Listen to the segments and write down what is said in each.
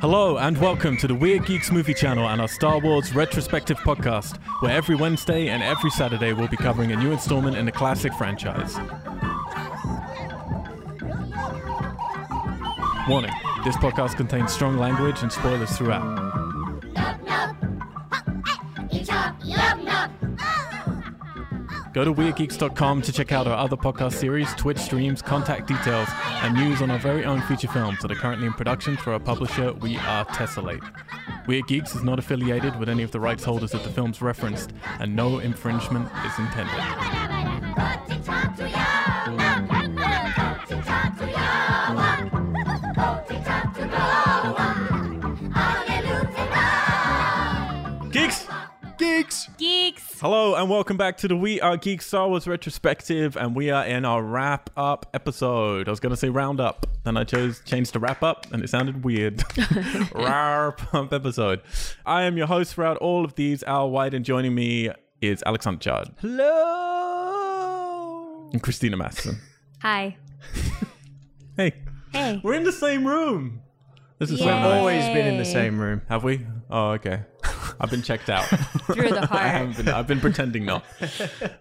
Hello and welcome to the Weird Geeks Movie Channel and our Star Wars retrospective podcast, where every Wednesday and every Saturday we'll be covering a new installment in the classic franchise. Warning: This podcast contains strong language and spoilers throughout. Go to WeirdGeeks.com to check out our other podcast series, Twitch streams, contact details, and news on our very own feature films that are currently in production through our publisher, We Are Tessellate. Weird Geeks is not affiliated with any of the rights holders of the films referenced, and no infringement is intended. Geeks! Geeks! Geeks. Hello and welcome back to the We Are Geek Star Wars retrospective, and we are in our wrap up episode. I was going to say round up, then I chose changed to wrap up, and it sounded weird. wrap up episode. I am your host throughout all of these. Al White, and joining me is Alexander Chard Hello. and Christina Masson. Hi. hey, Hey. we're in the same room. This is Yay. so We've nice. always been in the same room. Have we? Oh, okay. I've been checked out. Through the I heart. haven't been. I've been pretending not.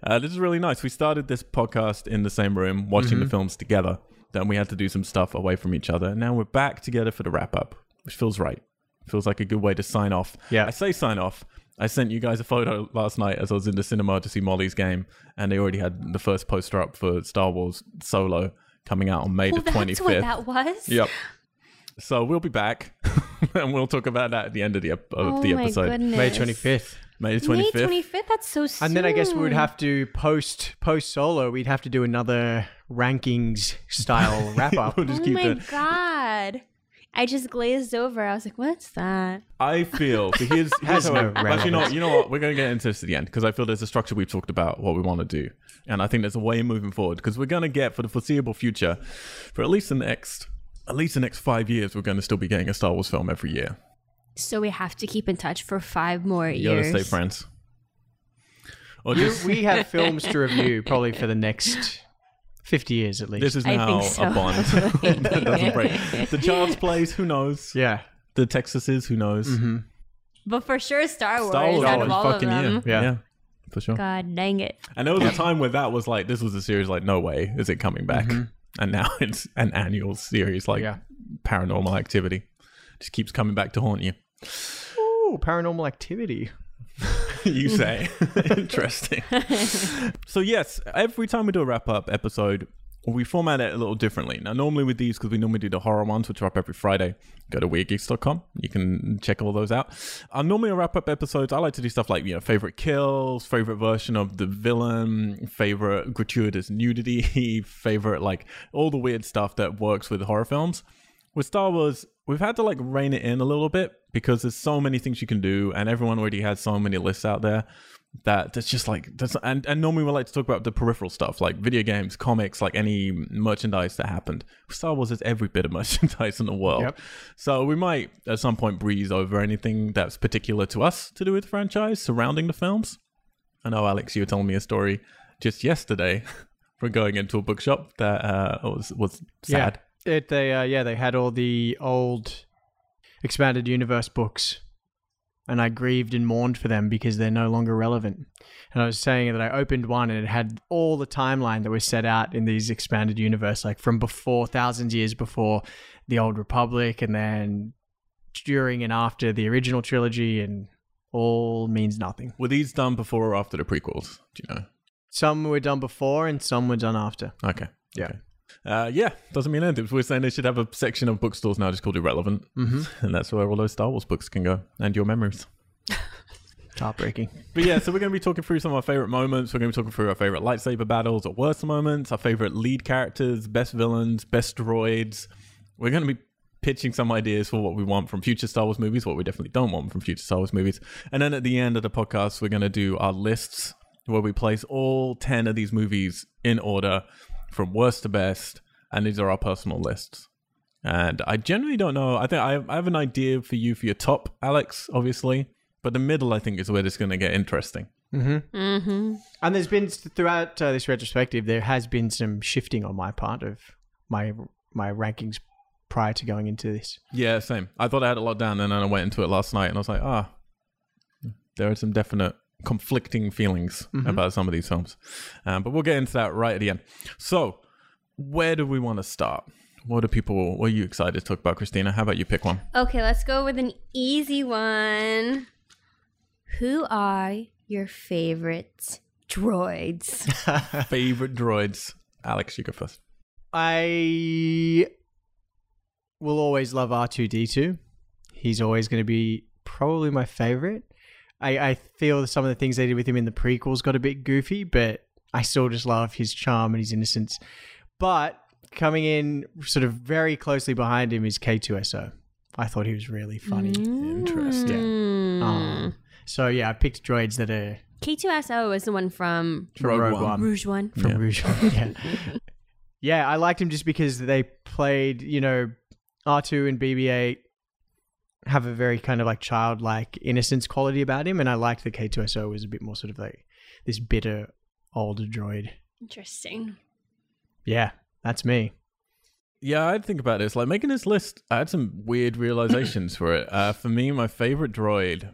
Uh, this is really nice. We started this podcast in the same room, watching the films together. Then we had to do some stuff away from each other. And now we're back together for the wrap up, which feels right. Feels like a good way to sign off. Yeah. I say sign off. I sent you guys a photo last night as I was in the cinema to see Molly's game, and they already had the first poster up for Star Wars Solo coming out on May Well, the twenty that's what fifth. that was. Yep. So we'll be back, and we'll talk about that at the end of the ep- of Oh the my episode, goodness. May 25th. May May twenty fifth. 25th. That's so soon. And then I guess we would have to post post solo. We'd have to do another rankings style wrap up. We'll just Oh keep my it. god. I just glazed over. I was like, "What's that?" I feel so here's, here's Has how no I- but you know relevance. you know what we're gonna get into this at the end because I feel there's a structure we've talked about what we want to do and I think there's a way of moving forward because we're gonna get for the foreseeable future for at least the next at least the next five years we're gonna still be getting a Star Wars film every year So we have to keep in touch for five more you years. gotta stay friends or You- just we have films to review probably for the next 50 years at least. this is I now think so. a bond that doesn't break the child's plays who knows yeah. the Texases who knows But for sure, Star Wars. Star Wars out of is Mm-hmm. all of fucking them. year Yeah. for sure God dang it! And there was a time where that was like, this was a series like, no way is it coming back. And now it's an annual series like Yeah. Paranormal Activity. Just keeps coming back to haunt you. Ooh, paranormal activity. you say. Interesting. so, yes, every time we do a wrap up episode, we format it a little differently. Now, normally with these, because we normally do the horror ones, which are up every Friday, go to weirdgeeks.com. You can check all those out. Uh, normally, on wrap up episodes, I like to do stuff like, you know, favorite kills, favorite version of the villain, favorite gratuitous nudity, favorite, like, all the weird stuff that works with horror films with Star Wars, we've had to like rein it in a little bit because there's so many things you can do, and everyone already has so many lists out there that that's just like that's and, and normally we like to talk about the peripheral stuff like video games, comics, like any merchandise that happened. Star Wars is every bit of merchandise in the world. Yep. So we might at some point breeze over anything that's particular to us to do with the franchise surrounding the films. I know, Alex, you were telling me a story just yesterday from going into a bookshop that uh, was was sad. Yeah. It, they uh, yeah, they had all the old expanded universe books. And I grieved and mourned for them because they're no longer relevant. And I was saying that I opened one and it had all the timeline that was set out in these expanded universe, like from before thousands years before the old republic and then during and after the original trilogy and all means nothing. Were these done before or after the prequels? Do you know? Some were done before and some were done after. Okay. Yeah. Okay. Uh, yeah, doesn't mean anything. We're saying they should have a section of bookstores now just called Irrelevant. Mhm. And that's where all those Star Wars books can go and your memories. Heartbreaking. But yeah, so we're going to be talking through some of our favorite moments. We're going to be talking through our favorite lightsaber battles, our worst moments, our favorite lead characters, best villains, best droids. We're going to be pitching some ideas for what we want from future Star Wars movies, what we definitely don't want from future Star Wars movies. And then at the end of the podcast, we're going to do our lists where we place all 10 of these movies in order from worst to best. And these are our personal lists. And I generally don't know. I think I I have an idea for you for your top, Alex, obviously. But the middle, I think, is where this is going to get interesting. Mm-hmm. And there's been throughout uh, this retrospective, there has been some shifting on my part of my my rankings prior to going into this. Yeah, same. I thought I had a lot down, and then I went into it last night, and I was like, ah, there are some definite conflicting feelings about some of these films. Um, but we'll get into that right at the end. So, where do we want to start? What are people? What are you excited to talk about, Christina? How about you pick one? Okay, let's go with an easy one. Who are your favorite droids? Favorite droids. Alex, you go first. I will always love R2D2. He's always going to be probably my favorite. I, I feel some of the things they did with him in the prequels got a bit goofy, but I still just love his charm and his innocence. But coming in sort of very closely behind him is K2SO. I thought he was really funny. Mm. Interesting. Um, so yeah, I picked droids that are K2SO is the one from Rogue, Rogue One. One. Rouge One. from Rouge. yeah. yeah, I liked him just because they played, you know, R2 and BB-8 have a very kind of like childlike innocence quality about him, and I liked that K2SO was a bit more sort of like this bitter older droid. Interesting. Yeah, that's me. Yeah, I'd think about this. Like making this list, I had some weird realizations for it. Uh, for me, my favorite droid,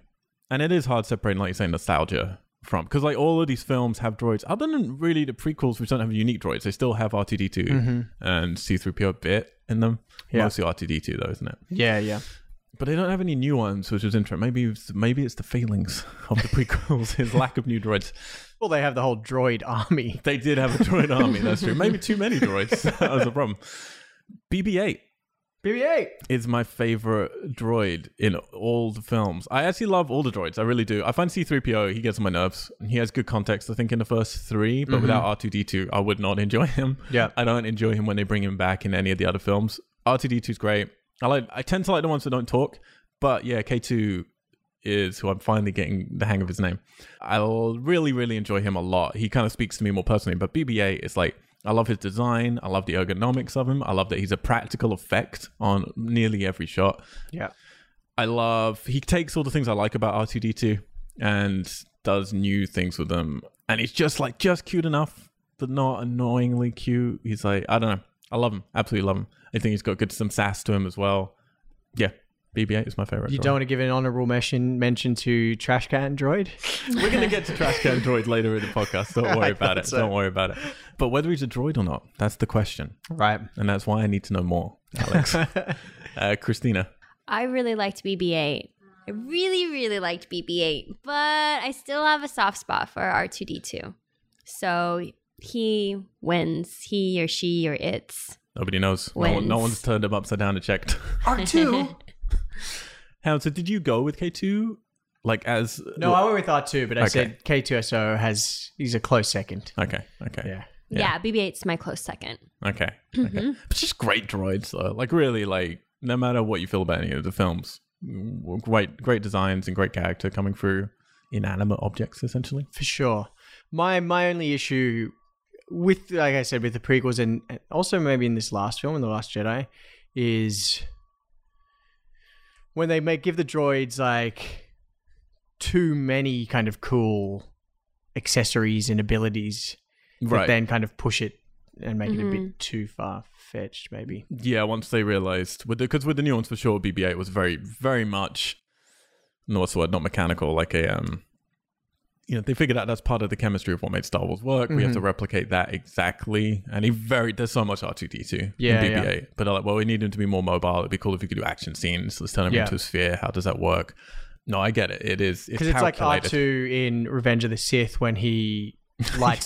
and it is hard separating, like you say, nostalgia from because like all of these films have droids. Other than really the prequels, which don't have unique droids, they still have R two D two and C three PO a bit in them. Yeah. Mostly R two D two though, isn't it? Yeah, yeah. But they don't have any new ones, which is interesting. Maybe it's, maybe it's the failings of the prequels, his lack of new droids. Well, they have the whole droid army. They did have a droid army. That's true. Maybe too many droids. that was the problem. BB eight. BB-8. is my favorite droid in all the films. I actually love all the droids. I really do. I find C3PO, he gets on my nerves. He has good context, I think, in the first three, but without R2D2, I would not enjoy him. Yeah. I don't enjoy him when they bring him back in any of the other films. R2D2 is great. I like I tend to like the ones that don't talk, but yeah, K2 is who I'm finally getting the hang of his name. I l- really, really enjoy him a lot. He kind of speaks to me more personally, but BBA is like, I love his design. I love the ergonomics of him. I love that he's a practical effect on nearly every shot. Yeah. I love, he takes all the things I like about R2D2 and does new things with them. And he's just like, just cute enough, but not annoyingly cute. He's like, I don't know. I love him. Absolutely love him. I think he's got good, some sass to him as well. Yeah. BB8 is my favorite. You droid. don't want to give an honorable mention mention to Trash Can Droid? We're going to get to trash can droid later in the podcast. Don't worry about it. Don't worry about it. But whether he's a droid or not, that's the question. Right. And that's why I need to know more, Alex. uh, Christina. I really liked BB 8. I really, really liked BB 8, but I still have a soft spot for R2 D2. So he wins. He or she or it's. Nobody knows. No, one, no Wins. one's turned him upside down and checked. R2? How so? Did you go with K2? Like, as. No, I went with R2, but I Okay. said K2SO has, he's a close second. Okay. Okay. Yeah. Yeah, BB 8's my close second. Okay. Okay. But just great droids, though. Like, really, like, no matter what you feel about any of the films, great, great designs and great character coming through inanimate objects, essentially. for sure. My my only issue with, like I said, with the prequels and and also maybe in this last film, in the Last Jedi, is when they make give the droids like too many kind of cool accessories and abilities that then kind of push it and make it a bit too far fetched, maybe. Yeah, once they realized with because with the new ones for sure, BB-8 was very, very much no, what's the word? Not mechanical, like a um. You know, they figured out that's part of the chemistry of what made Star Wars work. We have Mm-hmm. to replicate that exactly. And he very there's so much R two D two Yeah, in yeah. BB-8, but they're like, well, we need him to be more mobile. It'd be cool if you could do action scenes. Let's turn him Yeah. into a sphere. How does that work? No, I get it. It is Because it's like R calculated. two in Revenge of the Sith when he lights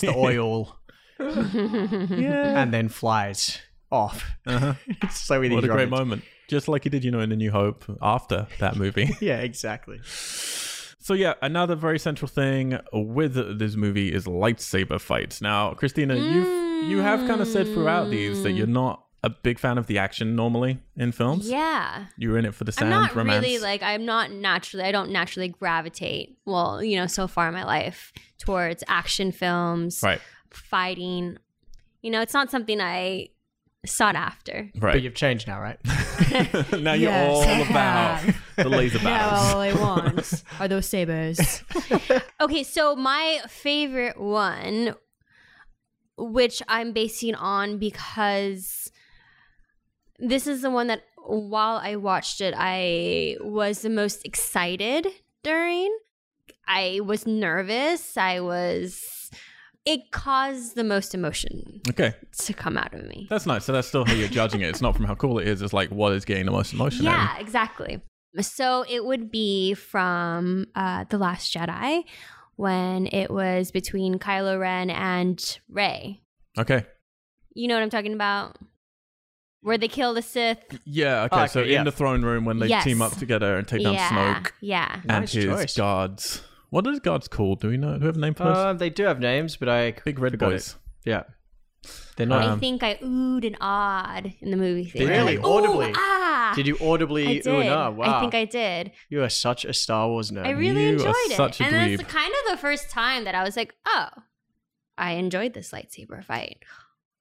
the oil and then flies off. it's so easy. Uh-huh. What a great moment! Just like he did, you know, in the New Hope after that movie. Yeah, exactly. So yeah, another very central thing with this movie is lightsaber fights. Now, Christina, you've you have kind of said throughout these that you're not a big fan of the action normally in films. Yeah. You're in it for the I'm sand not romance. really like, I'm not naturally, I don't naturally gravitate, well, you know, so far in my life towards action films, right, fighting. You know, it's not something I sought after. But right. you've changed now, right? now you're all about the laser battles. I want are those sabers. okay, so my favorite one, which I'm basing on because this is the one that while I watched it, I was the most excited during. I was nervous. I was. It caused the most emotion Okay, to come out of me. that's nice. So that's still how you're judging it. It's not from how cool it is. It's like what is getting the most emotion. out of Yeah, exactly. So it would be from uh, The Last Jedi when it was between Kylo Ren and Rey. you. Okay. You know what I'm talking about? Where they kill the Sith. Yeah. Okay. Oh, so okay, yeah. in the throne room when they Yes. team up together and take down yeah, Snoke yeah. and Nice his choice. guards. What are his guards called? Do we know? Do we have a name for those? Uh, they do have names, but I Big red forgot boys. It. Yeah, they're not. Um, I think I oohed and awed in the movie theater. Really? Like, "Ooh, Audibly? ah! did you audibly? I did. ooh, nah, wow. I think I did. You are such a Star Wars nerd. I really you are enjoyed it. such a and that's dweeb. kind of the first time that I was like, oh, I enjoyed this lightsaber fight.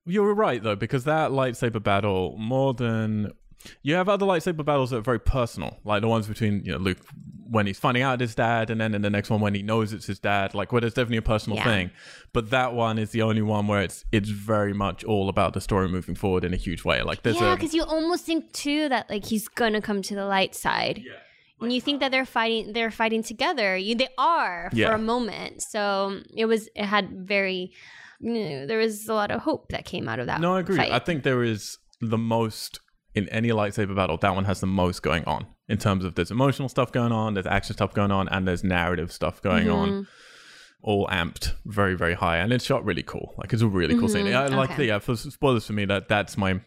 You were right though, because that lightsaber battle more than you have other lightsaber battles that are very personal, like the ones between you know Luke when he's finding out his dad, and then in the next one when he knows it's his dad. Like where there's definitely a personal Yeah. thing, but that one is the only one where it's it's very much all about the story moving forward in a huge way. Like there's yeah, a because you almost think too that like he's gonna come to the light side. and you think that they're fighting they're fighting together. You they are for Yeah. a moment. So it was it had very you know, there was a lot of hope that came out of that. no, I agree. fight. I think there is the most in any lightsaber battle. That one has the most going on in terms of there's emotional stuff going on, there's action stuff going on, and there's narrative stuff going Mm-hmm. on. all amped very very high and it's shot really cool like it's a really cool scene i like Mm-hmm. okay. the yeah for spoilers for me that that's my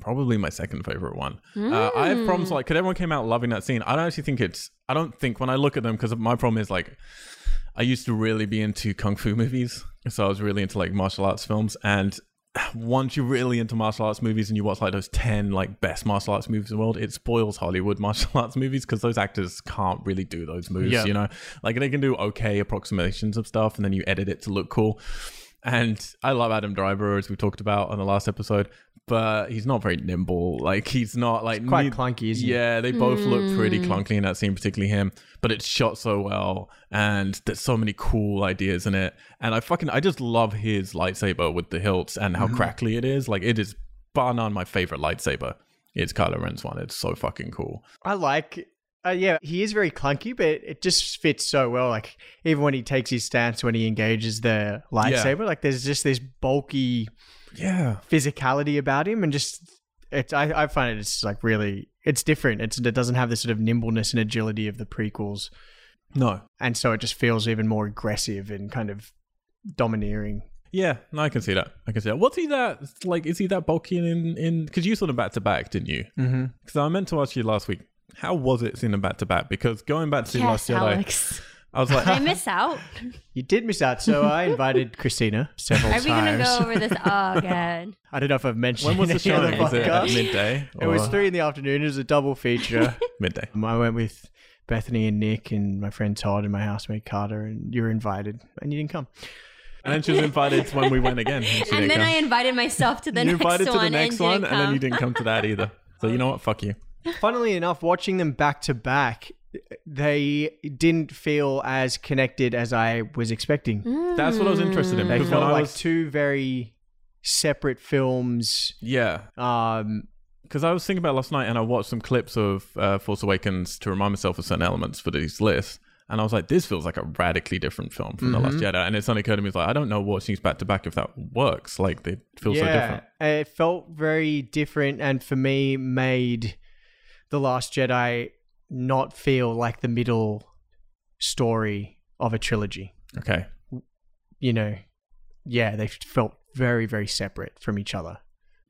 probably my second favorite one uh, i have problems like because everyone came out loving that scene i don't actually think it's i don't think when i look at them because my problem is like i used to really be into kung fu movies so i was really into like martial arts films and once you're really into martial arts movies and you watch like those 10 like best martial arts movies in the world it spoils hollywood martial arts movies because those actors can't really do those moves Yeah. you know like they can do okay approximations of stuff and then you edit it to look cool and i love adam driver as we talked about on the last episode but he's not very nimble like he's not like quite neith- clunky, isn't it? yeah, they both look pretty clunky in that scene, particularly him. But it's shot so well, and there's so many cool ideas in it. And I fucking I just love his lightsaber with the hilts and Mm-hmm. how crackly it is. Like it is bar none my favorite lightsaber. It's Kylo Ren's one. It's so fucking cool. I like. Uh, yeah, he is very clunky, but it just fits so well. Like even when he takes his stance, when he engages the lightsaber, like there's just this bulky Yeah, physicality about him, and just it's. I, I find it it's like really it's different. It's, it doesn't have the sort of nimbleness and agility of the prequels, no, and so it just feels even more aggressive and kind of domineering. yeah, no, I can see that. I can see that. What's he that like? Is he that bulky in in? Because you saw them back to back, didn't you? Mm-hmm. Because I meant to ask you last week. How was it seeing them back to back? Because going back to Last yes, Jedi, Alex. I was like, Did I miss out? You did miss out, so I invited Christina several Are we gonna times. go over this oh again? I don't know if I've mentioned when was the show? any other Was it at podcast. midday? It was or- three in the afternoon. It was a double feature. midday. Um, I went with Bethany and Nick and my friend Todd and my housemate Carter, and you were invited, and you didn't come. And then she was invited to when we went again. She didn't and then come. I invited myself to the you next invited to one the next and one, didn't and then come. you didn't come to that either. So you know what? Fuck you. Funnily enough, watching them back to back, they didn't feel as connected as I was expecting. That's what I was interested in They because when I felt like was two very separate films. yeah, Um, because I was thinking about it last night, and I watched some clips of uh, Force Awakens to remind myself of certain elements for these lists. And I was like, this feels like a radically different film from The Last Mm-hmm. Jedi. And it suddenly occurred to me, it's like, I don't know watching these back to back if that works. Like, they feel so different. It felt very different, and for me, made The Last Jedi not feel like the middle story of a trilogy. Okay. You know, yeah, they felt very, very separate from each other.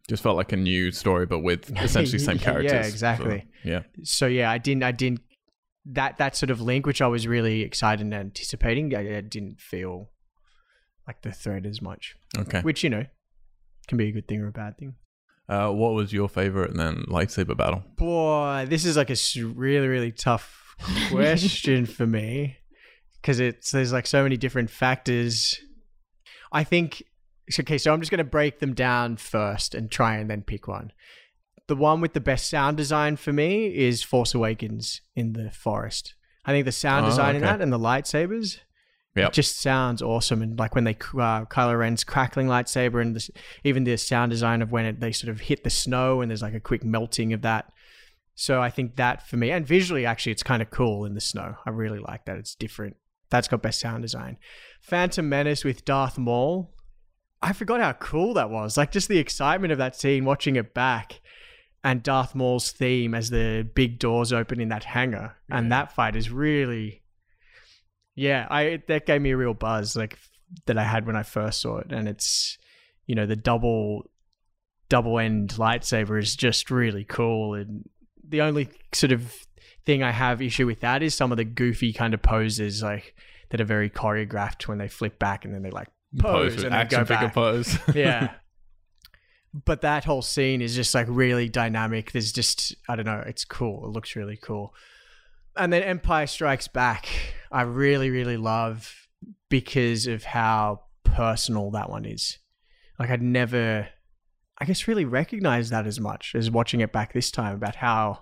Just felt like a new story, but with essentially same Yeah, characters. exactly. So, yeah. So yeah, I didn't, I didn't that that sort of link, which I was really excited and anticipating, I, I didn't feel like the thread as much, Okay. which you know can be a good thing or a bad thing. Uh, what was your favorite then lightsaber battle? Boy, this is like a s- really, really tough question for me because it's there's like so many different factors. I think it's okay, so I'm just gonna break them down first and try and then pick one. The one with the best sound design for me is Force Awakens in the forest. I think the sound Oh, design in okay. that and the lightsabers Yep. it just sounds awesome. And like when they uh, Kylo Ren's crackling lightsaber, and this, even the sound design of when it, they sort of hit the snow, and there's like a quick melting of that. So I think that for me, and visually, actually, it's kind of cool in the snow. I really like that. It's different. That's got best sound design. Phantom Menace with Darth Maul. I forgot how cool that was. Like, just the excitement of that scene, watching it back, and Darth Maul's theme as the big doors open in that hangar. And that fight is really, yeah, I that gave me a real buzz, like, that I had when I first saw it. And it's, you know, the double double end lightsaber is just really cool and the only sort of thing I have issue with that is some of the goofy kind of poses like that are very choreographed when they flip back and then they like pose, with and then go action figure back. pose. yeah. But that whole scene is just like really dynamic. There's just I don't know, it's cool. It looks really cool. And then Empire Strikes Back, I really really love because of how personal that one is. Like I'd never I guess really recognize that as much as watching it back this time about how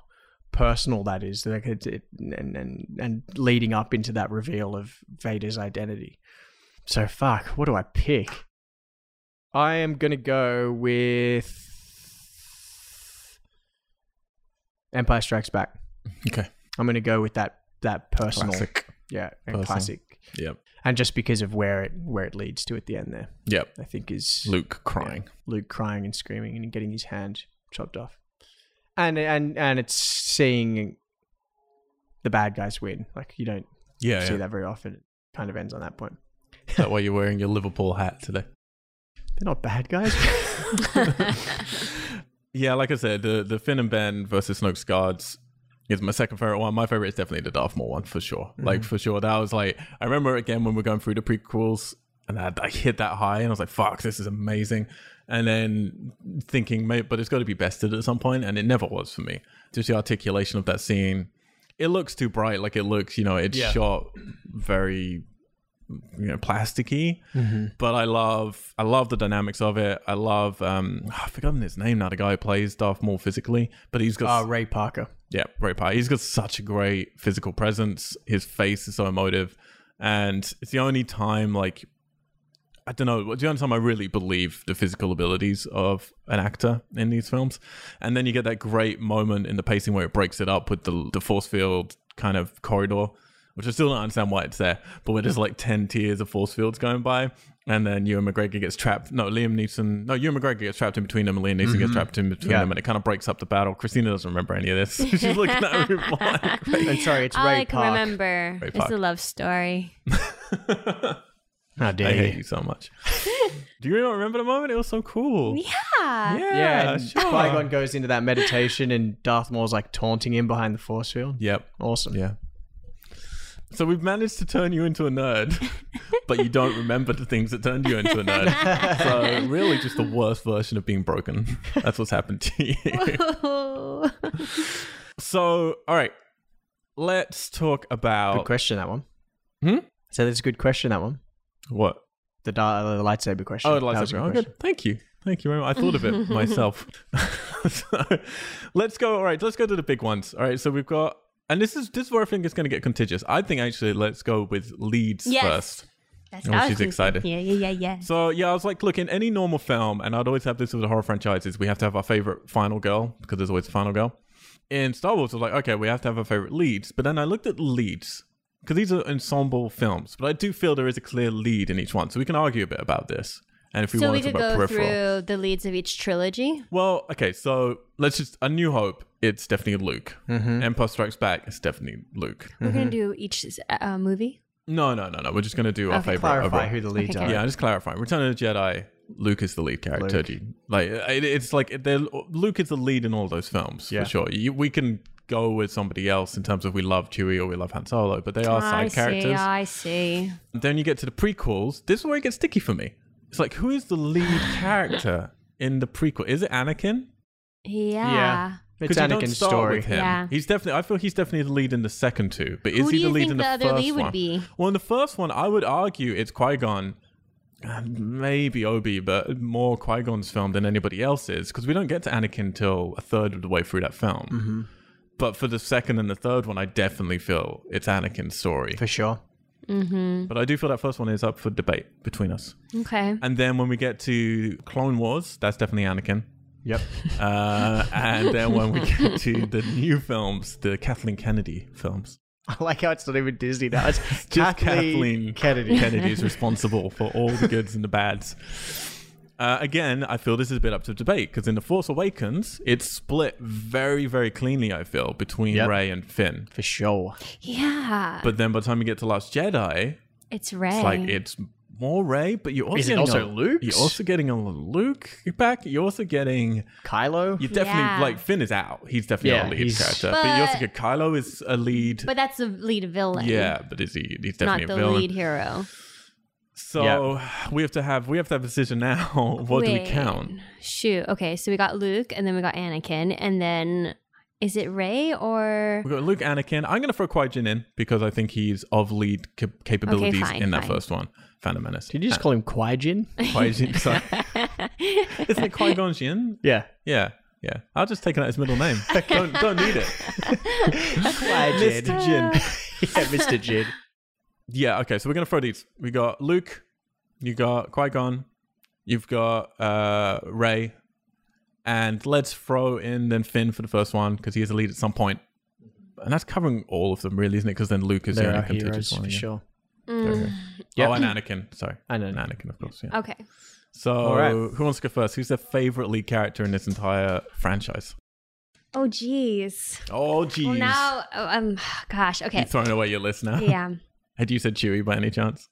personal that is like it, it, and, and and leading up into that reveal of Vader's identity. So fuck, what do I pick? I am gonna go with Empire Strikes Back. okay. I'm gonna go with that that personal, Classic. yeah, and Personal. classic, Yep. and just because of where it where it leads to at the end there, Yep. I think is Luke crying. Luke crying and screaming and getting his hand chopped off, and and and it's seeing the bad guys win. Like you don't Yeah. see yeah. That. that very often. It kind of ends on that point. that way you're wearing your Liverpool hat today. They're not bad guys. Yeah, like I said, the the Finn and Ben versus Snoke's guards is my second favorite one. My favorite is definitely the Darth Maul one for sure. Like for sure, that was like I remember again when we are going through the prequels and I, I hit that high and I was like, "Fuck, this is amazing." And then thinking, mate, but it's got to be bested at some point, and it never was for me. Just the articulation of that scene, it looks too bright. Like it looks, you know, it's Yeah. shot very you know plasticky but i love i love the dynamics of it i love um i've forgotten his name now the guy who plays darth maul physically but he's got Oh, Ray Parker. yeah ray pie he's got such a great physical presence his face is so emotive and it's the only time like I don't know. The only time I really believe the physical abilities of an actor in these films, and then you get that great moment in the pacing where it breaks it up with the the force field kind of corridor, which I still don't understand why it's there. But where there's like ten tiers of force fields going by, and then Ewan McGregor gets trapped. No, Liam Neeson. No, Ewan McGregor gets trapped in between them, and Liam Neeson gets trapped in between Yeah. them, and it kind of breaks up the battle. Christina doesn't remember any of this. She's looking at me blind. And sorry, it's All Ray I can Park. remember Ray is Park. the love story. How I dare hate you? you so much. Do you not remember the moment? It was so cool. Yeah. Yeah, Yeah, and sure. Qui-Gon goes into that meditation and Darth Maul's like taunting him behind the force field. Yep. Awesome. Yeah. So we've managed to turn you into a nerd, but you don't remember the things that turned you into a nerd. So really, just the worst version of being broken. That's what's happened to you. So, all right, let's talk Good about question, that one. Hmm? So that's a good question, that one. what? The, dar- the lightsaber question. Oh, the That was a lightsaber. Oh, question. good. Thank you. Thank you very much. I thought of it myself. so, let's go. All right, let's go to the big ones. All right, so we've got, and this is this is where I think it's going to get contentious. I think actually, let's go with leads Yes. first. That's Oh, how I she's was thinking. excited. Yeah, yeah, yeah, yeah. So yeah, I was like, look, in any normal film, and I'd always have this with the horror franchises, we have to have our favorite final girl because there's always a final girl. In Star Wars, I was like, okay, we have to have our favorite leads, but then I looked at leads because these are ensemble films, but I do feel there is a clear lead in each one, so we can argue a bit about this. And if we so want we to talk could about go peripheral, through the leads of each trilogy. well, okay, so let's just A New Hope, it's definitely Luke. Mm-hmm. Empire Strikes Back, it's definitely Luke. We're gonna do each uh, movie. No, no, no, no, we're just gonna do our Okay. favorite. Clarify overall. who the leads Okay. are. Yeah, just clarifying. Return of the Jedi, Luke is the lead character. Luke. dude. Like it, it's like they're, Luke is the lead in all those films Yeah. for sure. You, we can go with somebody else in terms of we love Chewie or we love Han Solo, but they are I side characters. see. I see. Then you get to the prequels. This is where it gets sticky for me. It's like who is the lead character in the prequel? Is it Anakin? Yeah. Yeah. It's 'Cause you don't Anakin's start story. With him. Yeah. He's definitely. I feel he's definitely the lead in the second two. But is Who he do the you lead think in the, the other first lead would one? be? Well, in the first one, I would argue it's Qui Gon, maybe Obi, but more Qui Gon's film than anybody else's because we don't get to Anakin till a third of the way through that film. Mm-hmm. But for the second and the third one, I definitely feel it's Anakin's story. Mm-hmm. For sure. But I do feel that first one is up for debate between us. Okay. And then when we get to Clone Wars, that's definitely Anakin. Yep. Uh, and then when we get to the new films, the Kathleen Kennedy films, I like how it's not even Disney now. It's just Kathleen Kathleen, Kennedy. Kennedy is responsible for all the goods and the bads. Uh, again, I feel this is a bit up to debate because in The Force Awakens, it's split very, very cleanly, I feel, between Yep. Rey and Finn. For sure. Yeah. But then by the time you get to Last Jedi, it's Ray. it's like it's more Ray, but you're also Is it getting also a, Luke's? You're also getting a Luke back. You're also getting Kylo? you definitely Yeah. like Finn is out. He's definitely Yeah, not a lead he's- character, but, you also But- get Kylo is a lead. but that's the lead villain. yeah, but is he? He's Not definitely the a villain. lead hero. So we have to have we have to have a decision now. What do we Wait. count? Shoot. Okay, so we got Luke, and then we got Anakin, and then is it Ray or? We've got Luke, Anakin. I'm going to throw Qui Jin in because I think he's of lead cap- capabilities fine, in that fine. first one, Phantom Menace. Did you just call him Qui Jin? Qui Jin? Sorry, isn't it Qui Gon Jinn? Yeah. Yeah, yeah. I'll just take that as middle name. don't don't need it. Qui Mr. Jin. Jin. yeah, Mr. Jin. Yeah, okay, so we're gonna throw these. We got Luke, you got Qui Gon, you've got uh Ray, and let's throw in then Finn for the first one because he is a lead at some point, and that's covering all of them really, isn't it? Because then Luke is the There are only heroes contentious for one. yeah. There sure. we Mm, go. Yep. Oh, and Anakin. Sorry, And and Anakin. Anakin, of course. Yeah. okay. So, All right. who wants to go first? Who's their favorite lead character in this entire franchise? Oh, jeez. Oh, jeez. Well, now, oh, um, gosh. You've Okay. thrown away your list now. Yeah. Had you said Chewie by any chance?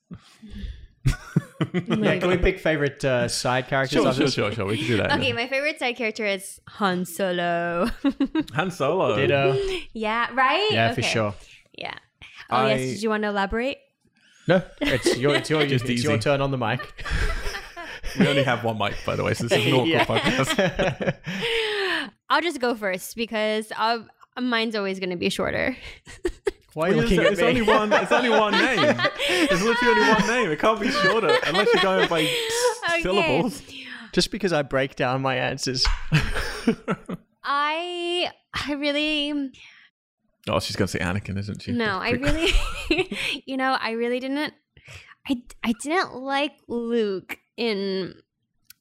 Yeah, can we pick favorite uh, side characters? Sure, of sure, this? sure, sure. We can do that. Okay, my favorite side character is Han Solo. Han Solo. Ditto. yeah, right? Yeah, for Okay. sure. Yeah. Oh, yes. I- Did you want to elaborate? No, it's your, it's your, Just it's your easy. turn on the mic. We only have one mic, by the way, so this is an awkward Yeah. podcast. I'll just go first because i mine's always going to be shorter. Why are you It's, looking at it's me? only one. It's only one name. It's literally only one name. It can't be shorter unless you're going by Okay. syllables. Just because I break down my answers. I I really Oh, she's gonna say Anakin, isn't she? no, I Pretty- really you know, I really didn't I I didn't like Luke in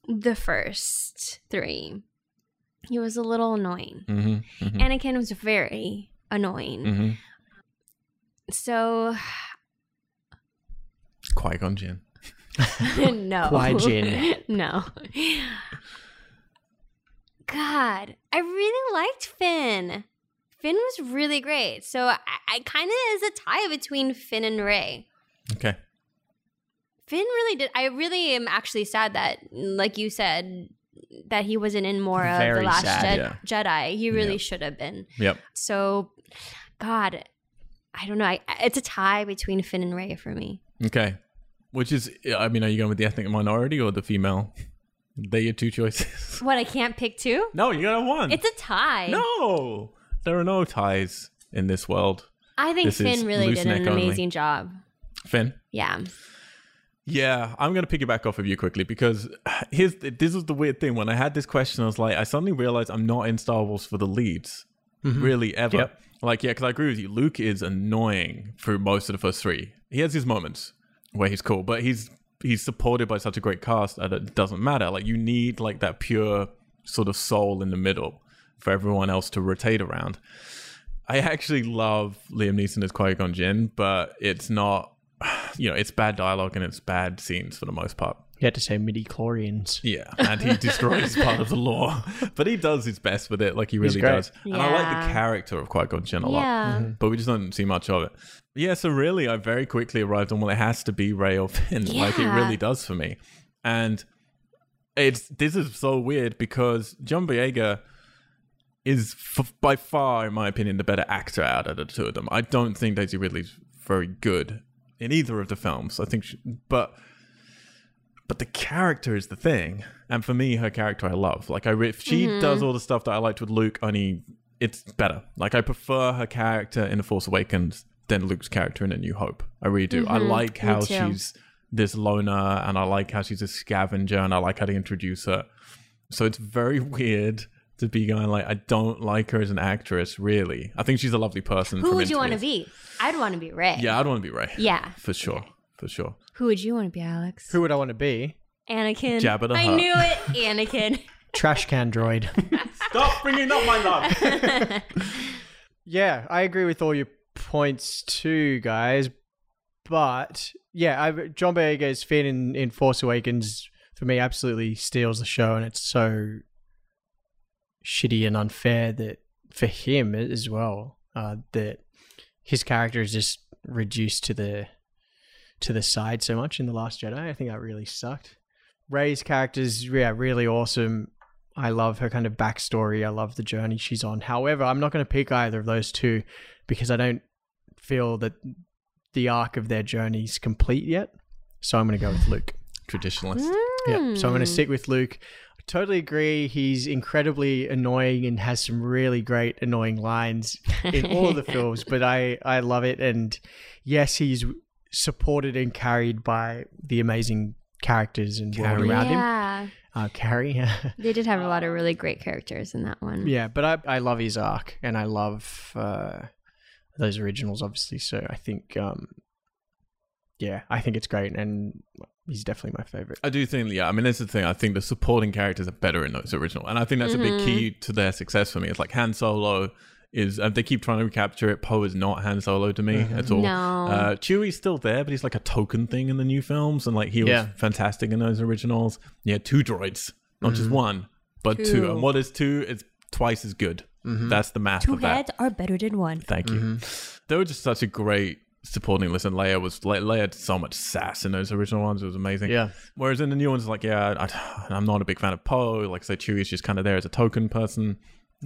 the first 3. He was a little annoying. Mhm, mhm, Anakin was very annoying. mhm. So Qui Gon Jinn. no. Qui Jin. no. God, I really liked Finn. Finn was really great. So I, I kind of is a tie between Finn and Ray. Okay. Finn really did. I really am actually sad that, like you said, that he wasn't in more of Very the Last sad, Jed- Jedi. He really Yeah. should have been. Yep. So, God, I don't know. I, it's a tie between Finn and Ray for me. Okay. Which is, I mean, are you going with the ethnic minority or the female? They're your two choices. What I can't pick two? No, you got one. It's a tie. no. There are no ties in this world. I think This is Finn really did Looseneck an only. amazing job. Finn. Yeah. Yeah, I'm going to piggyback off of you quickly because here's the, this was the weird thing. When I had this question, I was like, I suddenly realized I'm not in Star Wars for the leads, really ever. Yep. Like, yeah, because I agree with you. Luke is annoying through most of the first three. He has his moments where he's cool, but he's he's supported by such a great cast that it doesn't matter. Like, you need like that pure sort of soul in the middle for everyone else to rotate around. I actually love Liam Neeson as Qui Gon Jinn, but it's not. You know, it's bad dialogue and it's bad scenes for the most part. You had to say midi chlorians. Yeah, and he destroys part of the law, but he does his best with it, like he really great. does. And I like the Yeah. character of Qui Gon Jinn a lot, Mm-hmm. Yeah. but we just don't see much of it. Yeah, so really, I very quickly arrived on well, it has to be Ray or Finn. Like it Yeah. really does for me, and it's this is so weird because John Boyega is f- by far, in my opinion, the better actor out of the two of them. I don't think Daisy Ridley's very good in either of the films. I think, she, but but the character is the thing, and for me, her character I love. Like I, re- if she does all the stuff that I liked with Luke, only it's better. Like I prefer her character in The Force Awakens than Luke's character in A New Hope. I really do. I like how too. she's this loner, and I like how she's a scavenger, and I like how they introduce her. So it's very weird to be going like I don't like her as an actress. Really, I think she's a lovely person. Who from would you want to interviews. be? I'd want to be Ray. Yeah, I'd want to be Ray. Yeah. for sure, for sure. Who would you want to be, Alex? Who would I want to be? Anakin. Jabba the I Hutt. knew it. Anakin. trash can droid. Stop bringing up my love. Yeah, I agree with all your points too, guys. But yeah, I, John Boyega's Finn in, in Force Awakens for me absolutely steals the show, and it's so shitty and unfair that for him as well uh, that his character is just reduced to the to the side so much in the Last Jedi. I think that really sucked. Ray's character's yeah really awesome. I love her kind of backstory. I love the journey she's on. However, I'm not going to pick either of those two because I don't feel that the arc of their journey's complete yet. So I'm going to go with Luke. Traditionalist. Yeah. So I'm going to Mm. stick with Luke. I totally agree. He's incredibly annoying and has some really great annoying lines in all the films, but I, I love it. And yes, he's supported and carried by the amazing characters and world Carrie. around him. yeah. Uh, Carrie. They did have a lot of really great characters in that one. Yeah, but I, I love his arc and I love uh, those originals, obviously. So I think, um, yeah, I think it's great and he's definitely my favorite. I do think, yeah, I mean, that's the thing. I think the supporting characters are better in those original. And I think that's a big Mhm. key to their success for me. It's like Han Solo is, uh, they keep trying to recapture it. Poe is not Han Solo to me Mhm. at all. No. Uh, Chewie's still there, but he's like a token thing in the new films, and like he was Yeah. fantastic in those originals. Yeah, two droids, not just Mhm. one, but two. Two. And what is two? It's twice as good. Mhm. That's the math Two of that. heads are better than one. Thank you. They were just such a great supporting list, and Leia was like Leia had so much sass in those original ones. It was amazing. Yeah. Whereas in the new ones, like yeah, I, I'm not a big fan of Poe. Like so, Chewie's just kind of there as a token person.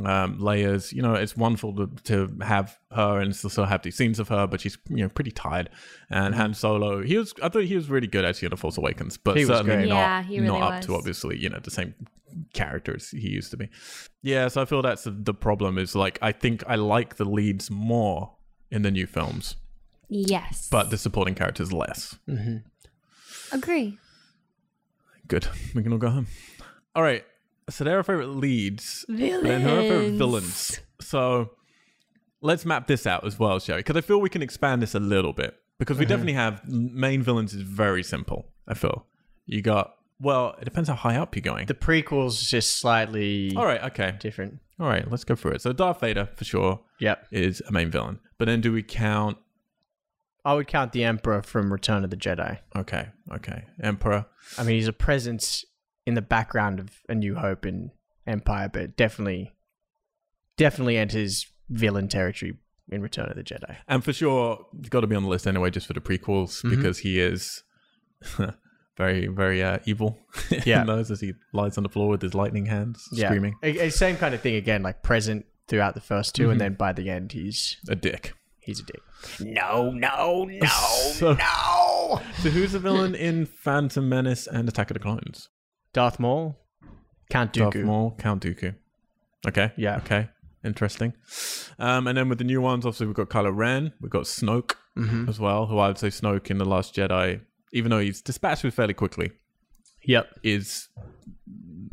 Um, Leia's, you know, it's wonderful to, to have her and still still have these scenes of her, but she's you know pretty tired. And Han Solo, he was I thought he was really good actually in The Force Awakens, but He was certainly great. not Yeah, he really not up was. to obviously you know the same characters he used to be. Yeah, so I feel that's the, the problem is like I think I like the leads more in the new films, Yes. but the supporting characters less. Mm-hmm. agree. Good, we can all go home. All right, so they're our favorite leads. Villains. Then who are the villains? So let's map this out as well, shall we? Because I feel we can expand this a little bit because we definitely have main villains is very simple. I feel you got well. It depends how high up you're going. The prequels just slightly all right, okay, different. all right. Let's go through it. So Darth Vader for sure Yep. is a main villain, but then do we count? I would count the Emperor from Return of the Jedi. Okay, okay, Emperor. I mean, he's a presence in the background of A New Hope and Empire, but definitely, definitely enters villain territory in Return of the Jedi. And for sure, he's got to be on the list anyway, just for the prequels, Mm-hmm. because he is very, very uh, evil. in Yeah. those as he lies on the floor with his lightning hands, screaming Yeah. A- a- same kind of thing again, like present throughout the first Mm-hmm. 2 and then by the end, he's a dick. he's a dick. No, no, no, So- no. So who's the villain in Phantom Menace and Attack of the Clones? Darth Maul, Count Dooku. Darth Maul, Count Dooku. Okay. Yeah. Okay. Interesting. Um, and then with the new ones, obviously we've got Kylo Ren, we've got Snoke Mhm. as well, who I would say Snoke in the Last Jedi, even though he's dispatched with fairly quickly, Yep. is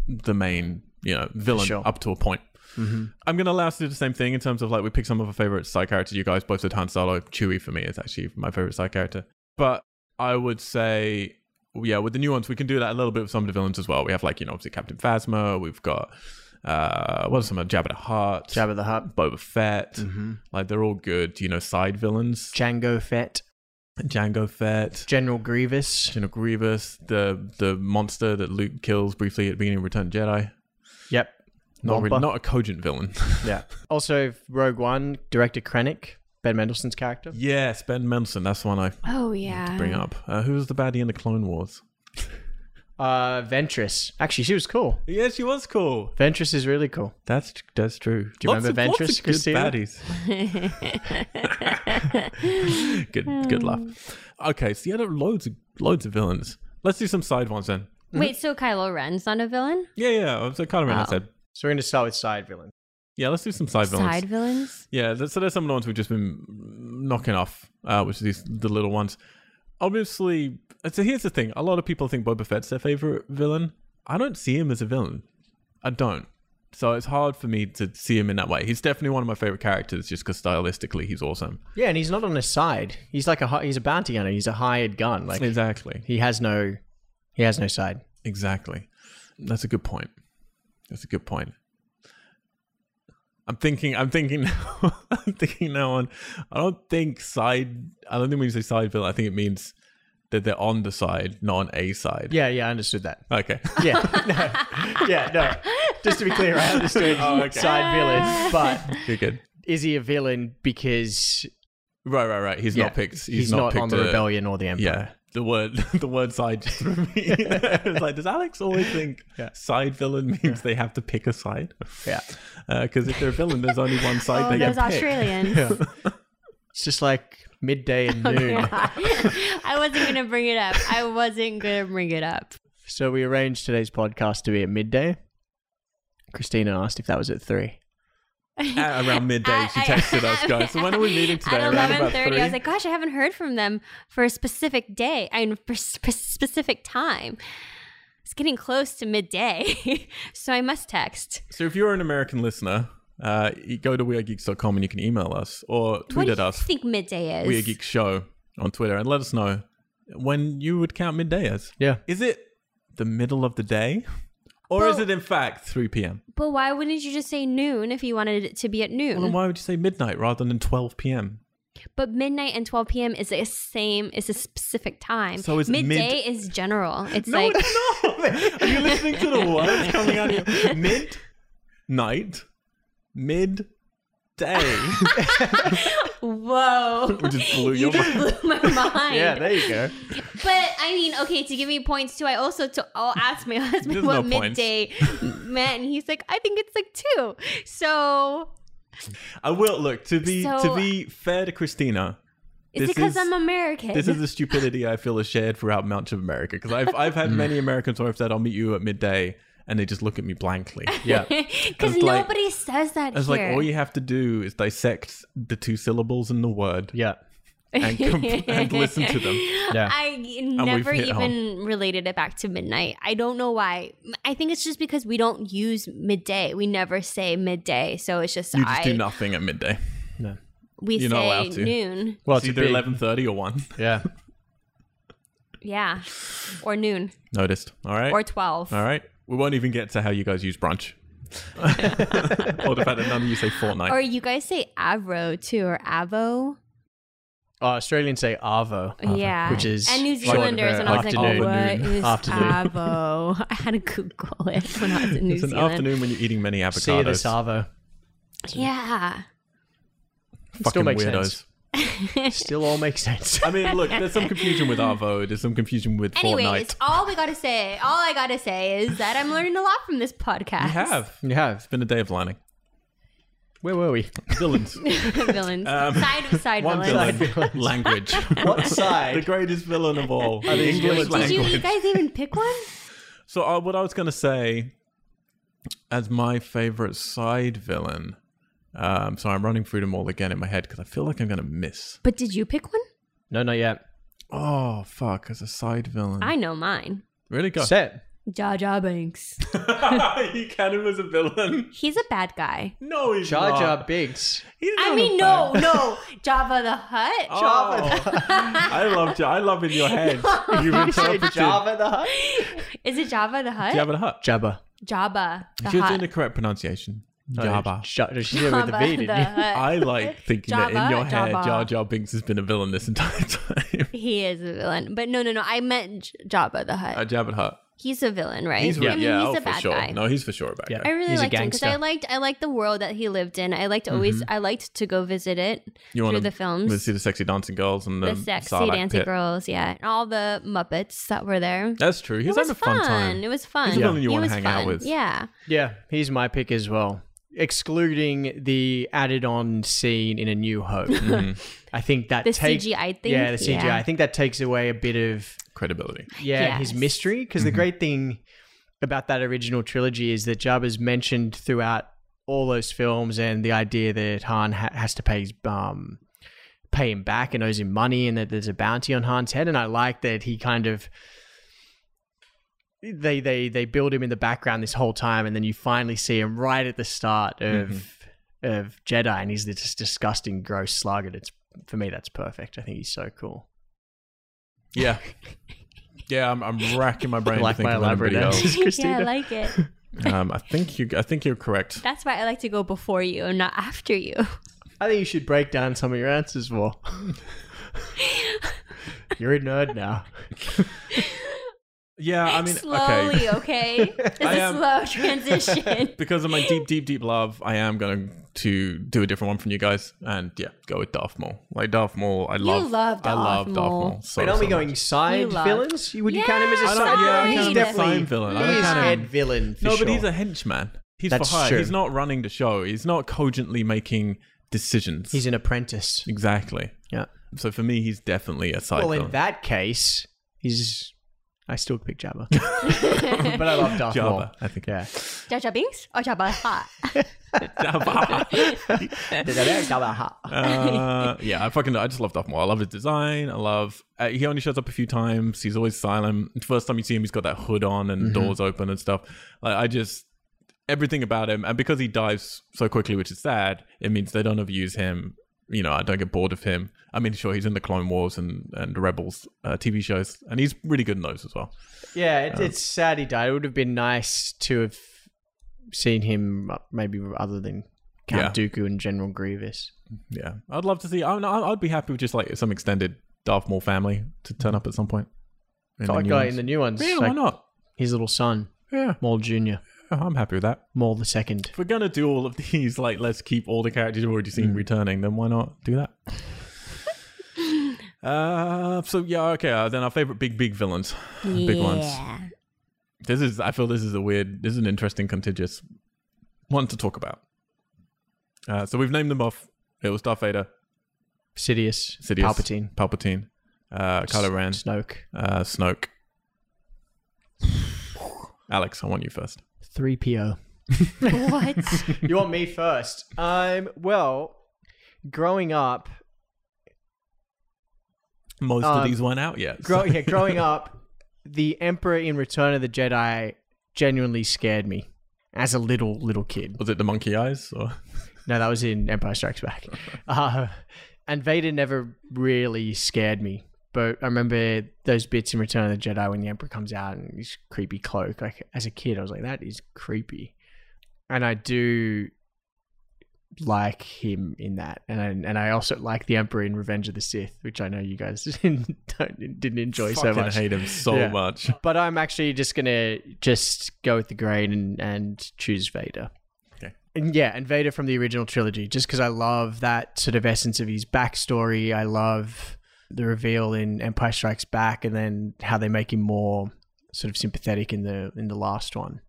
the main you know villain Sure. Mm-hmm. up to a point. I'm gonna allow us to do the same thing in terms of like we pick some of our favorite side characters. You guys both said Han Solo, Chewie for me is actually my favorite side character, but I would say yeah with the new ones we can do that a little bit with some of the villains as well. We have like you know obviously Captain Phasma, we've got uh what are some of Jabba the Hutt, Jabba Mm. the Hutt, Boba Fett, like they're all good you know side villains. Django Fett, Django Fett, General Grievous. General Grievous, the the monster that Luke kills briefly at the beginning of Return of the Jedi. Yep. Not really, Wampa. not a cogent villain. Yeah. Also, Rogue One director Krennic, Ben Mendelsohn's character. yes, Ben Mendelsohn. That's the one I Oh yeah. bring up. Uh, who was the baddie in the Clone Wars? Uh, Ventress. Actually, she was cool. Yeah, she was cool. Ventress is really cool. That's tr- that's true. Do you remember of, Ventress, lots of good Christina? baddies. good good laugh. Hmm. Okay, so you had loads of loads of villains. Let's do some side ones then. Wait, so Kylo Ren's not a villain? Yeah, yeah. So kind of I Oh. said. So we're going to start with side villain. Yeah, let's do some side villains. Side villains? Yeah, th- so there's some of the ones we've just been knocking off, uh, which are these the little ones. Obviously, so here's the thing: a lot of people think Boba Fett's their favorite villain. I don't see him as a villain. I don't. So it's hard for me to see him in that way. He's definitely one of my favorite characters, just because stylistically he's awesome. Yeah, and he's not on his side. He's like a hi- he's a bounty hunter. He's a hired gun. Like Exactly. he has no he has no side. Exactly. That's a good point. That's a good point. I'm thinking. I'm thinking. I'm thinking now on. I don't think side. I don't think when you say side villain, I think it means that they're on the side, not on a side. Yeah, yeah, I understood that. Okay. Yeah, no. yeah, no. Just to be clear, I understood Oh, okay. side villain, but good. Good. is he a villain because Right. Right. Right. He's yeah, not picked. He's, he's not, picked on the a- rebellion or the empire? Yeah. The word. The word side just threw me. it's like, does Alex always think Yeah. side villain means they have to pick a side? Yeah. Because if they're a villain, there's only one side Oh, they those can pick. Australians. It's just like midday and noon. I wasn't gonna bring it up. I wasn't gonna bring it up. So we arranged today's podcast to be at midday. Christina asked if that was at three. At Uh, around midday, she I- I- texted us, guys. So when are we meeting today? At Around eleven about thirty, three. I was like, "Gosh, I haven't heard from them for a specific day. I mean, for sp- specific time. It's getting close to midday, so I must text. So if you're an American listener, uh, you go to wearegeeks.com and you can email us or what tweet do at you us, think midday is? We Are Geeks Show on Twitter, and let us know when you would count midday as. Yeah. Is it the middle of the day? Or is Well- it in fact 3 p.m.? But why wouldn't you just say noon if you wanted it to be at noon? Well, then why would you say midnight rather than 12 p.m.? But midnight and 12 p.m. is the same, is a specific time. So is mid- midday is general. It's No, like it's not. Are you listening to the words coming out of you? Mid night, mid day, whoa. which just blew You your mind. just blew my mind. you go. but I mean, okay, to give me points too, I also to I'll ask my husband There's what no points. midday meant, and he's like, I think it's like two. So I will look to be to So- be fair to Christina. it's This because is- I'm American. This is the stupidity I feel is shared throughout much of America because I've I've Mm. had many Americans where I've said I'll meet you at midday and they just look at me blankly. Yeah. because It's like- nobody says that It's like oh, here. all you have to do is dissect the two syllables in the word Yeah. and, com- and listen to them. Yeah. I never hit even related it back to midnight. I don't know why. I think it's just because we don't use midday. We never say midday, so it's just You just I do nothing at midday. No. we You're not say allowed to. noon. Well, it's either eleven thirty or one. Yeah. Yeah. Or noon Noticed. All right. or 12. all right. We won't even get to how you guys use brunch. or the fact that none of you say fortnight. Or you guys say avro too or avo? Oh, Australians say Arvo. yeah. Which is And New short Zealanders for and I was afternoon. like, "Oh, what is Afternoon. avo? I had to google it when I was in New it's an Zealand. afternoon when you're eating many avocados. See you this Arvo. Yeah. Fucking Still makes weirdos. sense. Still all makes sense. I mean, look, there's some confusion with Arvo. There's some confusion with Anyways, Fortnite. all we gotta say, all I gotta say is that I'm learning a lot from this podcast. You have. you have. It's been a day of learning. Where were we? Villains. villains. side of side Um, One villains. villain. Villains. Language. What the side? greatest villain of all. Are these English villains? Did you, you language. guys even pick one? So, uh, what I was going to say as my favorite side villain. Um, so I'm running through them all again in my head because I feel like I'm going to miss. But did you pick one? No, not yet. Oh fuck! As a side villain, I know mine. really go. Set. Jar Jar Banks. you count him as a villain? He's a bad guy. No, he's Jar not. Jar Binks. He's I not mean, a no, no. Java the Hutt. Oh, I love you. I love in your head. You've interpreted. the Hutt? Is it Java the Hutt? Jabba the Hutt. Jabba. Java the She was Hutt. doing the correct pronunciation. No, Jabba. J- she did it with the Jabba V, the didn't you? Hutt. I like thinking that in Jabba, your head, Jabba. Jar Jar Binks has been a villain this entire time. He is a villain. But no, no, no. I meant J- Java the Hutt. Uh, Jabba the Hutt. he's a villain, right? He's I mean, yeah, he's oh, a bad for sure. guy. No, he's for sure a bad Yeah. I guy. really He's a liked him because I gangster. liked I liked the world that he lived in. I liked always I liked to go visit it Mm-hmm. You through wanna- the films, Let's see the sexy dancing girls and the, the sexy Sarlacc dancing pit. girls, yeah, and all the Muppets that were there. That's true. He's it was having a fun, time. It was fun. He's a villain you He wanna was hang out fun. with. Yeah, Yeah, he's my pick as well. Excluding the added on scene in A New Hope. I think that the takes CGI thing. Yeah, the CGI. I think that takes away a bit of Credibility. yeah, his Yes. mystery because the great thing about that original trilogy is that Jabba's mentioned throughout all those films and the idea that Han ha- has to pay his um pay him back and owes him money and that there's a bounty on Han's head and I like that he kind of they they they build him in the background this whole time and then you finally see him right at the start of of Jedi and he's this disgusting gross slug and it's for me that's perfect. I think he's so cool. Yeah. Yeah, I'm, I'm racking my brain like to think my of elaborate anybody else. answers, yeah, I Christina. like it. Um, I think you. I think you're correct. That's why I like to go before you and not after you. I think you should break down some of your answers more. You're a nerd now. Yeah, I mean, okay. Slowly, okay? It's I a am- slow transition. Because of my deep, deep, deep love, I am going to do a different one from you guys, and yeah, go with Darth Maul. Like Darth Maul, I love. love I love Darth Darth Maul. Maul. So, Wait, aren't we so going much. You side love- villains? You would you count him as a Yeah, I side? don't, yeah, I Side count him as a villain. side villain. I He don't is count him. head villain for No, sure. but he's a henchman. He's That's for hire. true. He's not running the show. He's not cogently making decisions. He's an apprentice. exactly. Yeah. So for me, he's definitely a side Well, in villain. that case, he's. I still pick Jabba, but I love Darth Jabba, Maul. I think. Yeah, Jar Jar Binks or Jar Jar Hutt? Jabba. Jabba Hutt. uh, yeah, I fucking I just love Darth Maul. I love his design. I love uh, he only shows up a few times. He's always silent. The first time you see him, he's got that hood on Mm-hmm. and doors open and stuff. Like I just everything about him, and because he dies so quickly, which is sad, it means they don't overuse him. You know, I don't get bored of him. I mean, sure, he's in the Clone Wars and and Rebels uh, TV shows, and he's really good in those as well. Yeah, it, it's sad he died. It would have been nice to have seen him, uh, maybe other than Count Dooku and General Grievous. Yeah, I'd love to see. I, I- I'd be happy with just like some extended Darth Maul family to turn up at some point. In the Like new Mm-hmm. guy ones. in the new ones, yeah, why like not? his little son, Yeah, Maul Junior, Oh, I'm happy with that. Maul the Second. If we're gonna do all of these, like let's keep all the characters you've already seen returning, then why not do that? uh, so yeah, okay. Uh, then our favorite big, big villains, big ones. Yeah. This is, I feel, this is a weird, this is an interesting, contentious one to talk about. Uh, so we've named them off. It was Darth Vader, Sidious, Sidious, Palpatine, Palpatine, uh, Kylo Ren, Snoke. uh, Snoke. Alex, I want you first. Three PO. What? you want me first? Um. Well, growing up, Most Um, of these weren't out yet. so- grow- yeah, growing up, the Emperor in Return of the Jedi genuinely scared me as a little little kid. was it the monkey eyes or? No, that was in Empire Strikes Back. Uh, and Vader never really scared me. But I remember those bits in Return of the Jedi when the Emperor comes out and his creepy cloak. Like as a kid, I was like, that is creepy. And I do like him in that, and I, and I also like the Emperor in Revenge of the Sith, which I know you guys don't, didn't enjoy so Fucking much. hate him so Yeah. much. But I'm actually just gonna just go with the grain and and choose Vader. Okay. And yeah, and Vader from the original trilogy, just because I love that sort of essence of his backstory. I love the reveal in Empire Strikes Back, and then how they make him more sort of sympathetic in the in the last one.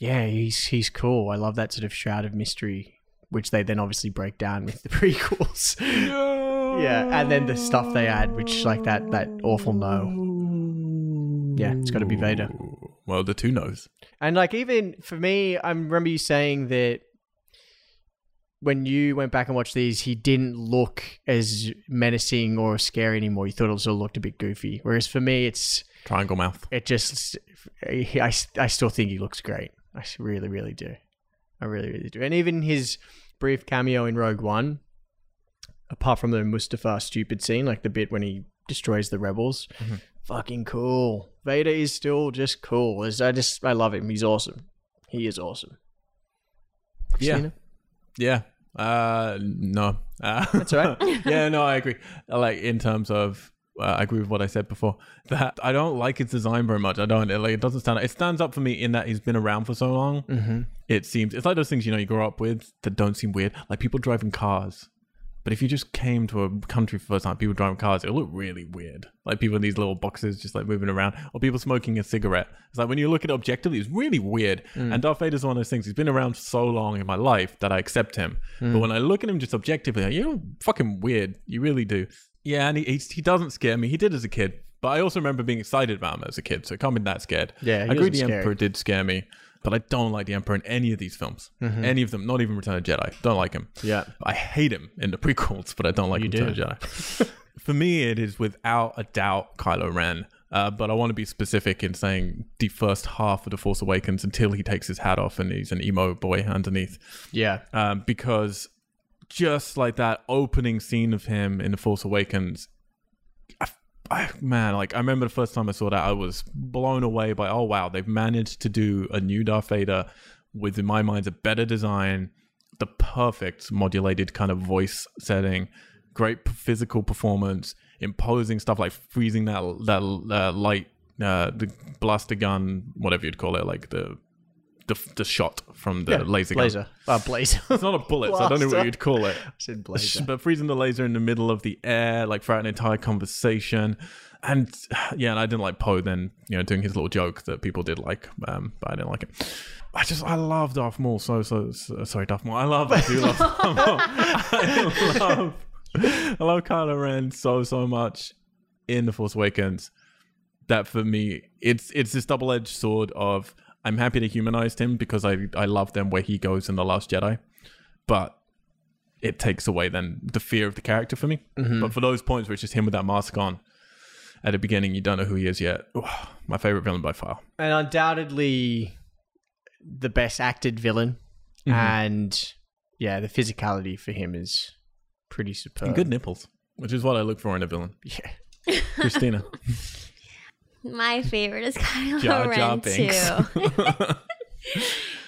Yeah, he's he's cool. I love that sort of shroud of mystery, which they then obviously break down with the prequels. yeah, and then the stuff they add, which like that that awful no. Yeah, it's got to be Vader. Well, the two knows. And like even for me, I remember you saying that when you went back and watched these, he didn't look as menacing or scary anymore. You thought it sort of looked a bit goofy. Whereas for me, it's Triangle mouth. it just I, I still think he looks great. I s- really really do. I really really do. And even his brief cameo in Rogue One, apart from the Mustafa stupid scene, like the bit when he destroys the rebels, Mm-hmm. fucking cool. Vader is still just cool. It's- I just I love him. He's awesome. He is awesome. Yeah. Christina? Yeah. Uh, no. Uh, That's all yeah, no, I agree. Like in terms of. Uh, I agree with what I said before. That I don't like his design very much. I don't. It, like, it doesn't stand. It stands up for me in that he's been around for so long. Mm-hmm. It seems it's like those things you know you grow up with that don't seem weird. Like people driving cars. But if you just came to a country for the first time, people driving cars, it'll look really weird. Like people in these little boxes just like moving around, or people smoking a cigarette. It's like when you look at it objectively, it's really weird. Hmm. And Darth Vader's one of those things. He's been around for so long in my life that I accept him. Hmm. But when I look at him just objectively, like, you're fucking weird. You really do. Yeah, and he, he, he doesn't scare me. He did as a kid. But I also remember being excited about him as a kid, so I can't be that scared. Yeah, he I agree wasn't the scary. Emperor did scare me, but I don't like the Emperor in any of these films. Any of them, not even Return of the Jedi. Don't like him. Mm-hmm. Yeah. I hate him in the prequels, but I don't like him Return of the Jedi. For me, it is without a doubt Kylo Ren. Uh, but I want to be specific in saying the first half of The Force Awakens until he takes his hat off and he's an emo boy underneath Yeah. um, because just like that opening scene of him in The Force Awakens, I, I, man, like I remember the first time I saw that, I was blown away by oh wow, they've managed to do a new Darth Vader with, in my mind, a better design, the perfect modulated kind of voice setting, great p- physical performance, imposing stuff like freezing that that uh, light, uh, the blaster gun, whatever you'd call it, like the the, the shot from the Yeah, laser gun. blazer. Uh, blazer. I It's not a bullet, so I don't know what Blaster. you'd call it. said Sh- blazer. But freezing the laser in the middle of the air, like throughout an entire conversation. And yeah, and I didn't like Poe then, you know, doing his little joke that people did like, um, but I didn't like it. I just, I love Darth Maul so, so, so sorry, Darth Maul. I love, I do love Darth Maul. I love, I love Kylo Ren so, so much in The Force Awakens that for me, it's, it's this double edged sword of I'm happy to humanize him because I, I love them where he goes in The Last Jedi, but it takes away then the fear of the character for me. But for those points where it's just him with that mask on at the beginning, you don't know who he is yet. Ooh, my favorite villain by far. and undoubtedly the best acted villain. Mm-hmm. And yeah, the physicality for him is pretty superb. And good nipples, which is what I look for in a villain. Yeah. Christina. My favorite is Kylo Jar Jar Ren Binks. too.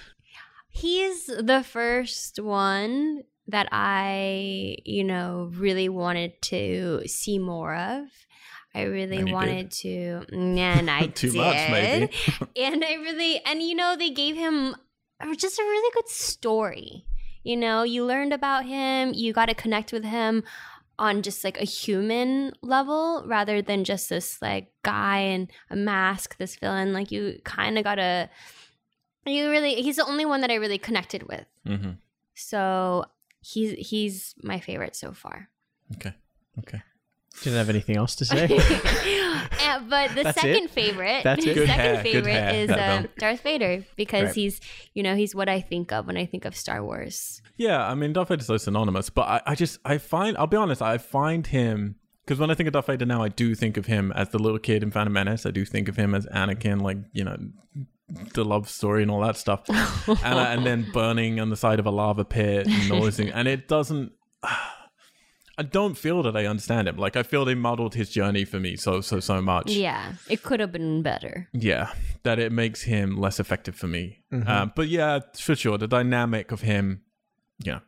he's the first one that I, you know, really wanted to see more of. I really And you wanted to, mm, and I Too did. much, maybe. and I really, and you know, they gave him a- just a really good story. You know, you learned about him, you got to connect with him on just like a human level rather than just this like guy in a mask, this villain. Like, you kind of got to, you really, he's the only one that I really connected with. hmm So he's he's my favorite so far. Okay. Okay. Didn't have anything else to say. Uh, but the That's second it? favorite, That's the it? Good second hair, good favorite hair. is Well uh, done. Darth Vader because Right. he's you know he's what I think of when I think of Star Wars. Yeah, I mean, Darth Vader's so synonymous, but I, I just, I find, I'll be honest, I find him, because when I think of Darth Vader now, I do think of him as the little kid in Phantom Menace. I do think of him as Anakin, like, you know, the love story and all that stuff. and, I- and then burning on the side of a lava pit and all this thing. And it doesn't, I don't feel that I understand him. Like, I feel they muddled his journey for me so, so, so much. Yeah, it could have been better. Yeah, that it makes him less effective for me. Uh, but yeah, for sure, the dynamic of him, you know,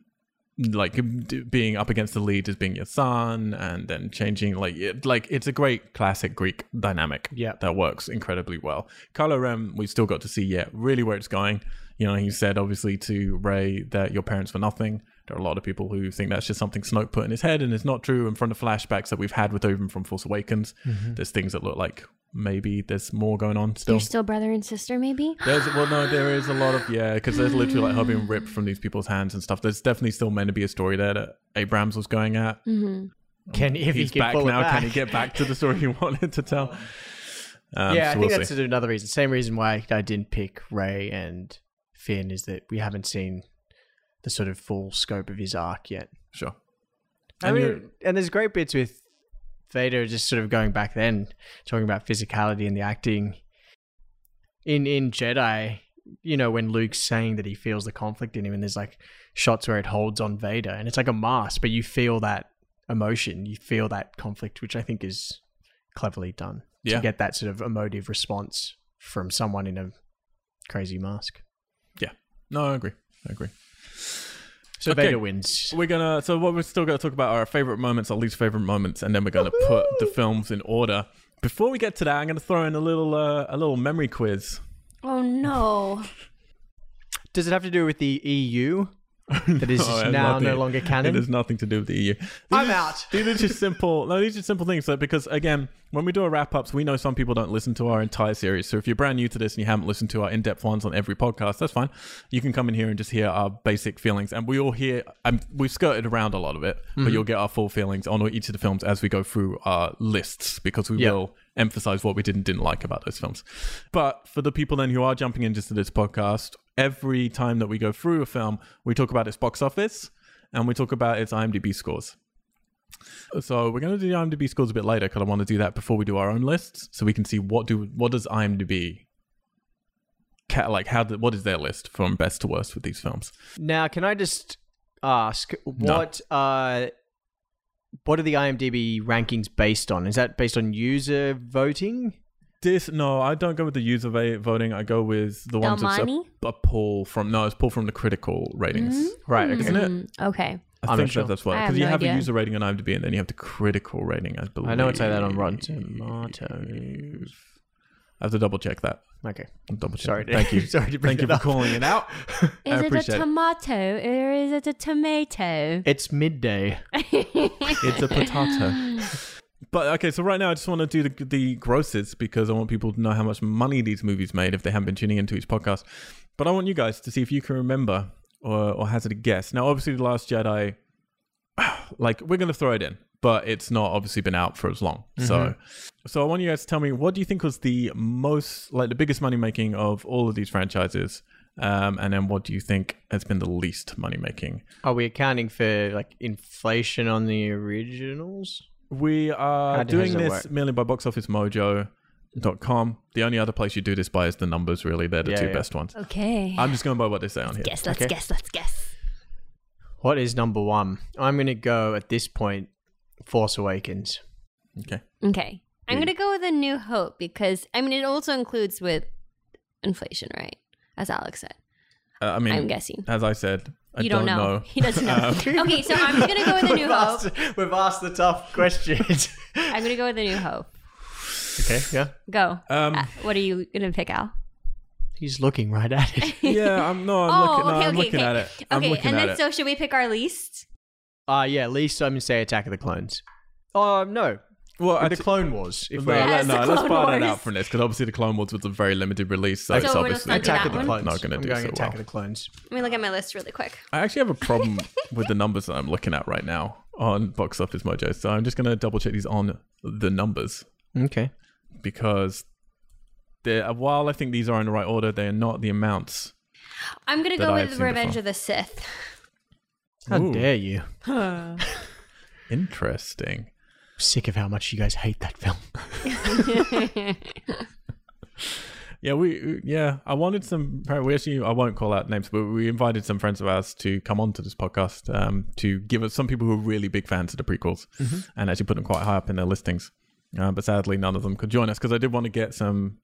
like d- being up against the lead as being your son, and then changing like it, like it's a great classic Greek dynamic. Yeah. that works incredibly well. Kylo Ren, we still got to see yet really where it's going. You know, he said obviously to Ray that your parents were nothing. There are a lot of people who think that's just something Snoke put in his head, and it's not true. And from the flashbacks that we've had with Oven from Force Awakens, Mm-hmm. there's things that look like maybe there's more going on still. You're still brother and sister, maybe. There's well, no, there is a lot of yeah, because there's literally like her being ripped from these people's hands and stuff. There's definitely still meant to be a story there that Abrams was going at. Mm-hmm. Can if He's he can back pull now. it back. Can he get back to the story he wanted to tell? Um, so yeah, I think we'll that's see. another reason. Same reason why I didn't pick Ray and Finn is that we haven't seen the sort of full scope of his arc yet. sure. I And you're- mean, and there's great bits with Vader just sort of going back then, talking about physicality and the acting. In in Jedi, you know, when Luke's saying that he feels the conflict in him, and there's like shots where it holds on Vader, and it's like a mask, but you feel that emotion, you feel that conflict, which I think is cleverly done Yeah. to get that sort of emotive response from someone in a crazy mask. Yeah. No, I agree. I agree. So Okay. Vader wins. We're gonna. So what we're still gonna talk about are our favorite moments, our least favorite moments, and then we're gonna put the films in order. Before we get to that, I'm gonna throw in a little uh, a little memory quiz. Oh no! Does it have to do with the EU that is Oh, it has now nothing- no longer canon? It has nothing to do with the E EU. These I'm are- out. These are just simple. No, these are simple things. So because again, when we do our wrap ups, we know some people don't listen to our entire series. So if you're brand new to this and you haven't listened to our in depth ones on every podcast, that's fine. You can come in here and just hear our basic feelings. And we all hear. Um, we've skirted around a lot of it, but you'll get our full feelings on each of the films as we go through our lists because we Yeah. will emphasize what we did and didn't like about those films. But for the people then who are jumping in just to this podcast, every time that we go through a film, we talk about its box office and we talk about its IMDb scores. So we're going to do the IMDb scores a bit later because I want to do that before we do our own lists, so we can see what do what does IMDb ca- like how do, what is their list from best to worst with these films. Now, can I just ask what uh what are the IMDb rankings based on? Is that based on user voting? This no, I don't go with the user va- voting. I go with the ones that's a, Delmani? a pull from. No, it's pull from the critical ratings. Right. Okay. Isn't it? Mm, Hmm? okay. I I'm think not sure. that that's why I have because you no have a idea. user rating on IMDb and then you have the critical rating. I believe. I know it's like that on Rotten Tomatoes. I have to double check that. Mm-hmm. Okay. I'll double check. Sorry. to- Thank you. Sorry to bring Thank you it for up. calling it out. I Is it a appreciate it. tomato or is it a tomato? It's midday. It's a potato. But okay, so right now I just want to do the, the grosses because I want people to know how much money these movies made if they haven't been tuning into each podcast. But I want you guys to see if you can remember or, or hazard a guess. Now, obviously, The Last Jedi, like we're going to throw it in, but it's not obviously been out for as long. So, so I want you guys to tell me what do you think was the most, like the biggest money making of all of these franchises, um, and then what do you think has been the least money making? Are we accounting for like inflation on the originals? We are How does doing it this work? merely by boxofficemojo.com. The only other place you do this by is the numbers, really. They're the Yeah, two yeah. best ones. okay. I'm just going by what they say on here. guess, let's okay. guess, let's guess. What is number one? I'm gonna go at this point. Force Awakens. Okay. Okay. I'm going to go with A New Hope because, I mean, it also includes with inflation, right? As Alex said. Uh, I mean, I'm guessing. as I said, I you don't, know. He doesn't know. Um, okay, so I'm going to go with A New We've Hope. asked- we've asked the tough questions. I'm going to go with A New Hope. okay. Yeah. Go. Um, Uh, what are you going to pick, Al? He's looking right at it. yeah, I'm no, I'm oh, looking, no, okay, I'm okay, looking okay. at it. Okay, I'm looking and at then it. so should we pick our least? Uh yeah, at least I'm gonna say Attack of the Clones. Oh no. well, I the t- Clone Wars, if no, we're Yes, no, the let's Clone buy that Wars. out from this because obviously the Clone Wars was a very limited release, so, So it's we're obviously just not Attack that of the one? Clones. not going I'm to do going so well. Attack of the Clones. Let me look at my list really quick. I actually have a problem with the numbers that I'm looking at right now on Box Office Mojo, so I'm just going to double check these on the numbers. Okay. because they're, while I think these are in the right order, they are not the amounts. I'm going to That go I have with seen Revenge before. of the Sith. How Ooh. dare you? Interesting. Sick of how much you guys hate that film. Yeah, we yeah. I wanted some. We actually I won't call out names, but we invited some friends of ours to come on to this podcast um, to give us some people who are really big fans of the prequels and actually put them quite high up in their listings. Uh, but sadly, none of them could join us because I did want to get some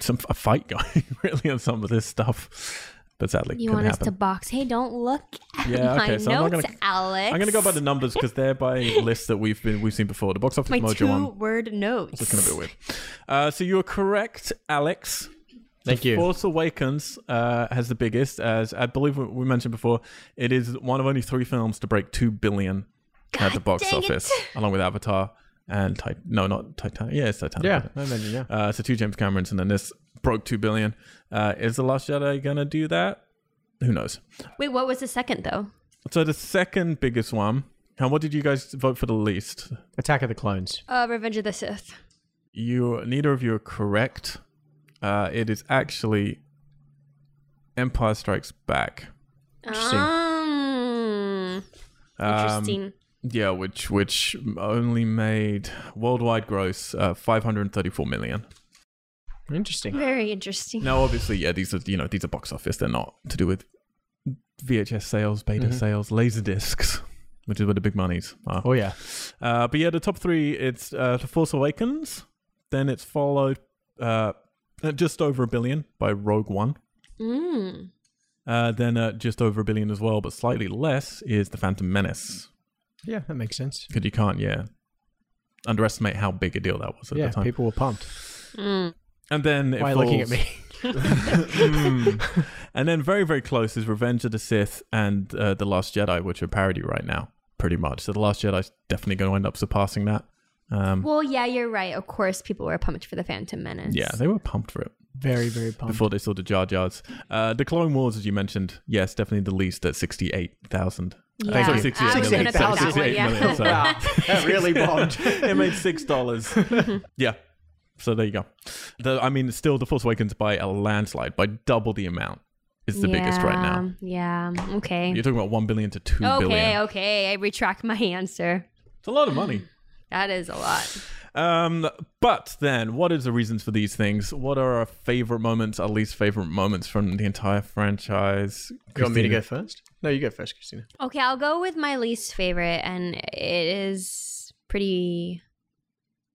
some a fight going really on some of this stuff. But sadly, You couldn't want us happen. to box? Hey, don't look at Yeah, my okay, so I'm not notes, gonna- Alex. I'm going to go by the numbers because they're by lists that we've been we've seen before. The box office my mojo one. two-word notes. It's looking a bit weird. Uh, so you are correct, Alex. Thank you. Force Awakens uh, has the biggest, as I believe we- we mentioned before. It is one of only three films to break two billion at the God box dang it. office, along with Avatar and Tit- no, not Titanic. Yeah, it's Titanic. yeah, isn't I imagine, yeah. it? Uh, so two James Camerons, and then this broke two billion. Uh, is the Last Jedi gonna do that? Who knows? Wait, what was the second though? So the second biggest one. And what did you guys vote for the least? Attack of the Clones. Uh, Revenge of the Sith. You neither of you are correct. Uh, it is actually Empire Strikes Back. Interesting. Um, Um, interesting. Yeah, which which only made worldwide gross uh, 534 million. Interesting. Very interesting. Now, obviously, yeah, these are you know these are box office. They're not to do with VHS sales, beta sales, laser discs, which is where the big monies are. Oh yeah. Uh, but yeah, the top three it's uh, The Force Awakens, then it's followed uh, at just over a billion by Rogue One. Mm. Uh, then uh, just over a billion as well, but slightly less is The Phantom Menace. Yeah, that makes sense. Because you can't, yeah, underestimate how big a deal that was at yeah, the time. people were pumped. Mm. and then it Why are you looking at falls- me? Mm. And then very, very close is Revenge of the Sith and uh, The Last Jedi, which are parody right now, pretty much. So The Last Jedi's definitely going to end up surpassing that. Um, Well, yeah, you're right. Of course, people were pumped for the Phantom Menace. yeah, they were pumped for it Very, very pumped. before they saw the Jar Jars. Uh, the Clone Wars, as you mentioned, yes, definitely the least at 68,000. Yeah. Sorry, you. 68 I was million. gonna Sorry, pick that 68 one, yeah. million, sorry. Wow, that really bombed. it made six dollars. yeah. So there you go. The, I mean, still, The Force Awakens by a landslide, by double the amount, is the biggest right now. Yeah. Okay. You're talking about one billion to two billion. okay. Okay. I retract my answer. It's a lot of money. That is a lot. Um, but then, what is the reasons for these things? What are our favorite moments, our least favorite moments from the entire franchise? You want me Christina- to go first? No, you go first, Christina. Okay, I'll go with my least favorite, and it is pretty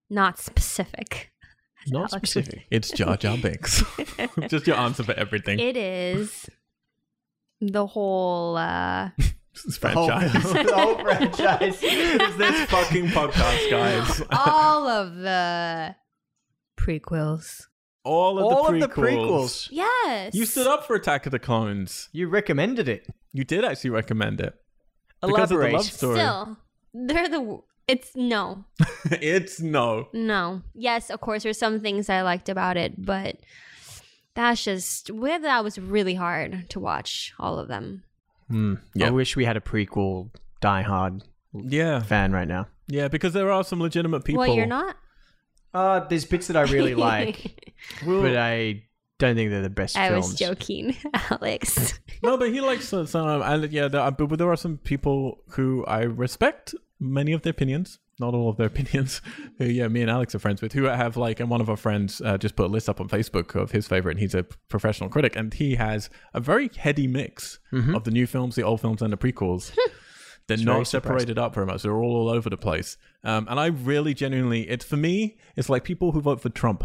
not specific. Not Alex. specific. It's Jar Jar Binks. Just your answer for everything. It is the whole. Uh, It's franchise. the whole franchise is this fucking podcast, guys. all of the prequels. All of, All the, of prequels. the prequels. Yes. You stood up for Attack of the Clones. You recommended it. You did actually recommend it. Because of the Elaborate. love story. Still, they're the. It's no, it's no. no. Yes, of course, there's some things I liked about it, but that's just where that was really hard to watch all of them. Hmm. Yeah. I wish we had a prequel Die Hard Yeah. fan right now. Yeah, because there are some legitimate people. Well, you're not. Uh, there's bits that I really like, but I don't think they're the best I films. was joking, Alex. no, but he likes some. some and yeah, there are, but there are some people who I respect many of their opinions, not all of their opinions. Who, yeah, me and Alex are friends with. Who I have like, and one of our friends uh, just put a list up on Facebook of his favorite, and he's a professional critic, and he has a very heady mix of the new films, the old films, and the prequels. They're Mm-hmm. very not surprising. separated up very much. They're all all over the place. Um, and I really genuinely, it's for me, it's like people who vote for Trump.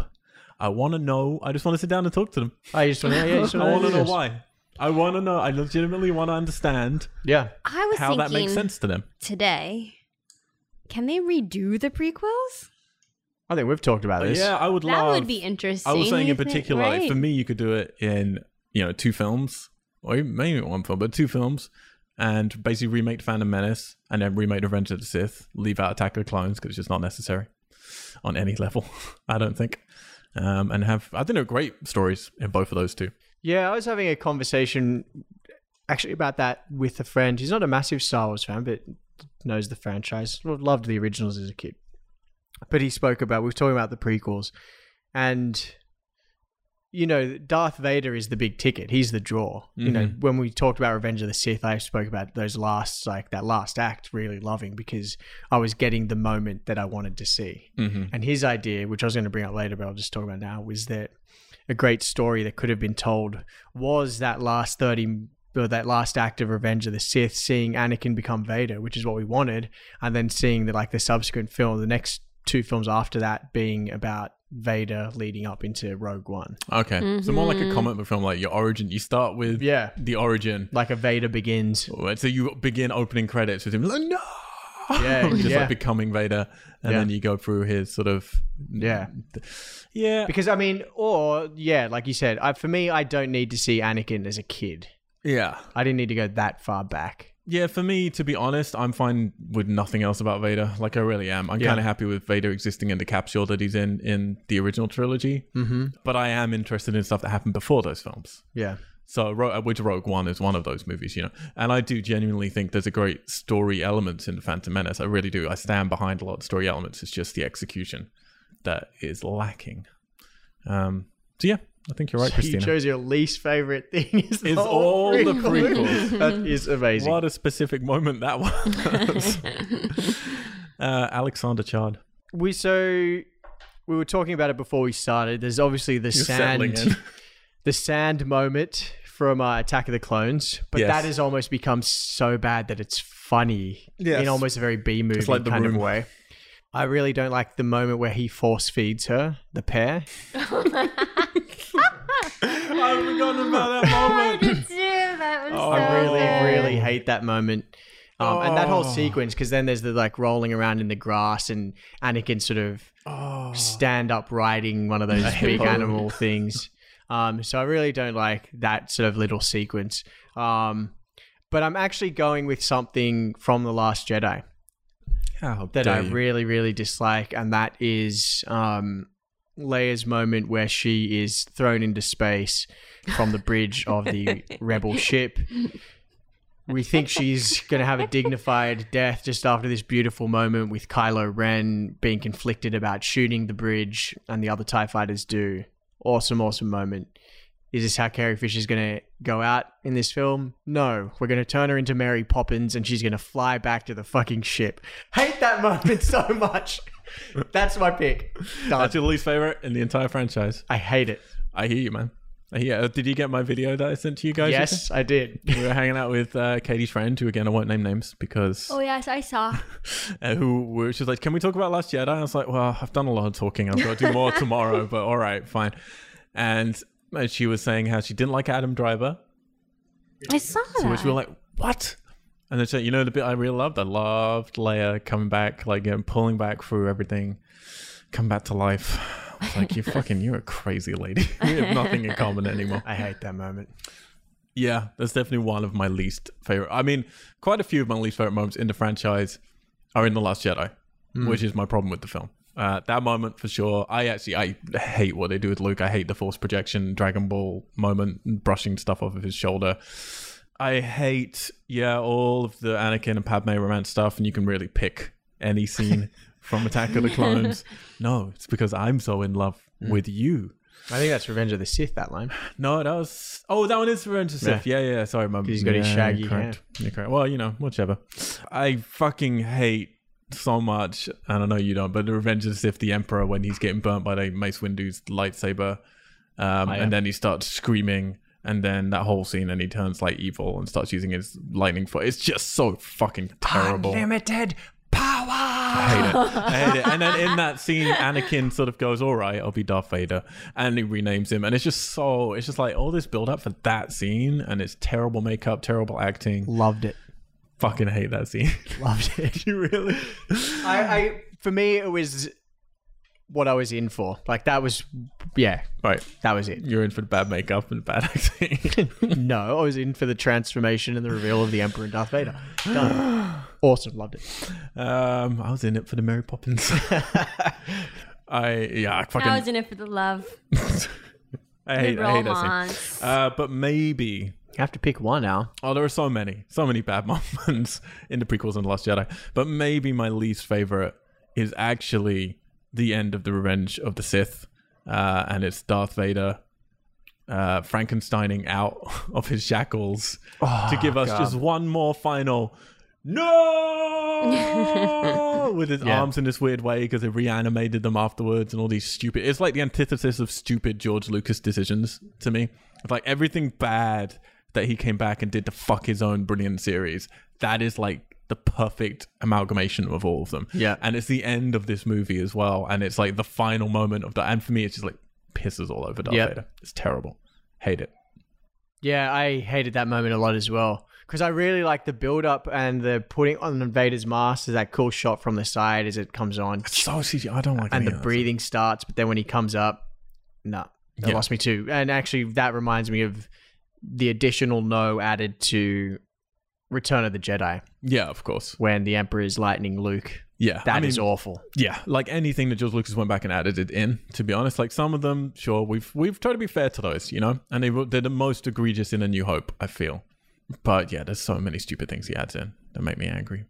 I want to know. I just want to sit down and talk to them. I just want to. Yeah, I just I want want to know why. I want to know. I legitimately want to understand Yeah. I was how thinking that makes sense to them. today. Can they redo the prequels? I think we've talked about this. Uh, yeah, I would That love. would be interesting. I was saying you in think, particular, right? for me, you could do it in you know two films or even- maybe one film, but two films, and basically remake Phantom Menace and then remake Revenge of the Sith. Leave out Attack of the Clones because it's just not necessary on any level. I don't think. Um, and have I think there are great stories in both of those two. Yeah, I was having a conversation actually about that with a friend. He's not a massive Star Wars fan, but knows the franchise. Loved the originals as a kid. But he spoke about, we were talking about the prequels. And, you know, Darth Vader is the big ticket. He's the draw. You know, when we talked about Revenge of the Sith, I spoke about those last, like that last act really loving because I was getting the moment that I wanted to see. Mm-hmm. And his idea, which I was going to bring up later, but I'll just talk about now, was that a great story that could have been told was that last 30 or that last act of Revenge of the Sith, seeing Anakin become Vader, which is what we wanted, and then seeing the like the subsequent film, the next two films after that being about Vader leading up into Rogue One. Okay, so more Mm-hmm. like a comic book film, like your origin. You start with Yeah. the origin, Like a Vader begins. Right, so you begin opening credits with him, like, no, Yeah, just yeah. like becoming Vader, and Yeah. then you go through his sort of Yeah. yeah, Because I mean, or yeah, like you said, I, for me, I don't need to see Anakin as a kid. yeah, I didn't need to go that far back. yeah. For me, to be honest, I'm fine with nothing else about Vader. Like I really am. I'm Yeah. kind of happy with Vader existing in the capsule that he's in in the original trilogy. Mm-hmm. But I am interested in stuff that happened before those films. Yeah. So, Ro- uh, which Rogue One is one of those movies, you know. And I do genuinely think there's a great story element in The Phantom Menace. I really do. I stand behind a lot of story elements. It's just the execution that is lacking. Um, so, yeah, I think you're right, So You Christina. chose your least favorite thing. Is, the Is whole all the prequel. prequels. that is amazing. What a specific moment that was. uh, Alexander Chard. We so we were talking about it before we started. There's obviously the You're settling in. sand, the sand moment from uh, Attack of the Clones, but Yes. that has almost become so bad that it's funny Yes. in almost a very B movie like The kind Room. of way. I really don't like the moment where he force feeds her the pear. I've forgotten about that How moment. Oh, did you do? That was so I really, good. really hate that moment. Um, And that whole Oh. sequence, because then there's the like rolling around in the grass and Anakin sort of Oh. stand up riding one of those big hippo. animal things. Um, so I really don't like that sort of little sequence. Um, but I'm actually going with something from The Last Jedi How that I dare you. really, really dislike, and that is um, Leia's moment where she is thrown into space from the bridge of the rebel ship. We think she's going to have a dignified death just after this beautiful moment with Kylo Ren being conflicted about shooting the bridge, and the other TIE fighters do. Awesome, awesome moment. Is this how Carrie Fisher's going to go out in this film? No. We're going to turn her into Mary Poppins and she's going to fly back to the fucking ship. Hate that moment so much. That's my pick. Done. That's your least favorite in the entire franchise. I hate it. I hear you, man. Yeah, did you get my video that I sent to you guys? Yes, I did. We were hanging out with uh, Katie's friend, who again I won't name names because Oh yes, I saw. uh, who were, she was like, "Can we talk about Last Jedi?" I was like, "Well, I've done a lot of talking. I've got to do more tomorrow, but all right, fine." And uh, she was saying how she didn't like Adam Driver, I saw to that. which we were like, "What?" And then she, you know, the bit I really loved, I loved Leia coming back, like you know, pulling back through everything, come back to life. I was like, "You fucking, you're a crazy lady. we have nothing in common anymore." I hate that moment. Yeah, that's definitely one of my least favorite. I mean, quite a few of my least favorite moments in the franchise are in the Last Jedi, which is my problem with the film. Uh, that moment for sure. I actually I hate what they do with Luke. I hate the force projection Dragon Ball moment, brushing stuff off of his shoulder. I hate yeah all of the Anakin and Padme romance stuff, and you can really pick any scene from Attack of the Clones. no, it's because I'm so in love with you. I think that's Revenge of the Sith. That line. No, that was. Oh, that one is Revenge of the Sith. Yeah, yeah. yeah. Sorry, my. he's got yeah, his shaggy you're correct. You're correct. Well, you know, whichever. I fucking hate so much, and I know you don't, but the Revenge of the Sith, the Emperor, when he's getting burnt by the Mace Windu's lightsaber, um, Oh, yeah. and then he starts screaming, and then that whole scene, and he turns like evil and starts using his lightning foot. It's just so fucking Ah, terrible. Unlimited power. I hate it. I hate it. And then in that scene, Anakin sort of goes, "All right, I'll be Darth Vader," and he renames him. And it's just so. It's just like all this build up for that scene, and it's terrible makeup, terrible acting. Loved it. Fucking hate that scene. Loved it. you really? I, I for me it was what I was in for. Like that was yeah, Right, that was it. you're in for the bad makeup and bad acting. No, I was in for the transformation and the reveal of the Emperor and Darth Vader. Done. awesome, loved it. um, I was in it for the Mary Poppins. I yeah, I fucking. I was in it for the love. I hate. the I hate that scene. romance. Uh, but maybe You have to pick one now. Oh, there are so many, so many bad moments in the prequels and the Last Jedi. But maybe my least favorite is actually the end of the Revenge of the Sith, uh, and it's Darth Vader uh, Frankensteining out of his shackles to give us just one more final no with his Yeah. arms in this weird way because they reanimated them afterwards and all these stupid it's like the antithesis of stupid george lucas decisions to me It's like everything bad that he came back and did to fuck his own brilliant series that is like the perfect amalgamation of all of them Yeah. and it's the end of this movie as well and it's like the final moment of that and for me it's just like pisses all over darth Yeah. vader it's terrible hate it Yeah, I hated that moment a lot as well. Because I really like the build up and the putting on Vader's mask is that cool shot from the side as it comes on. so CG. i don't like and any the of that. breathing starts, but then when he comes up, no, that Yeah. lost me too. And actually, that reminds me of the additional no added to Return of the Jedi yeah of course when the Emperor is lightning Luke. yeah That I is mean, awful. yeah, like anything that George Lucas went back and added it in. To be honest, like some of them, sure, we've we've tried to be fair to those, you know, and they were- they're the most egregious in A New Hope, I feel. But yeah, there's so many stupid things he adds in that make me angry.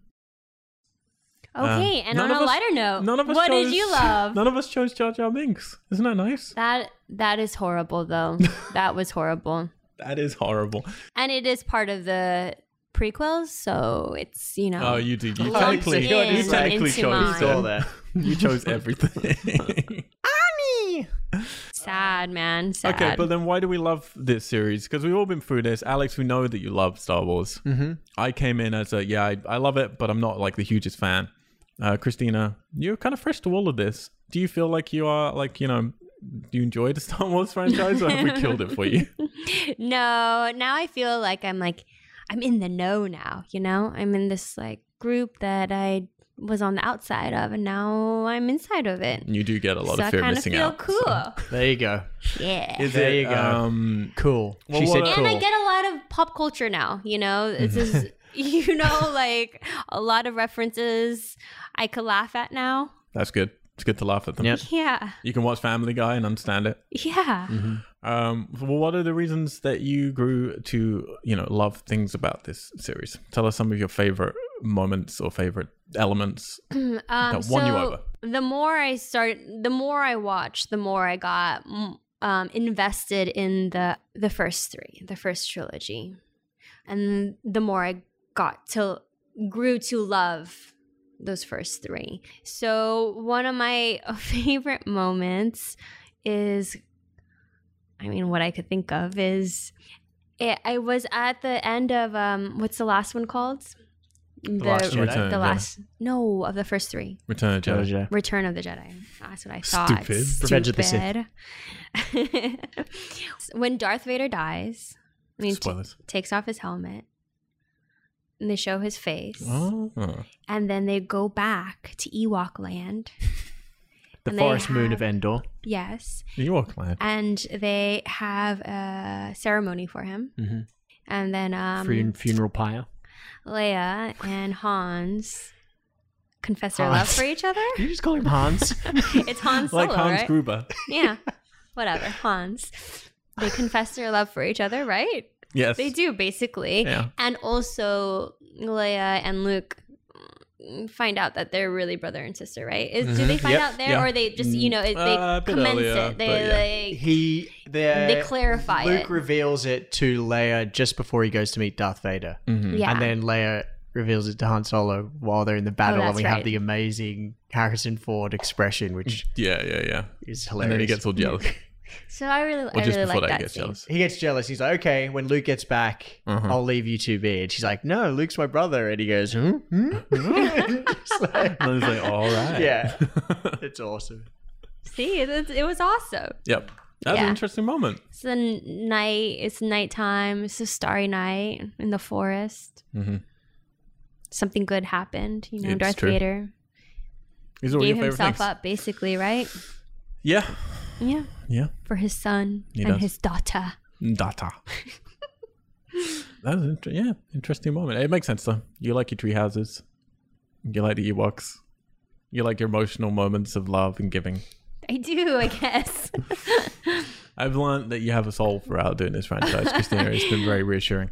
Okay, Uh, and none on of a us- lighter note, None of us. what chose, did you love? None of us chose Jar Jar Binks. Isn't that nice? That that is horrible though. that was horrible. That is horrible. And it is part of the prequels, so it's you know Oh, you did. You Well, technically, it's in you technically into chose. mine. them. Saw that. You chose everything. sad man, sad. Okay, but then why do we love this series? Because we've all been through this. Alex, we know that you love Star Wars. Mm-hmm. I came in as a, yeah, I, I love it, but I'm not like the hugest fan. Uh, Christina, you're kind of fresh to all of this. Do you feel like you are, like, you know, do you enjoy the Star Wars franchise or have we killed it for you? no, now I feel like I'm like I'm in the know now. You know, I'm in this like group that I was on the outside of, and now I'm inside of it. And you do get a lot So of I fear of kind of missing feel out. cool. so- There you go. Yeah. Is There it, you go. Um, Cool. Well, she what said a- and cool. I get a lot of pop culture now. You know, this is Mm-hmm. you know like a lot of references I could laugh at now. that's good. It's good to laugh at them. Yep. Yeah, You can watch Family Guy and understand it. yeah. Um, well, what are the reasons that you grew to, you know, love things about this series? Tell us some of your favorite moments or favorite elements. Um, Mm-hmm. That won you over. The more I start, the more I watched, the more I got mm, um, invested in the the first three, the first trilogy, and the more I got to grew to love those first three. So one of my favorite moments is I mean, what I could think of is it, I was at the end of um, what's the last one called? The, Last Jedi? Return of the Jedi. last no of the first three. Return of Jedi. Georgia. Return of the Jedi. Ah, That's what I thought. Stupid. Revenge of the Sith. Stupid. when Darth Vader dies, I mean, t- Spoilers. takes off his helmet, and they show his face, Oh. and then they go back to Ewok Land. The And they forest moon have- of Endor. Yes, You are glad. and they have a ceremony for him, Mhm. and then um, Fun- funeral pyre. Leia and Hans confess their love Hans. for each other. Did you just call him Hans? It's Han Solo, Like Hans right? Gruber. yeah, whatever, Hans. They confess their love for each other, right? Yes. They do basically, Yeah. and also Leia and Luke mm, find out that they're really brother and sister, right? Is, Do they Mhm. find Yep, out there, yeah. or they just you know it, they Uh, a bit commence earlier, it? They but yeah. like he they, They clarify Luke it. reveals it to Leia just before he goes to meet Darth Vader, Mhm. yeah. and then Leia reveals it to Han Solo while they're in the battle, and Oh, that's we right. have the amazing Harrison Ford expression, which Yeah, yeah, yeah. is And hilarious. then he gets all jealous. so I really, Or I just really before that, like he that, gets scene. jealous. He gets jealous. He's like, okay, when Luke gets back, Uh-huh. I'll leave you two be. And she's like, no, Luke's my brother. And he goes, hmm? hmm? Just like- And then he's like, all right. Yeah. it's awesome. See, it, it, it was awesome. yep. That was Yeah. an interesting moment. It's the n- night. It's nighttime. It's a starry night in the forest. Mhm. Something good happened. You know, It's Darth true. Vader These are all gave your favorite himself things. up, basically, right? Yeah. Yeah, Yeah. for his son He and does. his daughter. Data. that was inter- yeah, interesting moment. It makes sense though. You like your tree houses. You like the Ewoks. You like your emotional moments of love and giving. I do, I guess. I've learned that you have a soul throughout doing this franchise, Christina. It's been very reassuring.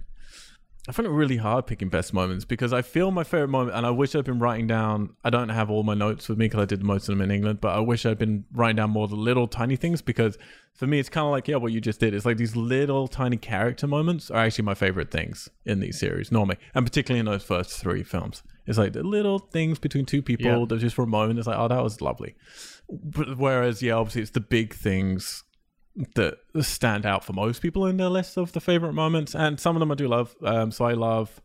I find it really hard picking best moments because I feel my favorite moment, and I wish I'd been writing down. I don't have all my notes with me because I did most of them in England, but I wish I'd been writing down more of the little tiny things because for me, it's kind of like, yeah, what you just did. It's like these little tiny character moments are actually my favorite things in these series normally, and particularly in those first three films. It's like the little things between two people Yeah. that just for a moment, it's like, oh, that was lovely. But whereas, yeah, obviously, it's the big things that stand out for most people in their list of the favorite moments, and some of them I do love. Um, so I love,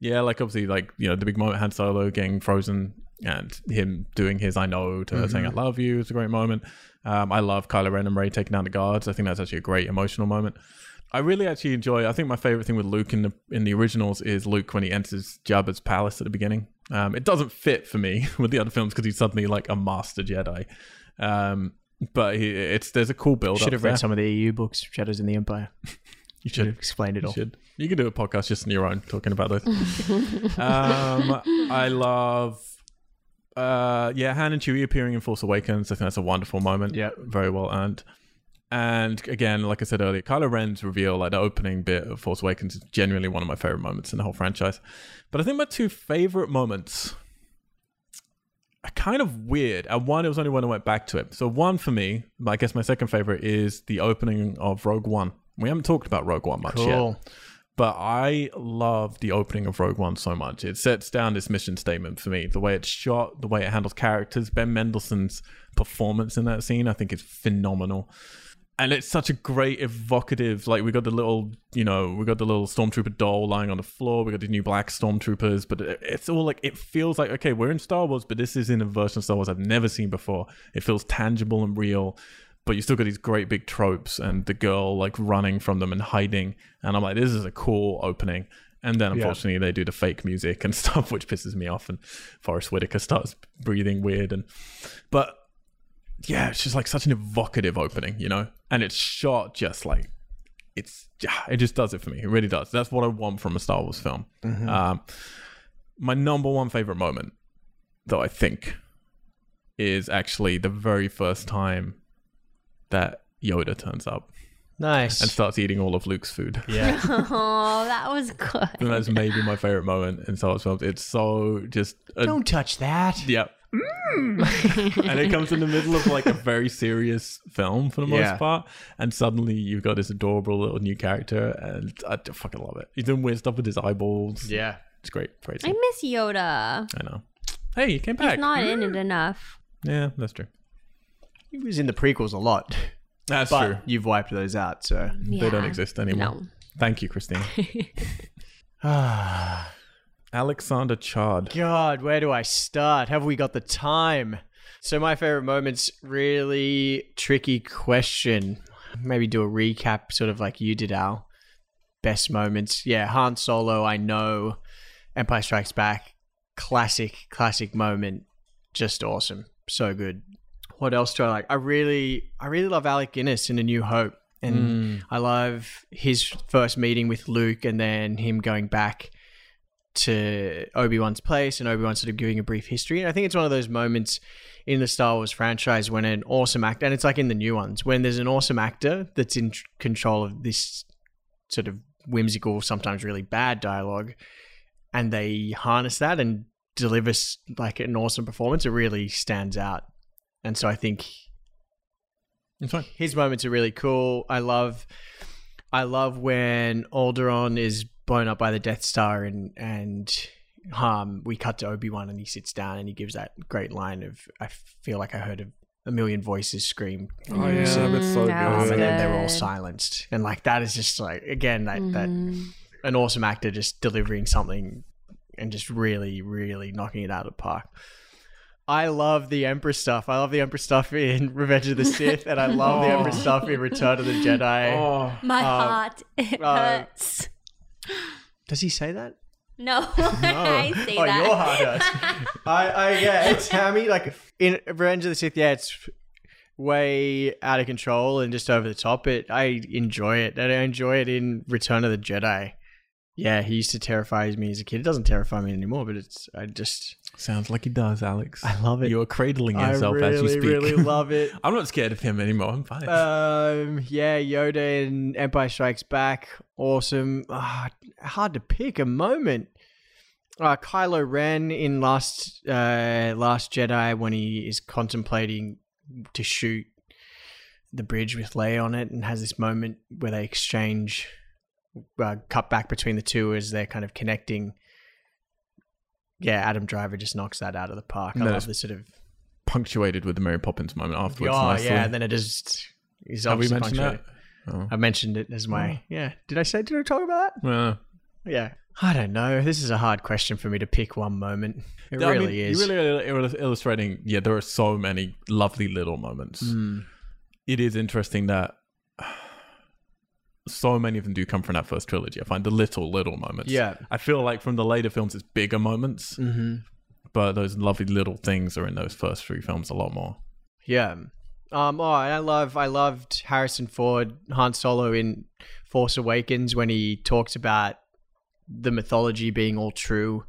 yeah, like obviously, like you know, the big moment Han Solo getting frozen and him doing his "I know" to her saying "I love you" is a great moment. Um, I love Kylo Ren and Ray taking down the guards. I think that's actually a great emotional moment. I really actually enjoy. I think my favorite thing with Luke in the in the originals is Luke when he enters Jabba's palace at the beginning. Um, it doesn't fit for me with the other films because he's suddenly like a master Jedi. Um, but he, it's there's a cool build. Should up have there. read some of the EU books, Shadows in the Empire. You Should should. have explained it You all. should. You can do a podcast just on your own talking about those. um, I love. Uh, yeah, Han and Chewie appearing in Force Awakens. I think that's a wonderful moment. Yeah. very well earned. And again, like I said earlier, Kylo Ren's reveal, like the opening bit of Force Awakens, is genuinely one of my favorite moments in the whole franchise. But I think my two favorite moments are kind of weird. And one, it was only when I went back to it. So one for me, I guess my second favorite is the opening of Rogue One. We haven't talked about Rogue One much yet Cool. but I love the opening of Rogue One so much. It sets down this mission statement for me. The way it's shot, the way it handles characters, Ben Mendelsohn's performance in that scene, I think is phenomenal. And it's such a great evocative, like we got the little, you know, we got the little stormtrooper doll lying on the floor. We got the new black stormtroopers, but it- it's all like it feels like okay, we're in Star Wars, but this is in a version of Star Wars I've never seen before. It feels tangible and real but you still got these great big tropes and the girl like running from them and hiding and i'm like this is a cool opening and then unfortunately they do the fake music and stuff which pisses me off and forrest whitaker starts breathing weird and but yeah it's just like such an evocative opening you know and it's shot just like it's yeah, it just does it for me it really does that's what i want from a star wars film um, my number one favorite moment though i think is actually the very first time that Yoda turns up Nice. and starts eating all of Luke's food. yeah. oh, that was good. And that's maybe my favorite moment in Star Wars films. It's so just a, Don't touch that. yeah. Mm. and it comes in the middle of like a very serious film for the most Yeah. part, and suddenly you've got this adorable little new character, and I d- fucking love it. He's doing weird stuff with his eyeballs. Yeah. It's great, crazy. I miss Yoda. I know. Hey, you came back. He's not in it enough. yeah, that's true. He was in the prequels a lot. That's but true. you've wiped those out, so They don't Yeah. exist anymore. No. Thank you, Christina. Alexander Chard. God, where do I start? Have we got the time? So, my favorite moments, really tricky question. Maybe do a recap, sort of like you did, Al. Best moments. Yeah, Han Solo, I know. Empire Strikes Back, classic, classic moment. Just awesome. So good. What else do I like? I really, I really love Alec Guinness in A New Hope. And I love his first meeting with Luke and then him going back to Obi Wan's place and Obi Wan sort of giving a brief history. And I think it's one of those moments in the Star Wars franchise when an awesome actor, and it's like in the new ones, when there's an awesome actor that's in tr- control of this sort of whimsical, sometimes really bad dialogue, and they harness that and deliver s- like an awesome performance, it really stands out. And so I think It's fine. his moments are really cool. I love, I love when Alderaan is blown up by the Death Star, and and um, we cut to Obi Wan, and he sits down, and he gives that great line of, "I feel like I heard a, a million voices scream." Oh, yeah, that's so Mm, that good. was Um, and then good. they were all silenced, and like that is just like again that that Mm. an awesome actor just delivering something and just really, really knocking it out of the park. I love the Emperor stuff. I love the Emperor stuff in Revenge of the Sith, and I love the Oh. Emperor stuff in Return of the Jedi. Oh, My Uh, heart it uh, hurts. Does he say that? No, I say oh, that. your heart hurts. I, I, yeah, it's Hammy. Like in Revenge of the Sith, yeah, it's way out of control and just over the top. But I enjoy it, and I enjoy it in Return of the Jedi. Yeah, he used to terrify me as a kid. It doesn't terrify me anymore, but it's I just sounds like he does, Alex. I love it. You're cradling yourself I really, as you speak. really love it. I'm not scared of him anymore. I'm fine. Um, yeah, Yoda in Empire Strikes Back, awesome. Ah, hard to pick a moment. Uh, Kylo Ren in Last uh, Last Jedi when he is contemplating to shoot the bridge with Leia on it, and has this moment where they exchange uh, cut back between the two as they're kind of connecting. Yeah, Adam Driver just knocks that out of the park. I No, love it's the sort of Punctuated with the Mary Poppins moment afterwards. yeah, nicely. Oh, yeah. And then it is. Is Have we obviously mentioned punctuated. that? Mm. Oh. I mentioned it as my yeah. Did I say did I talk about Well, that? Yeah. I don't know. This is a hard question for me to pick one moment. It I mean, really is. You're really il- il- illustrating. Yeah, there are so many lovely little moments. Mm. It is interesting that so many of them do come from that first trilogy. I find the little, little moments. Yeah. I feel like from the later films, it's bigger moments, Mhm. but those lovely little things are in those first three films a lot more. Yeah. Um. Oh, and I love I loved Harrison Ford Han Solo in Force Awakens when he talks about the mythology being all true.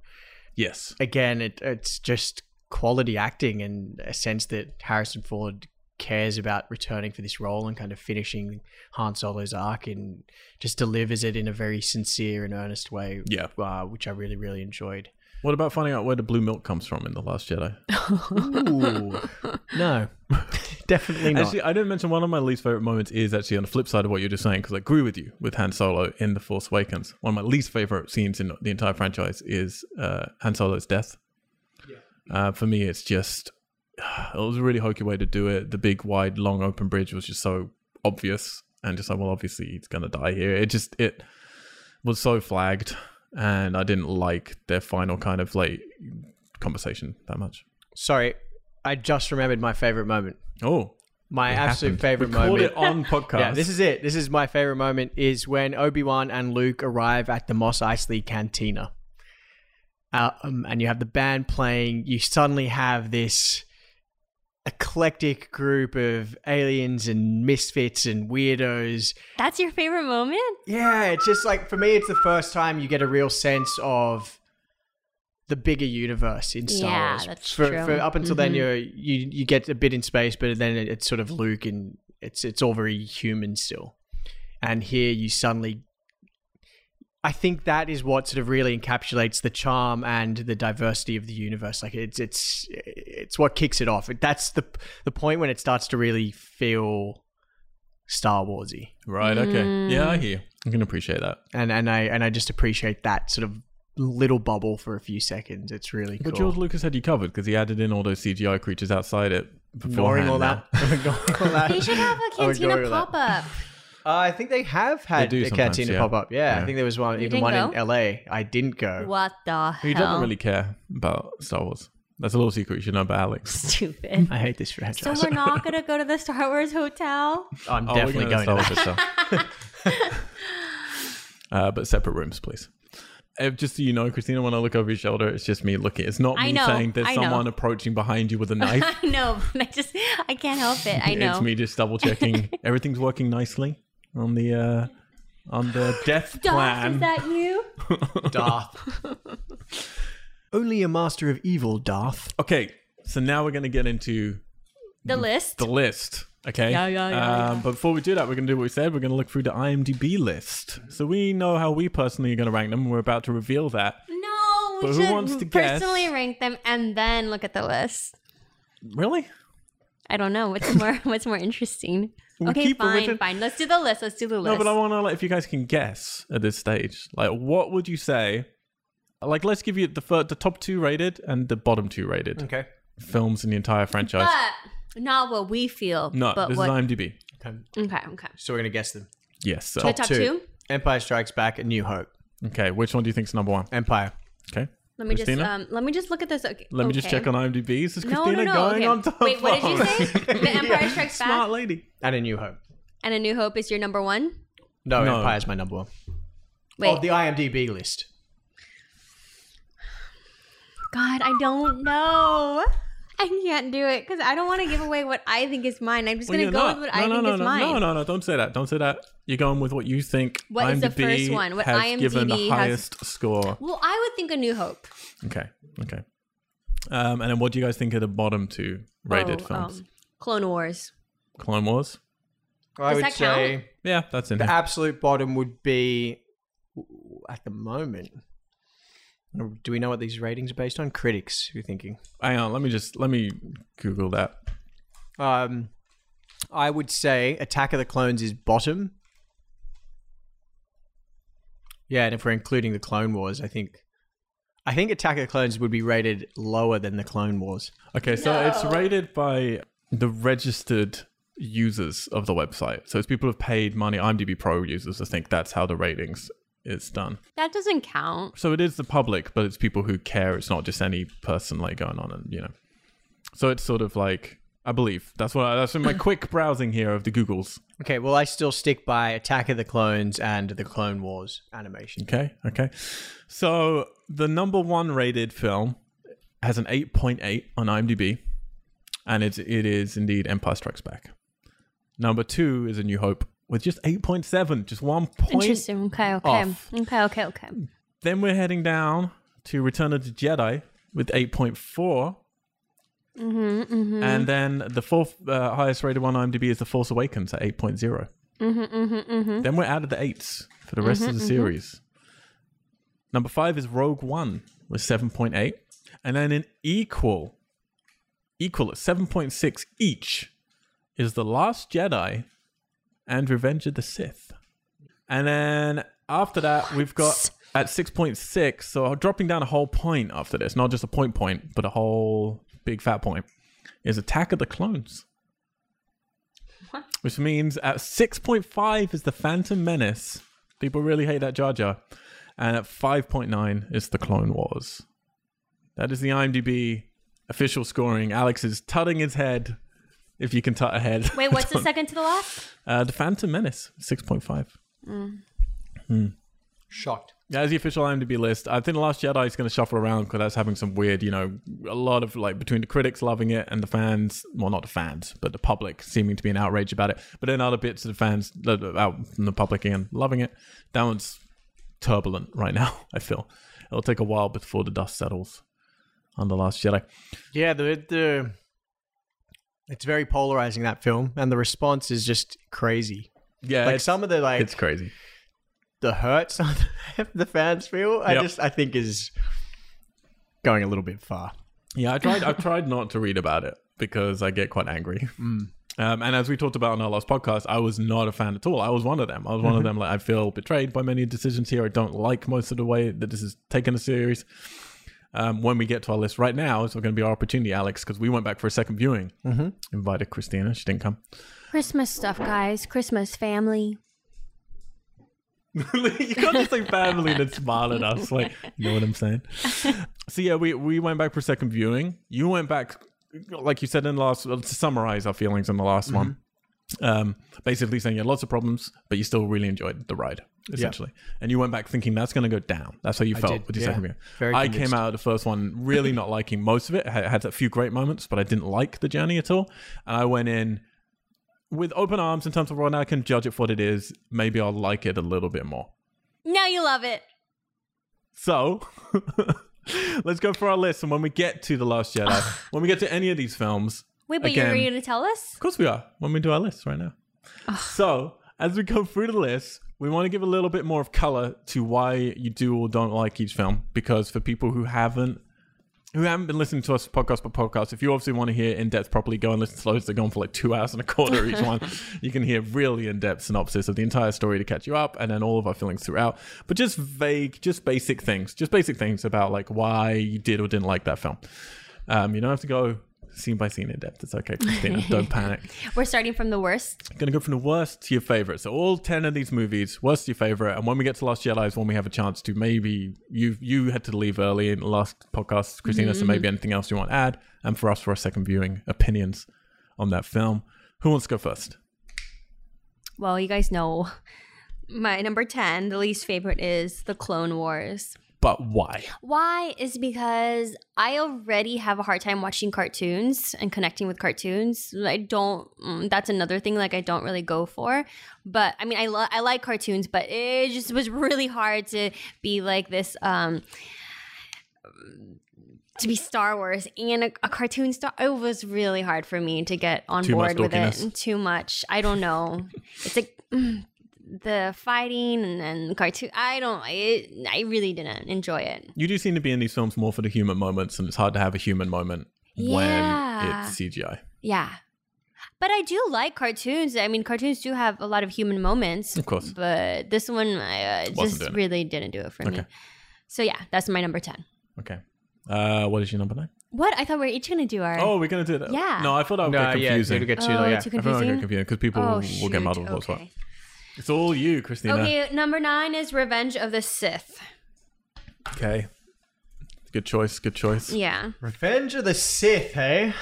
Yes. Again, it it's just quality acting and a sense that Harrison Ford cares about returning for this role and kind of finishing Han Solo's arc and just delivers it in a very sincere and earnest way. Yeah. uh, which I really, really enjoyed. What about finding out where the blue milk comes from in The Last Jedi? Ooh, no, definitely not. Actually, I didn't mention one of my least favorite moments is actually on the flip side of what you're just saying because I agree with you with Han Solo in The Force Awakens. One of my least favorite scenes in the entire franchise is uh, Han Solo's death. Uh, for me, it's just it was a really hokey way to do it. The big, wide, long, open bridge was just so obvious, and just like, well, obviously he's gonna die here. It just it was so flagged, and I didn't like their final kind of like conversation that much. Sorry, I just remembered my favorite moment. Oh, My absolute happened. favorite we called moment. it on podcast. Yeah, this is it. This is my favorite moment is when Obi-Wan and Luke arrive at the Mos Eisley Cantina. Uh, um, and you have the band playing. You suddenly have this eclectic group of aliens and misfits and weirdos That's your favorite moment? yeah, it's just like for me, it's the first time you get a real sense of the bigger universe in Star Yeah, Wars. that's for, true. for up until then, Mhm. you you you get a bit in space, but then it, it's sort of Luke, and it's it's all very human still. And here, you suddenly, I think that is what sort of really encapsulates the charm and the diversity of the universe. Like it's it's it's what kicks it off. That's the the point when it starts to really feel Star Warsy Right. Okay. Mm. Yeah, I hear. you. I can appreciate that. and and I and I just appreciate that sort of little bubble for a few seconds. It's really cool. But George Lucas had you covered because he added in all those CGI creatures outside it. Ignoring beforehand all now. that. Ignoring all that. They should have a I would go cantina with that. pop up. Uh, I think they have had do a sometimes, cantina yeah. pop up. Yeah, Yeah. I think there was one, even didn't one go? in LA. I didn't go. What the hell? He doesn't really care about Star Wars. That's a little secret you should know about Alex. stupid. I hate this So franchise. we're not gonna go to the Star Wars hotel. I'm Oh, we're definitely gonna going to that. Star Wars hotel. uh, but separate rooms, please. Uh, just so you know, Christina, when I look over your shoulder, it's just me looking. It's not I me know, saying there's I know. someone approaching behind you with a knife. I know, but I just I can't help it. I know. It's me just double checking everything's working nicely on the uh, on the death Doss, plan. is that you? Darth. Only a master of evil, Darth. okay, so now we're gonna get into The list. the list. Okay. Yeah, yeah, yeah, Um, But before we do that, we're going to do what we said. We're going to look through the IMDb list. So we know how we personally are going to rank them. We're about to reveal that. no, we But who should wants to guess? personally rank them and then look at the list. Really? I don't know what's more what's more interesting. We'll okay, keep it fine, within- fine. Let's do the list. Let's do the No, list. but I want to like if you guys can guess at this stage. Like, what would you say? Like, let's give you the fir- the top two rated and the bottom two rated Okay. films in the entire franchise. But not what we feel. no, but this what? is IMDb. okay. okay, okay. So we're going to guess them. Yes. So. The top two. Empire Strikes Back, A New Hope. Okay, which one do you think is number one? Empire. Okay. Let me Christina? just um, let me just look at this. Okay. Let me just check on IMDb. Is this No, Christina no, no. going okay. on top? Wait, what did you of- say? The Empire Strikes Back Smart lady. And A New Hope. and A New Hope is your number one. No, No. Empire's my number one. Wait, Oh, Of the IMDb list. God, I don't know. I can't do it because I don't want to give away what I think is mine. I'm just Well, gonna you're go not. with what no, I no, think no, is no, mine. No, no, no, don't say that. Don't say that. You're going with what you think. What is the IMDb first one? What has IMDb given the has- highest score? Well, I would think A New Hope. Okay, okay. Um, and then what do you guys think are the bottom two rated Oh, films? um, Clone Wars. Clone Wars. I Does would that say count? Yeah, that's in the here. absolute bottom would be at the moment. Do we know what these ratings are based on? Critics, you're thinking. Hang on, let me just let me Google that. Um, I would say Attack of the Clones is bottom. Yeah, and if we're including the Clone Wars, I think, I think Attack of the Clones would be rated lower than the Clone Wars. Okay, so it's rated by the registered users of the website. So it's people who've paid money. IMDb Pro users, I think that's how the ratings is done. That doesn't count. so it is the public, but it's people who care. It's not just any person like going on and you know. So it's sort of like I believe that's what I, that's in my quick browsing here of the Googles. Okay, well, I still stick by Attack of the Clones and the Clone Wars animation. Okay, okay. So the number one rated film has an eight point eight on IMDb, and it's it is indeed Empire Strikes Back. Number two is A New Hope with just eight point seven, just one point. Interesting. Okay, okay, off. okay, okay, okay. Then we're heading down to Return of the Jedi with eight point four. Mm-hmm, mm-hmm, And then the fourth uh, highest rated one on IMDb is The Force Awakens at 8.0. mm-hmm, mm-hmm, mm-hmm. Then we're out of the eights for the rest of the series. Number five is Rogue One with 7.8. And then an equal, equal at 7.6 each is The Last Jedi and Revenge of the Sith. And then after that, we've got at 6.6, so dropping down a whole point after this, not just a point point, but a whole big fat point, is Attack of the Clones. Which means at 6.5 is The Phantom Menace. People really hate that Jar Jar. And at 5.9 is The Clone Wars. That is the IMDb official scoring. Alex is tutting his head, if you can tut a head. Wait, what's the second to the last? Uh, the Phantom Menace, 6.5. Shocked. That is the official IMDb list. I think The Last Jedi is going to shuffle around because that's having some weird, you know, a lot of like between the critics loving it and the fans, well, not the fans, but the public seeming to be in outrage about it. But then other bits of the fans uh, out from the public again loving it. That one's turbulent right now, I feel. It'll take a while before the dust settles on The Last Jedi. Yeah, the the it's very polarizing that film, and the response is just crazy. Yeah, like it's, some of the like it's crazy. the hurt some of the- the fans feel, I Yep. just I think is going a little bit far. Yeah, I tried. I've tried not to read about it because I get quite angry. Um, and as we talked about on our last podcast, I was not a fan at all. I was one of them. I was one of them. Like I feel betrayed by many decisions here. I don't like most of the way that this is taken the series. Um, when we get to our list right now, it's going to be our opportunity, Alex, because we went back for a second viewing. Mm-hmm. Invited Christina. She didn't come. Christmas stuff, guys. Christmas family. you can't just say family and then smile at us. Like, you know what I'm saying? So yeah, we we went back for a second viewing. You went back, like you said in the last. uh, To summarize our feelings in the last one, Mm-hmm. um, basically saying you had lots of problems, but you still really enjoyed the ride, essentially. And you went back thinking that's going to go down. That's how you felt did, with your yeah. second viewing. Very I convinced. came out of the first one really not liking most of it. I had a few great moments, but I didn't like the journey at all. And I went in with open arms in terms of well, now I can judge it for what it is. Maybe I'll like it a little bit more. Now you love it. So let's go for our list. And when we get to The Last Jedi, when we get to any of these films, Wait, but Again. you're going to tell us? of course we are when we do our list right now. so as we go through the list, we want to give a little bit more of color to why you do or don't like each film. Because for people who haven't who haven't been listening to us podcast by podcast, if you obviously want to hear in depth properly, go and listen to those. They're going for like two hours and a quarter each one. You can hear really in depth synopsis of the entire story to catch you up, and then all of our feelings throughout. But just vague, just basic things, just basic things about like why you did or didn't like that film. Um, you don't have to go scene by scene in depth. It's okay, Christina. don't panic We're starting from the worst. going to go from the worst to your favorite. So all ten of these movies, worst to your favorite, and when we get to Last Jedi is when we have a chance to maybe you you had to leave early in the last podcast, Christina. So Mm. maybe anything else you want to add, and for us for our second viewing opinions on that film. Who wants to go first? Well, you guys know my number 10, the least favorite is The Clone Wars. But why? Why is because I already have a hard time watching cartoons and connecting with cartoons. I don't. mm, That's another thing. Like I don't really go for. But I mean, I lo- I like cartoons, but it just was really hard to be like this. Um, to be Star Wars and a, a cartoon star, it was really hard for me to get on Too much board with dorkiness. it. Too much. I don't know. it's like. mm, The fighting and then cartoon. I don't. It, I really didn't enjoy it. You do seem to be in these films more for the human moments, and it's hard to have a human moment Yeah. when it's CGI. Yeah. But I do like cartoons. I mean, cartoons do have a lot of human moments. Of course. But this one I, uh, just doing it. really didn't do it for me. Okay. So yeah, that's my number 10. Okay. Uh, what is your number nine? What? I thought we were each going to do our. Oh, we're gonna do that. Yeah. No, I thought I would No, get yeah, confusing. it'll get too, Oh, yeah. too I thought I would get confusing. confusing because people Oh, will, will shoot. get muddled. What's what? okay. It's all you, Christina. okay, number nine is Revenge of the Sith. Okay. Good choice. Good choice. Yeah. Revenge of the Sith, hey?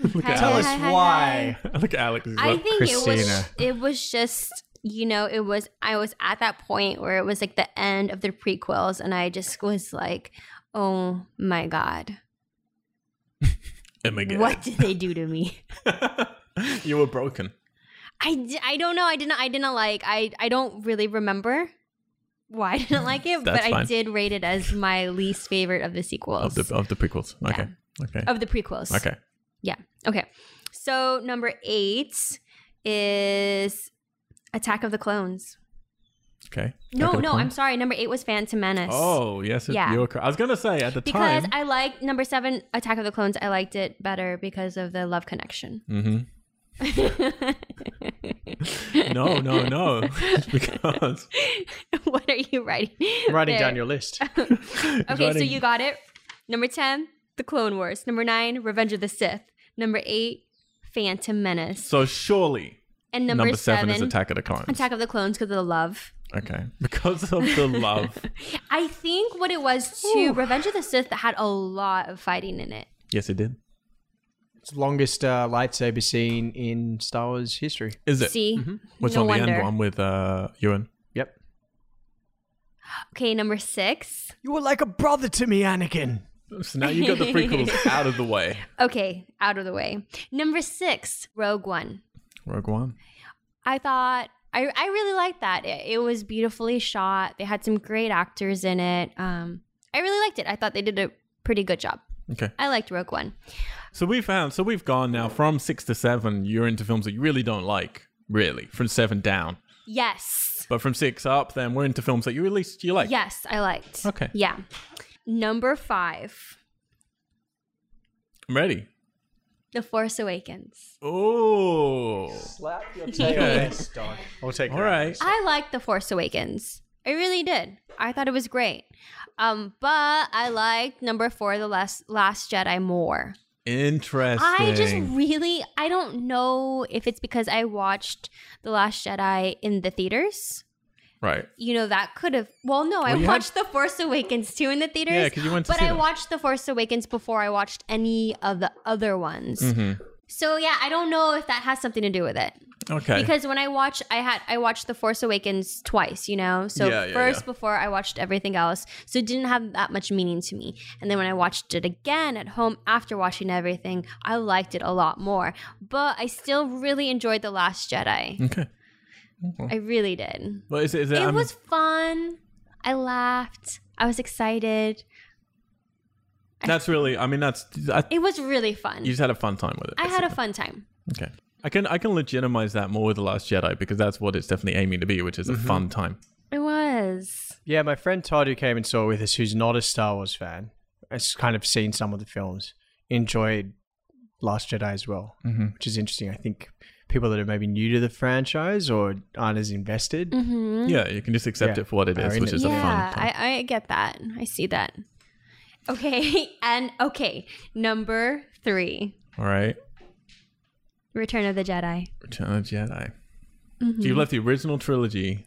Look at Tell Hi, Alex. us hi, hi, why. Look at Alex. He's I like, think it was Christina. it was just you know it was I was at that point where it was like the end of the prequels and I just was like oh my god "Am I good?" what did they do to me you were broken. I, d- I don't know I didn't I didn't like I I don't really remember why I didn't like it but That's I fine. did rate it as my least favorite of the Of sequels the of the prequels. Okay. Okay. Oh, Of the prequels Okay. yeah okay so number eight is Attack of the Clones Okay. Back No, of the no, corner. I'm sorry. Number eight was Phantom Menace. Oh yes, it, Yeah. you were. cor- I was gonna say at the Because time. I liked number seven, Attack of the Clones. I liked it better because of the love connection. mm-hmm. No, no, no. It's because what are you writing? I'm writing there? down your list. Okay, so writing. you got it. Number ten, The Clone Wars. Number nine, Revenge of the Sith. Number eight, Phantom Menace. so surely And number, number, seven, seven, is Attack of the Clones. Attack of the Clones because of the love. okay. Because of the love. I think what it was too, Revenge of the Sith had a lot of fighting in it. yes, it did. It's the longest uh, lightsaber scene in Star Wars history. Is it? See, Which Mm-hmm. no on the end wonder. one with uh Ewan? Yep. Okay, number six. You were like a brother to me, Anakin. So now you got the prequels out of the way. Okay, out of the way. Number six, Rogue One. Rogue One. I thought I, I really liked that. It, it was beautifully shot. They had some great actors in it. Um, I really liked it. I thought they did a pretty good job. Okay. I liked Rogue One. So we found, so we've gone now from six to seven, you're into films that you really don't like, really, from seven down. Yes, But from six up, then we're into films that you at least you like. yes, I liked. Okay. Yeah. Number five. I'm ready. The Force Awakens. Oh. Slap your tail Okay. this dog. I'll take All right. I liked The Force Awakens. I really did. I thought it was great. Um, but I liked number four, The Last Last Jedi more. Interesting. I just really I don't know if it's because I watched The Last Jedi in the theaters. right. You know, that could have well no, I Well, you had- watched The Force Awakens too in the theaters. Yeah, because you went to but see I that. watched The Force Awakens before I watched any of the other ones. Mhm. So yeah, I don't know if that has something to do with it. Okay. Because when I watch, I had I watched The Force Awakens twice, you know. So Yeah, yeah, first yeah. before I watched everything else, so it didn't have that much meaning to me. And then when I watched it again at home after watching everything, I liked it a lot more. But I still really enjoyed The Last Jedi. okay. I really did. Well, is it? Is it, it I'm- was fun. I laughed. I was excited. that's really. I mean, that's. I, It was really fun. you just had a fun time with it. I had a fun time. Okay. I can I can legitimize that more with the Last Jedi because that's what it's definitely aiming to be, which is a fun time. It was. Yeah, my friend Todd, who came and saw with us, who's not a Star Wars fan, has kind of seen some of the films, enjoyed Last Jedi as well, Mhm. which is interesting. I think people that are maybe new to the franchise or aren't as invested. Mm-hmm. Yeah, you can just accept Yeah. it for what it Are is, in which it. is a fun time. I, I get that. I see that. Okay, and okay, number three, All right, Return of the Jedi. Return of the Jedi. Mm-hmm. So you've left the original trilogy.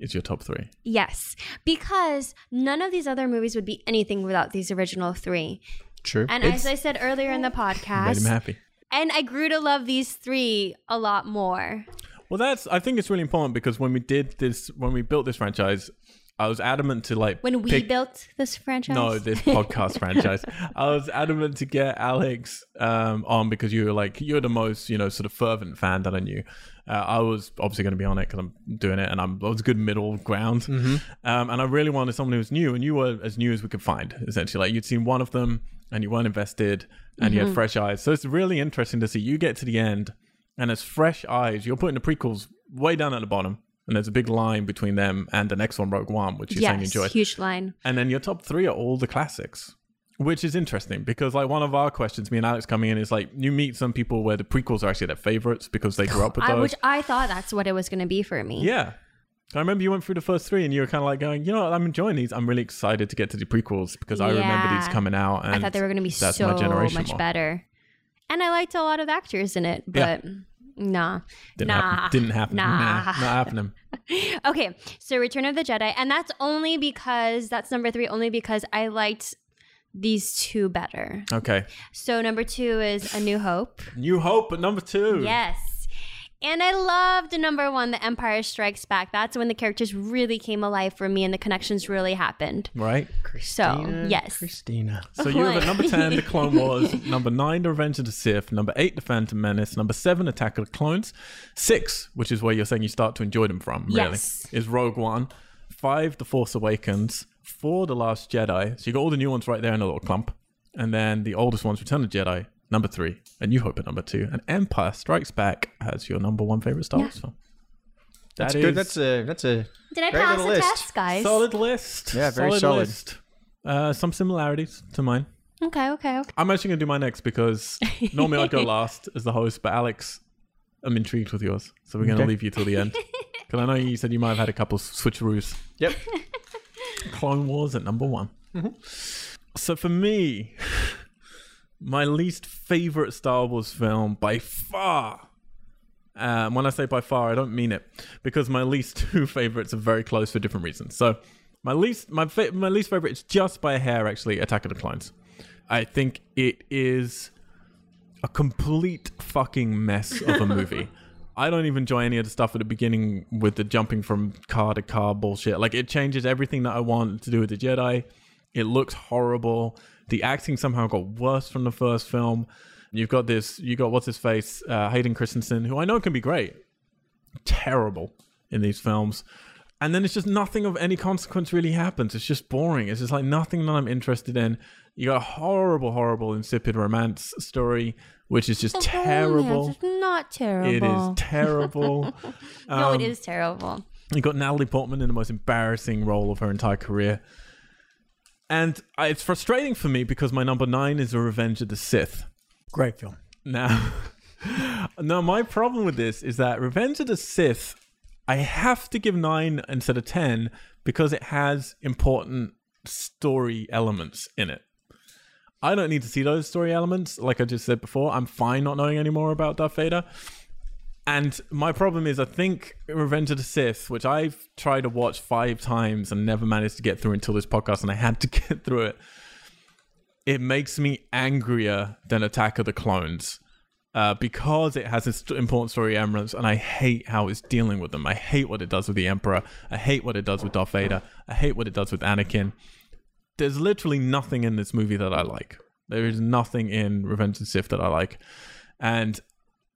Is your top three? Yes, because none of these other movies would be anything without these original three. True. And as I said earlier in the Made him podcast, happy. and I grew to love these three a lot more. Well, that's. I think it's really important because when we did this, when we built this franchise, I was adamant to like When we pick- built this franchise, No, this podcast franchise. I was adamant to get Alex um, on because you were like you're the most you know sort of fervent fan that I knew. Uh, I was obviously going to be on it because I'm doing it, and I'm I was good middle ground. Um, and I really wanted someone who was new, and you were as new as we could find. Essentially, like you'd seen one of them, and you weren't invested, and Mm-hmm. you had fresh eyes. So it's really interesting to see you get to the end, and as fresh eyes, you're putting the prequels way down at the bottom. And there's a big line between them and the next one, Rogue One, which you're saying you yes, enjoyed. huge line. And then your top three are all the classics, which is interesting because like one of our questions, me and Alex coming in is like you meet some people where the prequels are actually their favorites because they grew up with I, those. which I thought that's what it was going to be for me. yeah. I remember you went through the first three and you were kind of like going, you know what, I'm enjoying these. I'm really excited to get to the prequels because I remember these Yeah. coming out. And I thought they were going to be that's so my generation much more. better. And I liked a lot of the actors in it, Yeah. but nah. Didn't nah. happen. Didn't happen. Nah. not happening. Okay, so Return of the Jedi. And that's only because, that's number three, only because I liked these two better. Okay. So number two is A New Hope. New Hope at number two. Yes. And I loved number one, The Empire Strikes Back. That's when the characters really came alive for me and the connections really happened. Right. Christina, yes. Christina. So you have at What? number 10, The Clone Wars, number 9, The Revenge of the Sith, number 8, The Phantom Menace, number 7, Attack of the Clones, 6, which is where you're saying you start to enjoy them from, really, Yes. is Rogue One, 5, The Force Awakens, 4, The Last Jedi. So you got all the new ones right there in a little clump. And then the oldest ones, Return of the Jedi, number 3, A New Hope at number 2, and Empire Strikes Back as your number one favorite Star Wars film. That's That good. is- That's a that's a Did I Great pass little the list. test, guys? Solid list. Yeah, very solid. list. Uh, some similarities to mine. Okay, okay, okay. I'm actually gonna do my next because normally I'd go last as the host, but Alex, I'm intrigued with yours, so we're gonna Okay. leave you till the end. Because I know you said you might have had a couple switcheroos. yep. Clone Wars at number one. So for me, my least favorite Star Wars film by far. Um, when I say by far, I don't mean it because my least two favorites are very close for different reasons. So my least my fa- my least favorite is just by a hair actually Attack of the Clones. I think it is a complete fucking mess of a movie. I don't even enjoy any of the stuff at the beginning with the jumping from car to car bullshit. Like it changes everything that I want to do with the Jedi. It looks horrible. The acting somehow got worse from the first film. You've got this. You got what's his face, uh, Hayden Christensen, who I know can be great, terrible in these films. And then it's just nothing of any consequence really happens. It's just boring. It's just like nothing that I'm interested in. You got a horrible, horrible, insipid romance story, which is just terrible. It's not terrible. It is terrible. no, it is terrible. You got Natalie Portman in the most embarrassing role of her entire career. And I, it's frustrating for me because my number nine is The Revenge of the Sith. Great film. Now, now my problem with this is that Revenge of the Sith, I have to give nine instead of ten because it has important story elements in it. I don't need to see those story elements. Like I just said before, I'm fine not knowing any more about Darth Vader. And my problem is, I think Revenge of the Sith, which I've tried to watch five times and never managed to get through until this podcast, and I had to get through it. It makes me angrier than Attack of the Clones uh, because it has its important story elements, and I hate how it's dealing with them. I hate what it does with the Emperor. I hate what it does with Darth Vader. I hate what it does with Anakin. There's literally nothing in this movie that I like. There is nothing in Revenge of the Sith that I like, and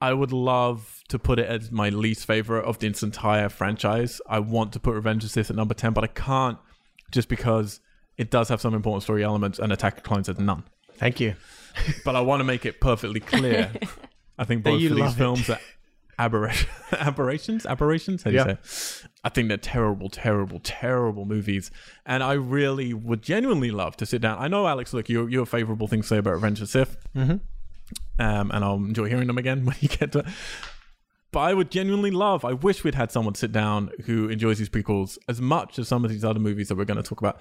I would love to put it as my least favorite of this entire franchise. I want to put Revenge of the Sith at number ten, but I can't just because it does have some important story elements, and Attack of the Clones has none Thank you. but I want to make it perfectly clear. I think both you of these love it. films are aberra- aberrations. Aberrations? How do Yeah. you say? I think they're terrible, terrible, terrible movies. And I really would genuinely love to sit down. I know, Alex, look, you, you have favorable things to say about Revenge of the Sith. Mm-hmm. Um, and I'll enjoy hearing them again when you get to it. But I would genuinely love, I wish we'd had someone sit down who enjoys these prequels as much as some of these other movies that we're going to talk about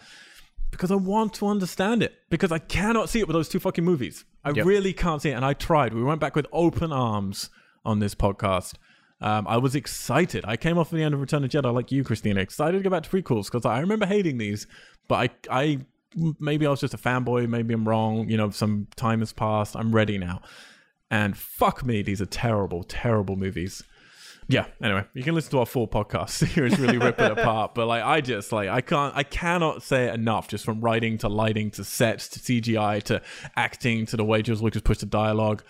because I want to understand it because I cannot see it with those two fucking movies. I Yep. really can't see it, and I tried. We went back with open arms on this podcast. Um, I was excited. I came off of the end of Return of the Jedi, like you, Christina, excited to go back to prequels because I remember hating these, but I, I, maybe I was just a fanboy. Maybe I'm wrong. You know, some time has passed. I'm ready now. And fuck me, these are terrible, terrible movies. Yeah. Anyway, you can listen to our full podcast. Here is really ripping it apart. But like, I just like I can't, I cannot say it enough. Just from writing to lighting to sets to CGI to acting to the way George Lucas pushed the dialogue,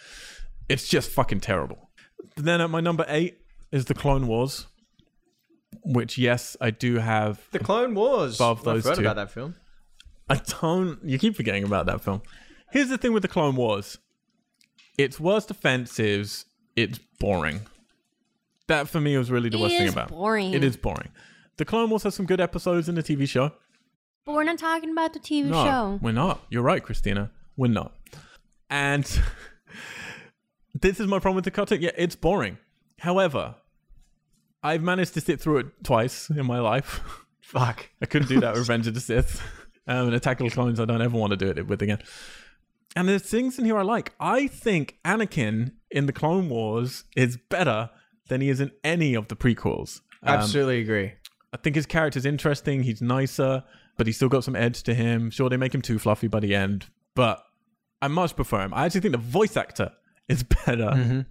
it's just fucking terrible. Then at my number eight is the Clone Wars, which yes, I do have. The Clone Wars. Above those I two. forgot about that film. I don't. You keep forgetting about that film. Here's the thing with the Clone Wars. Its worst offense is it's boring. That for me was really the It worst thing is about it. boring. It is boring. The Clone Wars has some good episodes in the TV show. But we're not talking about the TV No, show. we're not. You're right, Christina. We're not. And this is my problem with the cartoon. Yeah, it's boring. However, I've managed to sit through it twice in my life. Fuck. I couldn't do that with Revenge of the Sith. Um, and Attack of the Clones, I don't ever want to do it with again. And there's things in here I like. I think Anakin in the Clone Wars is better than he is in any of the prequels. Um, Absolutely agree. I think his character's interesting. He's nicer, but he's still got some edge to him. Sure, they make him too fluffy by the end, but I much prefer him. I actually think the voice actor is better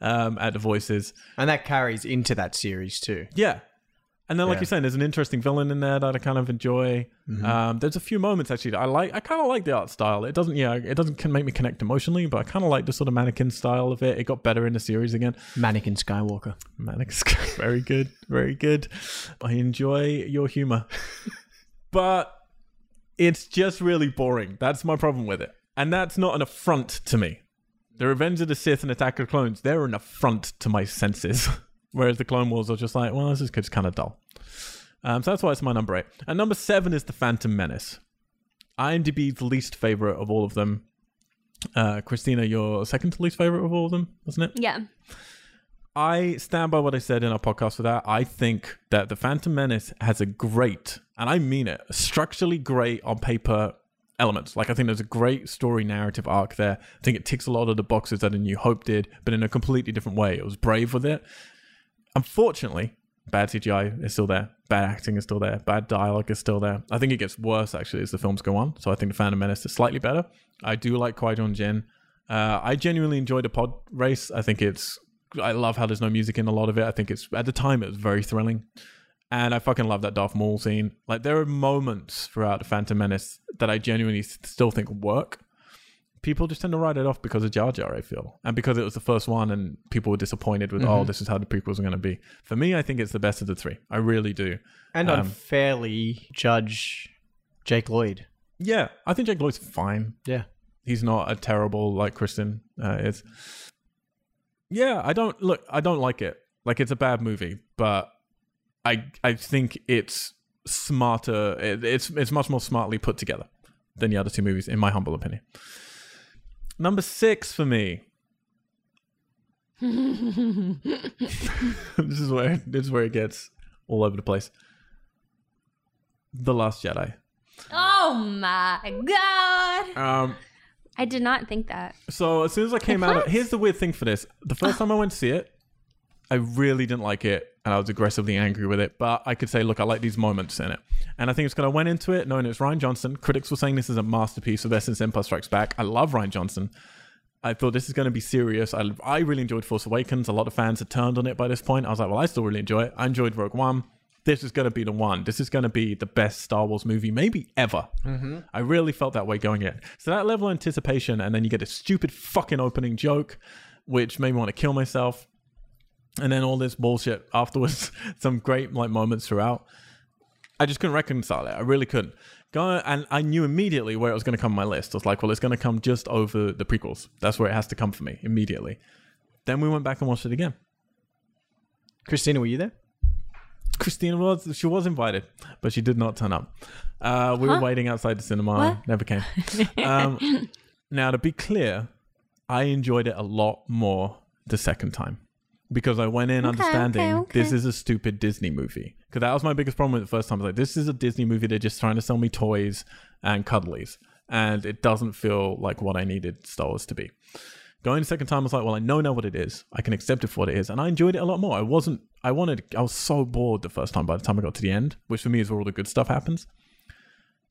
um, at the voices. And that carries into that series too. Yeah. And then, like Yeah. you're saying, there's an interesting villain in there that I kind of enjoy. Um, there's a few moments actually that I like. I kind of like the art style. It doesn't, yeah, it doesn't can make me connect emotionally, but I kind of like the sort of mannequin style of it. It got better in the series again. Mannequin Skywalker. Manix. Very good. Very good. I enjoy your humor. but it's just really boring. That's my problem with it. And that's not an affront to me. The Revenge of the Sith and Attack of the Clones, they're an affront to my senses. Whereas the Clone Wars are just like, well, this is just kind of dull. Um, so that's why it's my number eight. And number seven is The Phantom Menace. IMDb's least favorite of all of them. Uh, Christina, your second to least favorite of all of them, wasn't it? Yeah. I stand by what I said in our podcast for that. I think that The Phantom Menace has a great, and I mean it, structurally great on paper elements. Like, I think there's a great story narrative arc there. I think it ticks a lot of the boxes that A New Hope did, but in a completely different way. It was brave with it. Unfortunately, bad CGI is still there, bad acting is still there, bad dialogue is still there. I think it gets worse, actually, as the films go on. So I think The Phantom Menace is slightly better. I do like Qui Gon Jinn. Uh, I genuinely enjoyed the pod race. I think it's. I love how there's no music in a lot of it. I think it's at the time it was very thrilling, and I fucking love that Darth Maul scene. Like there are moments throughout the Phantom Menace that I genuinely s- still think work. People just tend to write it off because of Jar Jar. I feel, and because it was the first one, and people were disappointed with, oh, this is how the prequels are going to be. For me, I think it's the best of the three. I really do. And unfairly judge Jake Lloyd. Yeah, I think Jake Lloyd's fine. Yeah. he's not a terrible like Kristen uh, is. Yeah, I don't look. I don't like it. Like it's a bad movie, but I I think it's smarter. It, it's it's much more smartly put together than the other two movies, in my humble opinion. Number six for me this is where this is where it gets all over the place. The Last Jedi. oh my god! Um, I did not think that. so as soon as I came out, of, What? here's the weird thing for this: the first time I went to see it, I really didn't like it, and I was aggressively angry with it. But I could say, look, I like these moments in it, and I think it's because I went into it knowing it's Ryan Johnson. Critics were saying this is a masterpiece of Essence Empire Strikes Back. I love Ryan Johnson. I thought this is going to be serious. I, I really enjoyed Force Awakens. A lot of fans had turned on it by this point. I was like, well, I still really enjoy it. I enjoyed Rogue One. This is going to be the one. This is going to be the best Star Wars movie, maybe ever. I really felt that way going in. So that level of anticipation, and then you get a stupid fucking opening joke, which made me want to kill myself. And then all this bullshit afterwards, some great like moments throughout. I just couldn't reconcile it. I really couldn't. Go and I knew immediately where it was going to come on my list. I was like, well, it's going to come just over the prequels. That's where it has to come for me immediately. Then we went back and watched it again. Christina, were you there? Christina was she was invited, but she did not turn up. Uh, we were Huh? waiting outside the cinema, What? never came. Um, now to be clear, I enjoyed it a lot more the second time because I went in understanding okay, okay. this is a stupid Disney movie. Because that was my biggest problem with it the first time. I was like, this is a Disney movie. They're just trying to sell me toys and cuddlies, and it doesn't feel like what I needed Star Wars to be. Going the second time, I was like, well, I know now what it is. I can accept it for what it is. And I enjoyed it a lot more. I wasn't, I wanted, I was so bored the first time by the time I got to the end, which for me is where all the good stuff happens.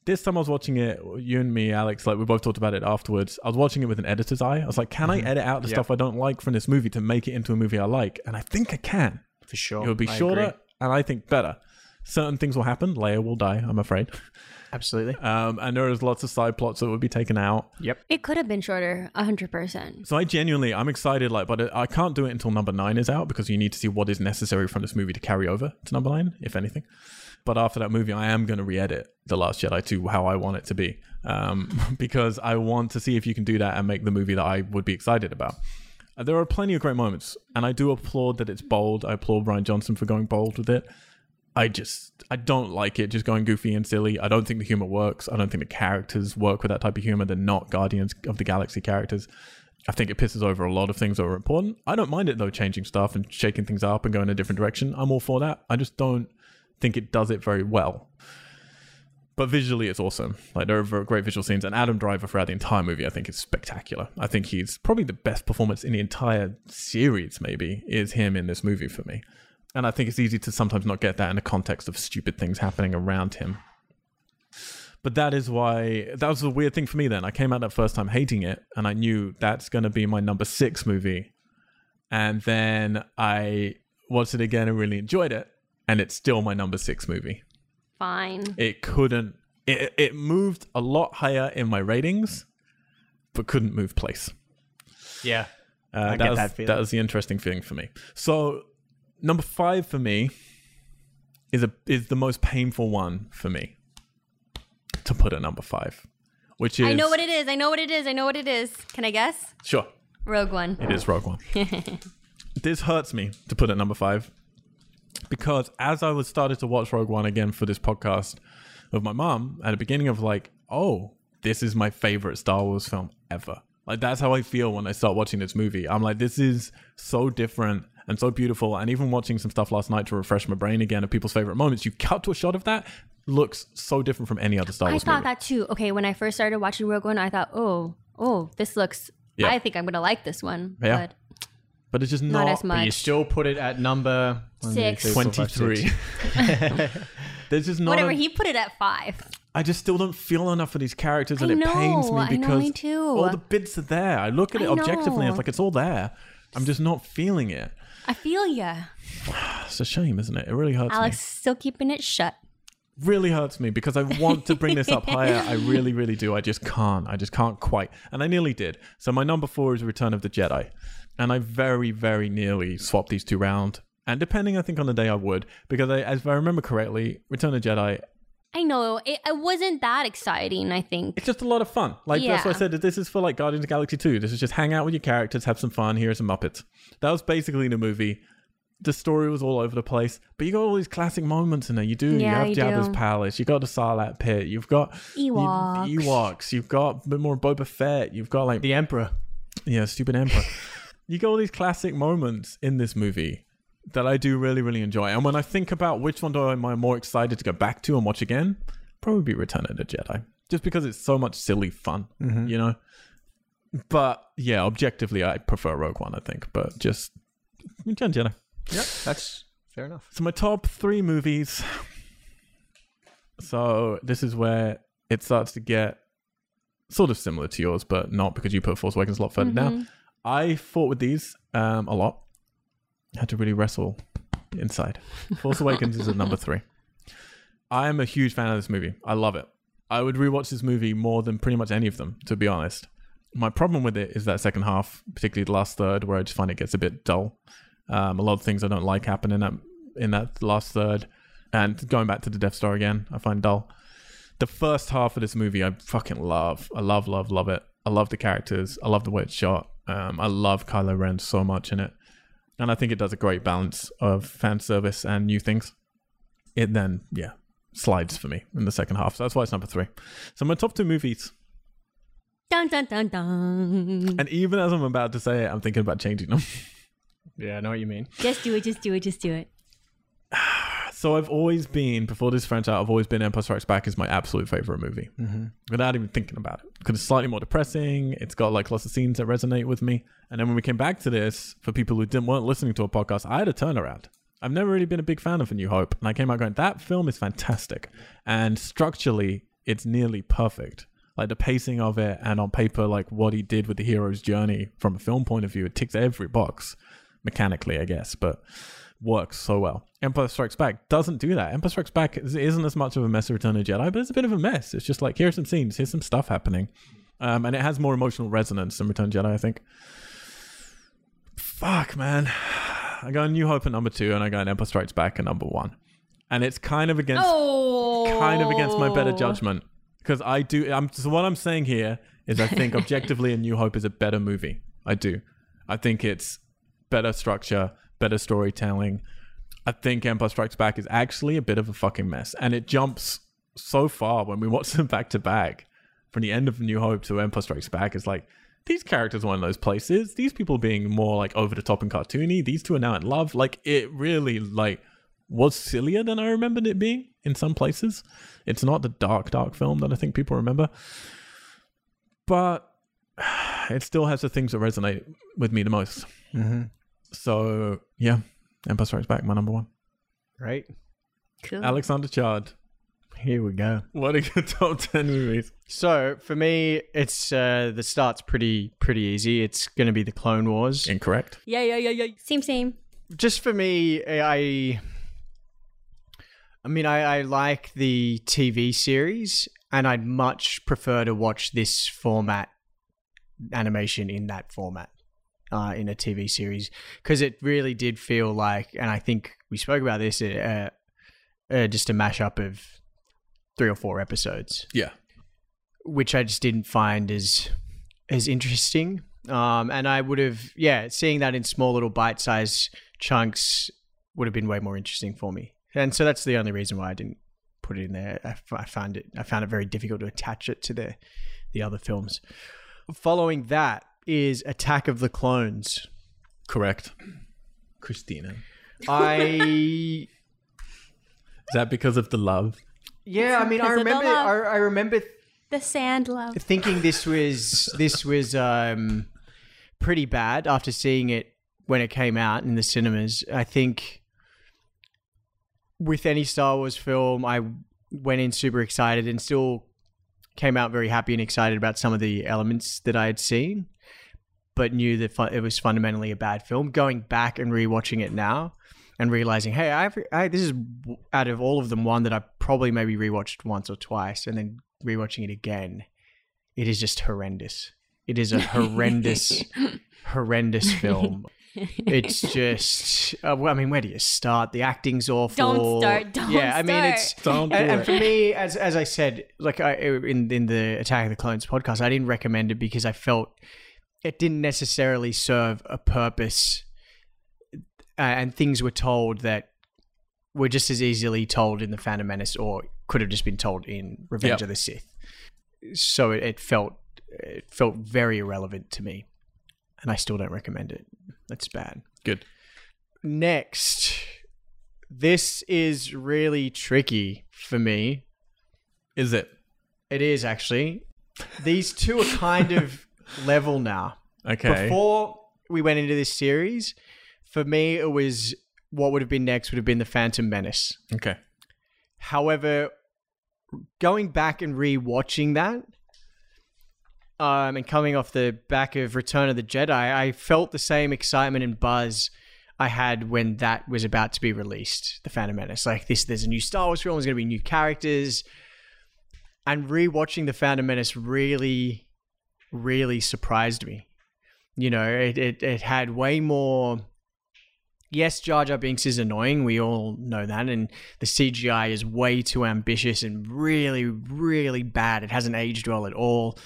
This time I was watching it, you and me, Alex, like we both talked about it afterwards. I was watching it with an editor's eye. I was like, can I edit out the Mm-hmm. Yeah. stuff I don't like from this movie to make it into a movie I like? And I think I can. For sure. It would be Oh, I shorter agree. and I think better. Certain things will happen. Leia will die, I'm afraid. Absolutely. Um, and there is lots of side plots that would be taken out. Yep. It could have been shorter, hundred percent. So I genuinely, I'm excited, like, but I can't do it until number nine is out because you need to see what is necessary from this movie to carry over to number nine, if anything. But after that movie, I am going to re-edit The Last Jedi to how I want it to be, um, because I want to see if you can do that and make the movie that I would be excited about. Uh, There are plenty of great moments, and I do applaud that it's bold. I applaud Ryan Johnson for going bold with it. I just I don't like it just going goofy and silly. I don't think the humor works. I don't think the characters work with that type of humor. They're not Guardians of the Galaxy characters. I think it pisses over a lot of things that are important. I don't mind it though changing stuff and shaking things up and going a different direction. I'm all for that. I just don't think it does it very well. But visually, it's awesome. Like there are ver- great visual scenes, and Adam Driver throughout the entire movie, I think, is spectacular. I think he's probably the best performance in the entire series. Maybe is him in this movie for me, and I think it's easy to sometimes not get that in the context of stupid things happening around him. But that is why that was the weird thing for me. Then I came out that first time hating it, and I knew that's going to be my number six movie. And then I watched it again and really enjoyed it, and it's still my number six movie Fine. it couldn't it, it moved a lot higher in my ratings but couldn't move place Yeah. uh, I that, get was, that feeling. that was the interesting thing for me so number five for me is a is the most painful one for me to put at number five which is I know what it is. I know what it is. I know what it is. Can I guess? sure Rogue One. It is Rogue One. this hurts me to put it number five because as I was started to watch Rogue One again for this podcast with my mom at the beginning of like, oh, this is my favorite Star Wars film ever. Like that's how I feel when I start watching this movie. I'm like, this is so different and so beautiful. And even watching some stuff last night to refresh my brain again of people's favorite moments, you cut to a shot of that looks so different from any other Star I Wars thought movie. that too. Okay, when I first started watching Rogue One, I thought, oh, oh, this looks. Yeah. I think I'm gonna like this one. Yeah. but it's just But not, not as But you much. still put it at number one, two, Six. three, four, five, six. 23. There's just not Whatever. a- He put it at five. I just still don't feel enough for these characters, and I it pains know, me I know, because me too. all the bits are there. I look at it I objectively, and it's know. like it's all there. I'm just not feeling it. I feel ya. It's a shame, isn't it? It really hurts Alex is still keeping it shut. me. Really hurts me because I want to bring this up higher. I really, really do. I just can't. I just can't quite. And I nearly did. So my number four is Return of the Jedi, and I very, very nearly swapped these two round. And depending, I think on the day I would, because I, as if I remember correctly, Return of the Jedi I know it, it wasn't that exciting. I think it's just a lot of fun. Like that's why I Yeah. said that this is for like Guardians of the Galaxy 2. This is just hang out with your characters, have some fun, here are some Muppets. That was basically the movie. The story was all over the place, but you got all these classic moments in there. You do. Yeah, you you have Jabba's do. palace. You got the Sarlacc pit. You've got you- Ewoks. Ewoks. You've got a bit more Boba Fett. You've got like The Emperor. yeah, stupid emperor. you get all these classic moments in this movie that I do really, really enjoy. And when I think about which one do I- am I more excited to go back to and watch again, probably Return of the Jedi, just because it's so much silly fun, you know. But yeah, objectively, I prefer Rogue One, I think. But just Return of the Jedi. Yeah, that's fair enough. So my top three movies. So this is where it starts to get sort of similar to yours, but not because you put Force Awakens a lot further down. I fought with these um, a lot. Had to really wrestle inside. Force Awakens is at number three. I am a huge fan of this movie. I love it. I would rewatch this movie more than pretty much any of them, to be honest. My problem with it is that second half, particularly the last third, where I just find it gets a bit dull. Um, a lot of things I don't like happen in that in that last third, and going back to the Death Star again, I find dull. The first half of this movie, I fucking love. I love, love, love it. I love the characters. I love the way it's shot. Um, I love Kylo Ren so much in it, and I think it does a great balance of fan service and new things. It then, yeah, slides for me in the second half. So that's why it's number three. So my top two movies, Dun dun dun dun. and even as I'm about to say it, I'm thinking about changing them. Yeah, I know what you mean. Just do it, just do it, just do it. So I've always been before this franchise. I've always been Empire Strikes Back is my absolute favorite movie, mm-hmm. without even thinking about it, because it's slightly more depressing. It's got like lots of scenes that resonate with me. And then when we came back to this, for people who didn't weren't listening to a podcast, I had a turnaround. I've never really been a big fan of A New Hope, and I came out going, "That film is fantastic, and structurally, it's nearly perfect." Like the pacing of it, and on paper, like what he did with the hero's journey from a film point of view, it ticks every box mechanically, I guess, but works so well. Empire Strikes Back doesn't do that. Empire Strikes Back is- isn't as much of a mess as Return of the Jedi, but it's a bit of a mess. It's just like here's some scenes, here's some stuff happening, um, and it has more emotional resonance than Return of the Jedi, I think. Fuck, man. I got New Hope at number two, and I got Empire Strikes Back at number one, and it's kind of against Oh. kind of against my better judgment because I do. I'm so what I'm saying here is I think objectively, A New Hope is a better movie. I do. I think it's better structure, better storytelling. I think Empire Strikes Back is actually a bit of a fucking mess, and it jumps so far when we watch them back to back from the end of New Hope to Empire Strikes Back. It's like these characters were in those places. These people being more like over the top and cartoony. These two are now in love. Like it really like was sillier than I remembered it being in some places. It's not the dark, dark film that I think people remember, but it still has the things that resonate with me the most. Mm-hmm. So yeah, Empire Strikes Back, my number one. Right Cool. Alexander Chard. here we go. What a good top ten movies. So for me, it's uh, the start's pretty pretty easy. It's going to be the Clone Wars. Incorrect. Yeah, yeah, yeah, yeah. Same, same. just for me, I, I mean, I, I like the TV series, and I'd much prefer to watch this format animation in that format. Uh, in a TV series, because it really did feel like, and I think we spoke about this, uh, uh, just a mashup of three or four episodes Yeah. which I just didn't find as as interesting. Um, and I would have, yeah, seeing that in small little bite-sized chunks would have been way more interesting for me. And so that's the only reason why I didn't put it in there. I, f- I found it, I found it very difficult to attach it to the the other films. Following that is Attack of the Clones. Correct. Christina. I Is that because of the love? yeah, I mean, I Because of the remember, love. I, I remember The sand love. thinking this was this was um, pretty bad after seeing it when it came out in the cinemas. I think with any Star Wars film, I went in super excited and still came out very happy and excited about some of the elements that I had seen, but knew that fu- it was fundamentally a bad film. Going back and rewatching it now. And realizing, hey, I've, I this is w- out of all of them one that I probably maybe rewatched once or twice, and then rewatching it again, it is just horrendous. It is a horrendous, horrendous film. It's just, uh, well, I mean, where do you start? The acting's awful. start, don't yeah, I mean, it's. Don't do And, and it. for me, as as I said, like I, in in the Attack of the Clones podcast, I didn't recommend it because I felt it didn't necessarily serve a purpose, uh, and things were told that were just as easily told in the Phantom Menace or could have just been told in Revenge Yep. of the Sith. So it, it felt it felt very irrelevant to me. and I still don't recommend it. That's bad. Good. Next, this is really tricky for me. Is it? It is actually. These two are kind of level now. Okay. Before we went into this series, for me, it was what would have been next would have been the Phantom Menace. okay. However, going back and rewatching that, um, and coming off the back of Return of the Jedi, I felt the same excitement and buzz I had when that was about to be released, The Phantom Menace. Like this, there's a new Star Wars film. There's going to be new characters, and rewatching The Phantom Menace really, really surprised me. You know, it it, it had way more. Yes, Jar Jar Binks is annoying. We all know that, and the CGI is way too ambitious and really, really bad. It hasn't aged well at all.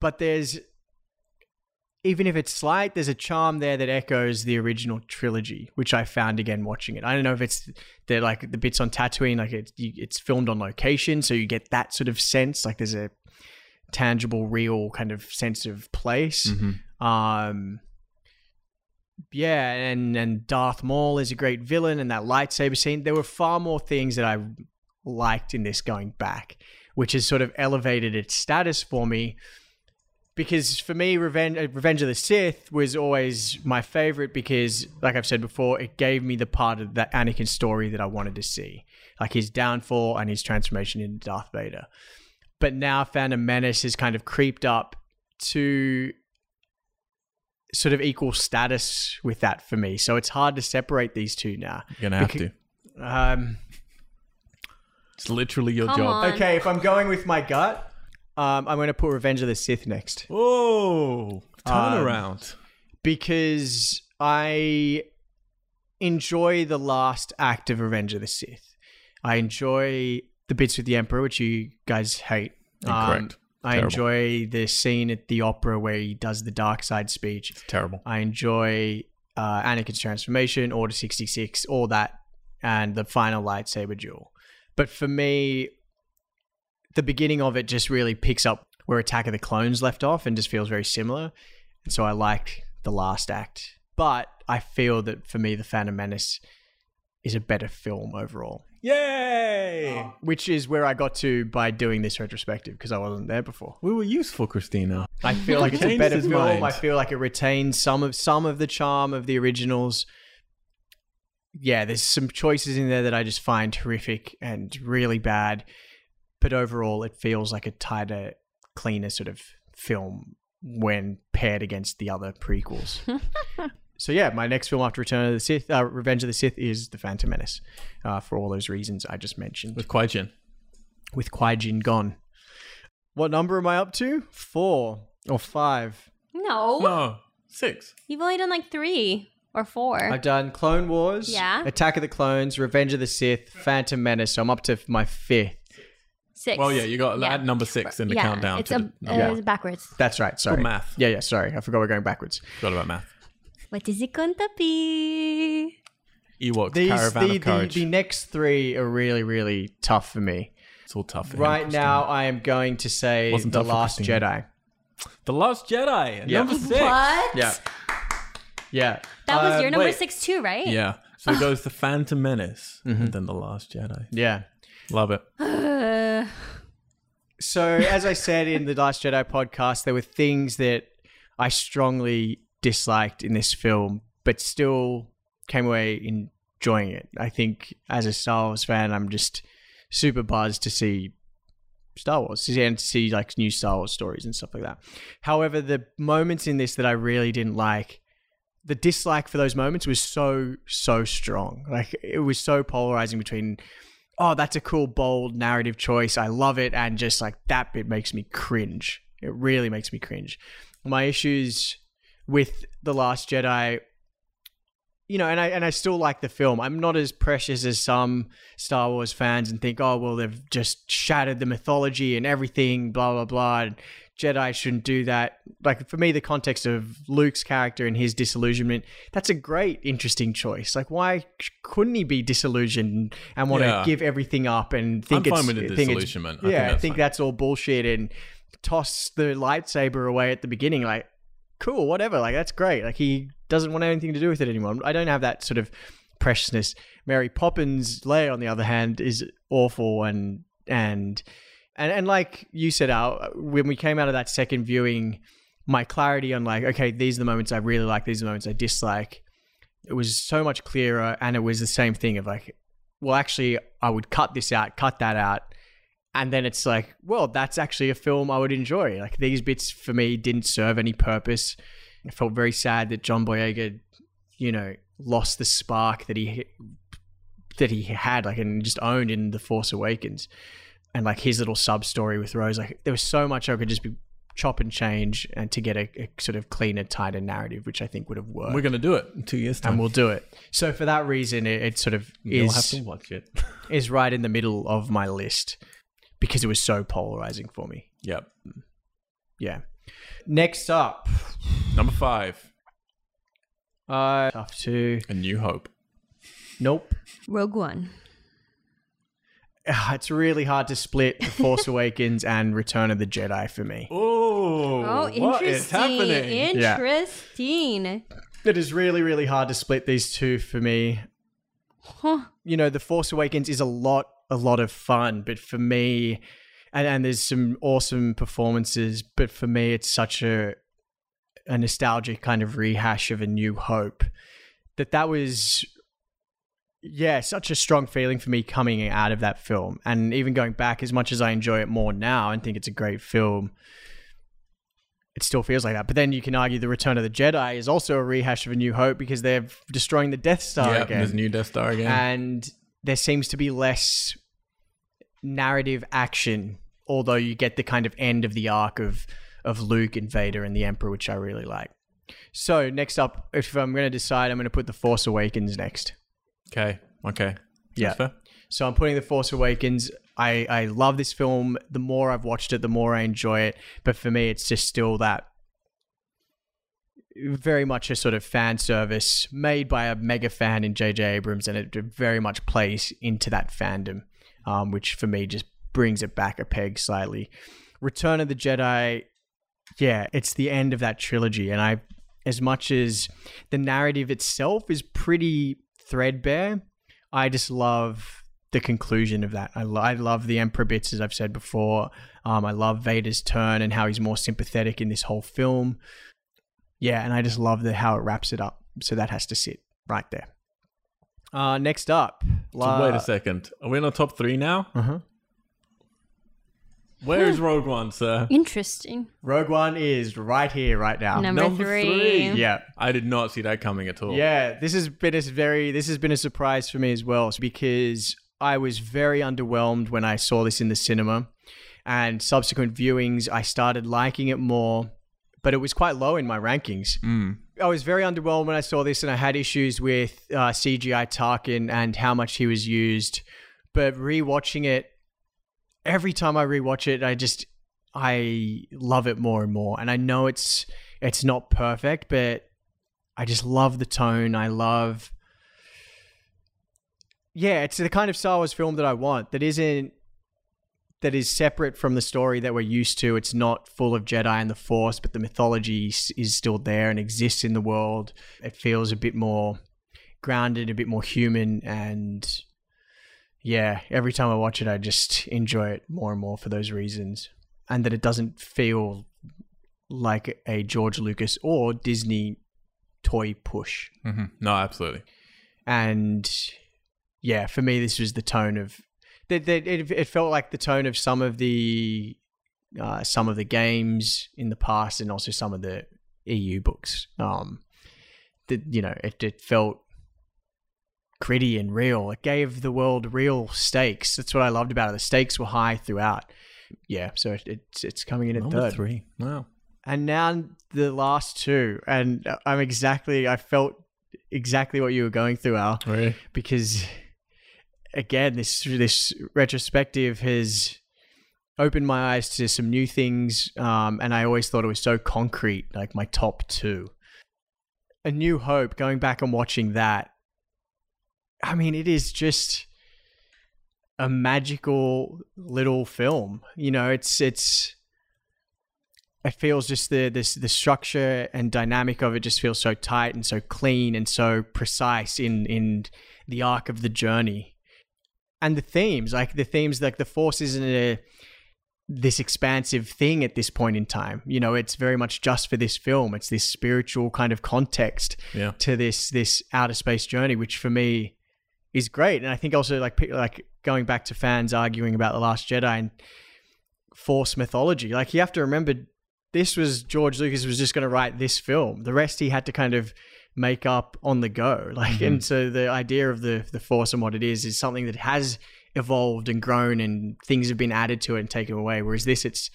But there's, even if it's slight, there's a charm there that echoes the original trilogy, which I found again watching it. I don't know if it's they're like the bits on Tatooine, like it's you, it's filmed on location, so you get that sort of sense. Like there's a tangible, real kind of sense of place. hmm Um, yeah, and and Darth Maul is a great villain, and that lightsaber scene. There were far more things that I liked in this going back, which has sort of elevated its status for me. Because for me, Revenge, uh, Revenge of the Sith was always my favorite because, like I've said before, it gave me the part of that Anakin story that I wanted to see, like his downfall and his transformation into Darth Vader. But now, Phantom Menace has kind of creeped up to sort of equal status with that for me. So it's hard to separate these two now. You're gonna have Becau- to. Um, It's literally your Come job. on. okay, if I'm going with my gut, um, I'm going to put Revenge of the Sith next Whoa! Um, Turnaround. because I enjoy the last act of Revenge of the Sith. I enjoy the bits with the Emperor, which you guys hate. Um, Incorrect. I Terrible. enjoy the scene at the opera where he does the dark side speech. Terrible. I enjoy uh, Anakin's transformation, Order 66, all that, and the final lightsaber duel. But for me, the beginning of it just really picks up where Attack of the Clones left off and just feels very similar. And so I like the last act. But I feel that for me, The Phantom Menace is a better film overall, Yay! which is where I got to by doing this retrospective because I wasn't there before. We were useful, Christina. I feel like it's a Changed better his film. mind. I feel like it retains some of some of the charm of the originals. Yeah, there's some choices in there that I just find horrific and really bad, but overall it feels like a tighter, cleaner sort of film when paired against the other prequels. so yeah, my next film after Return of the Sith, uh, Revenge of the Sith, is The Phantom Menace, uh, for all those reasons I just mentioned. With Kwai Jin. With Qui Jin gone, what number am I up to? Four or five? No. No. Six. You've only done like three or four. I've done Clone Wars, Yeah. Attack of the Clones, Revenge of the Sith, Phantom Menace. So I'm up to my fifth. six. Well, yeah, you got Yeah. add number six in the Yeah, countdown. It's, to a, the uh, number one. it's backwards. That's right. Sorry. Good math. Yeah, yeah. Sorry, I forgot we're going backwards. Forgot about math. What is it going to be? Ewoks, These Caravan of the, the, Courage. the next three are really really tough for me. it's all tough. for him, right Christina. now, I am going to say Wasn't the tough for Last Christina. Jedi. The Last Jedi. Yeah. Number six. What? Yeah. Yeah. That was Um, your number Uh, wait. six too, right? Yeah. So it goes the Phantom Menace Mm-hmm. and then the Last Jedi. Yeah. Love it. Uh, So, as I said in the Last Jedi podcast, there were things that I strongly disliked in this film, but still came away enjoying it. I think as a Star Wars fan, I'm just super buzzed to see Star Wars and to see like new Star Wars stories and stuff like that. However, the moments in this that I really didn't like, the dislike for those moments was so so strong. Like it was so polarizing between oh, that's a cool, bold narrative choice. I love it. And just like that bit makes me cringe. It really makes me cringe. My issues with The Last Jedi, you know, and I and I still like the film. I'm not as precious as some Star Wars fans and think, oh well, they've just shattered the mythology and everything, blah blah blah. And Jedi shouldn't do that. Like for me, the context of Luke's character and his disillusionment, that's a great, interesting choice. Like why couldn't he be disillusioned and want Yeah. to give everything up and think I'm fine it's with the think it's- disillusionment. I yeah, think I that's think fine. that's all bullshit and toss the lightsaber away at the beginning. Like cool, whatever. Like that's great. Like he doesn't want anything to do with it anymore. I don't have that sort of preciousness. Mary Poppins Leia, on the other hand, is awful and and and and like you said, Al, when we came out of that second viewing, my clarity on like, okay, these are the moments I really like, these are the moments I dislike. It was so much clearer, and it was the same thing of like, well, actually, I would cut this out, cut that out, and then it's like, well, that's actually a film I would enjoy. Like these bits for me didn't serve any purpose. I felt very sad that John Boyega, you know, lost the spark that he that he had, like, and just owned in The Force Awakens, and like his little sub story with Rose. Like there was so much I could just be chop and change and to get a, a sort of cleaner, tighter narrative, which I think would have worked. We're going to do it in two years' time. and we'll do it. So for that reason, it, it sort of You'll is have to watch it. is right in the middle of my list because it was so polarizing for me. yep. Yeah. Next up, Number five, uh, tough to A New Hope. nope. Rogue One. Ah, It's really hard to split The Force Awakens and Return of the Jedi for me. Oh, Oh, what is interesting. happening? Yeah. Interesting. It is really, really hard to split these two for me. Huh. You know, The Force Awakens is a lot, a lot of fun, but for me, and, and there's some awesome performances, but for me, it's such a a nostalgic kind of rehash of A New Hope. That that was, yeah, such a strong feeling for me coming out of that film, and even going back, as much as I enjoy it more now and think it's a great film, it still feels like that. But then you can argue the Return of the Jedi is also a rehash of A New Hope because they're destroying the Death Star Yep, again, there's New Death Star again. and there seems to be less narrative action. Although you get the kind of end of the arc of of Luke and Vader and the Emperor, which I really like. So next up, if I'm going to decide, I'm going to put the Force Awakens next. okay, okay. Yeah. That's fair. So I'm putting The Force Awakens. I, I love this film. The more I've watched it, the more I enjoy it. But for me, it's just still that very much a sort of fan service made by a mega fan in J.J. Abrams, and it very much plays into that fandom, um, which for me just brings it back a peg slightly. Return of the Jedi, yeah, it's the end of that trilogy, and I, as much as the narrative itself is pretty threadbare, I just love the conclusion of that. I, lo- I love the Emperor bits, as I've said before. Um, I love Vader's turn and how he's more sympathetic in this whole film. Yeah, and I just love the how it wraps it up. So that has to sit right there. Uh, next up, uh, so wait a second. Are we in our top three now? Uh-huh. Where is Rogue One, sir? Interesting. Rogue One is right here, right now. Number, number three. three. Yeah, I did not see that coming at all. Yeah, this has been a very this has been a surprise for me as well because I was very underwhelmed when I saw this in the cinema, and subsequent viewings I started liking it more, but it was quite low in my rankings. Mm. I was very underwhelmed when I saw this, and I had issues with uh, CGI Tarkin and how much he was used. But rewatching it, every time I rewatch it, I just I love it more and more. And I know it's it's not perfect, but I just love the tone. I love, yeah, it's the kind of Star Wars film that I want. That isn't that is separate from the story that we're used to. It's not full of Jedi and the Force, but the mythology s- is still there and exists in the world. It feels a bit more grounded, a bit more human, and yeah, every time I watch it, I just enjoy it more and more for those reasons, and that it doesn't feel like a George Lucas or Disney toy push hmm No, absolutely. and yeah, for me, this was the tone of that. that- It, it felt like the tone of some of the uh, some of the games in the past, and also some of the EU books. Um, that you know, it, it felt gritty and real. It gave the world real stakes. That's what I loved about it. The stakes were high throughout. Yeah, so it, it's it's coming in at Number third three. Wow. and now the last two and uh, i'm exactly i felt exactly what you were going through al Really? because again this this retrospective has opened my eyes to some new things um, and i always thought it was so concrete like my top two a new hope going back and watching that i mean it is just a magical little film you know it's it's it feels just the this the structure and dynamic of it just feels so tight and so clean and so precise in in the arc of the journey and the themes like the themes like the force isn't a this expansive thing at this point in time you know it's very much just for this film it's this spiritual kind of context Yeah. to this this outer space journey which for me is great and i think also like pe- like going back to fans arguing about the last jedi and force mythology like you have to remember this was george lucas was just going to write this film the rest he had to kind of make up on the go like and so the idea of the the force and what it is is something that has evolved and grown and things have been added to it and taken away whereas this it's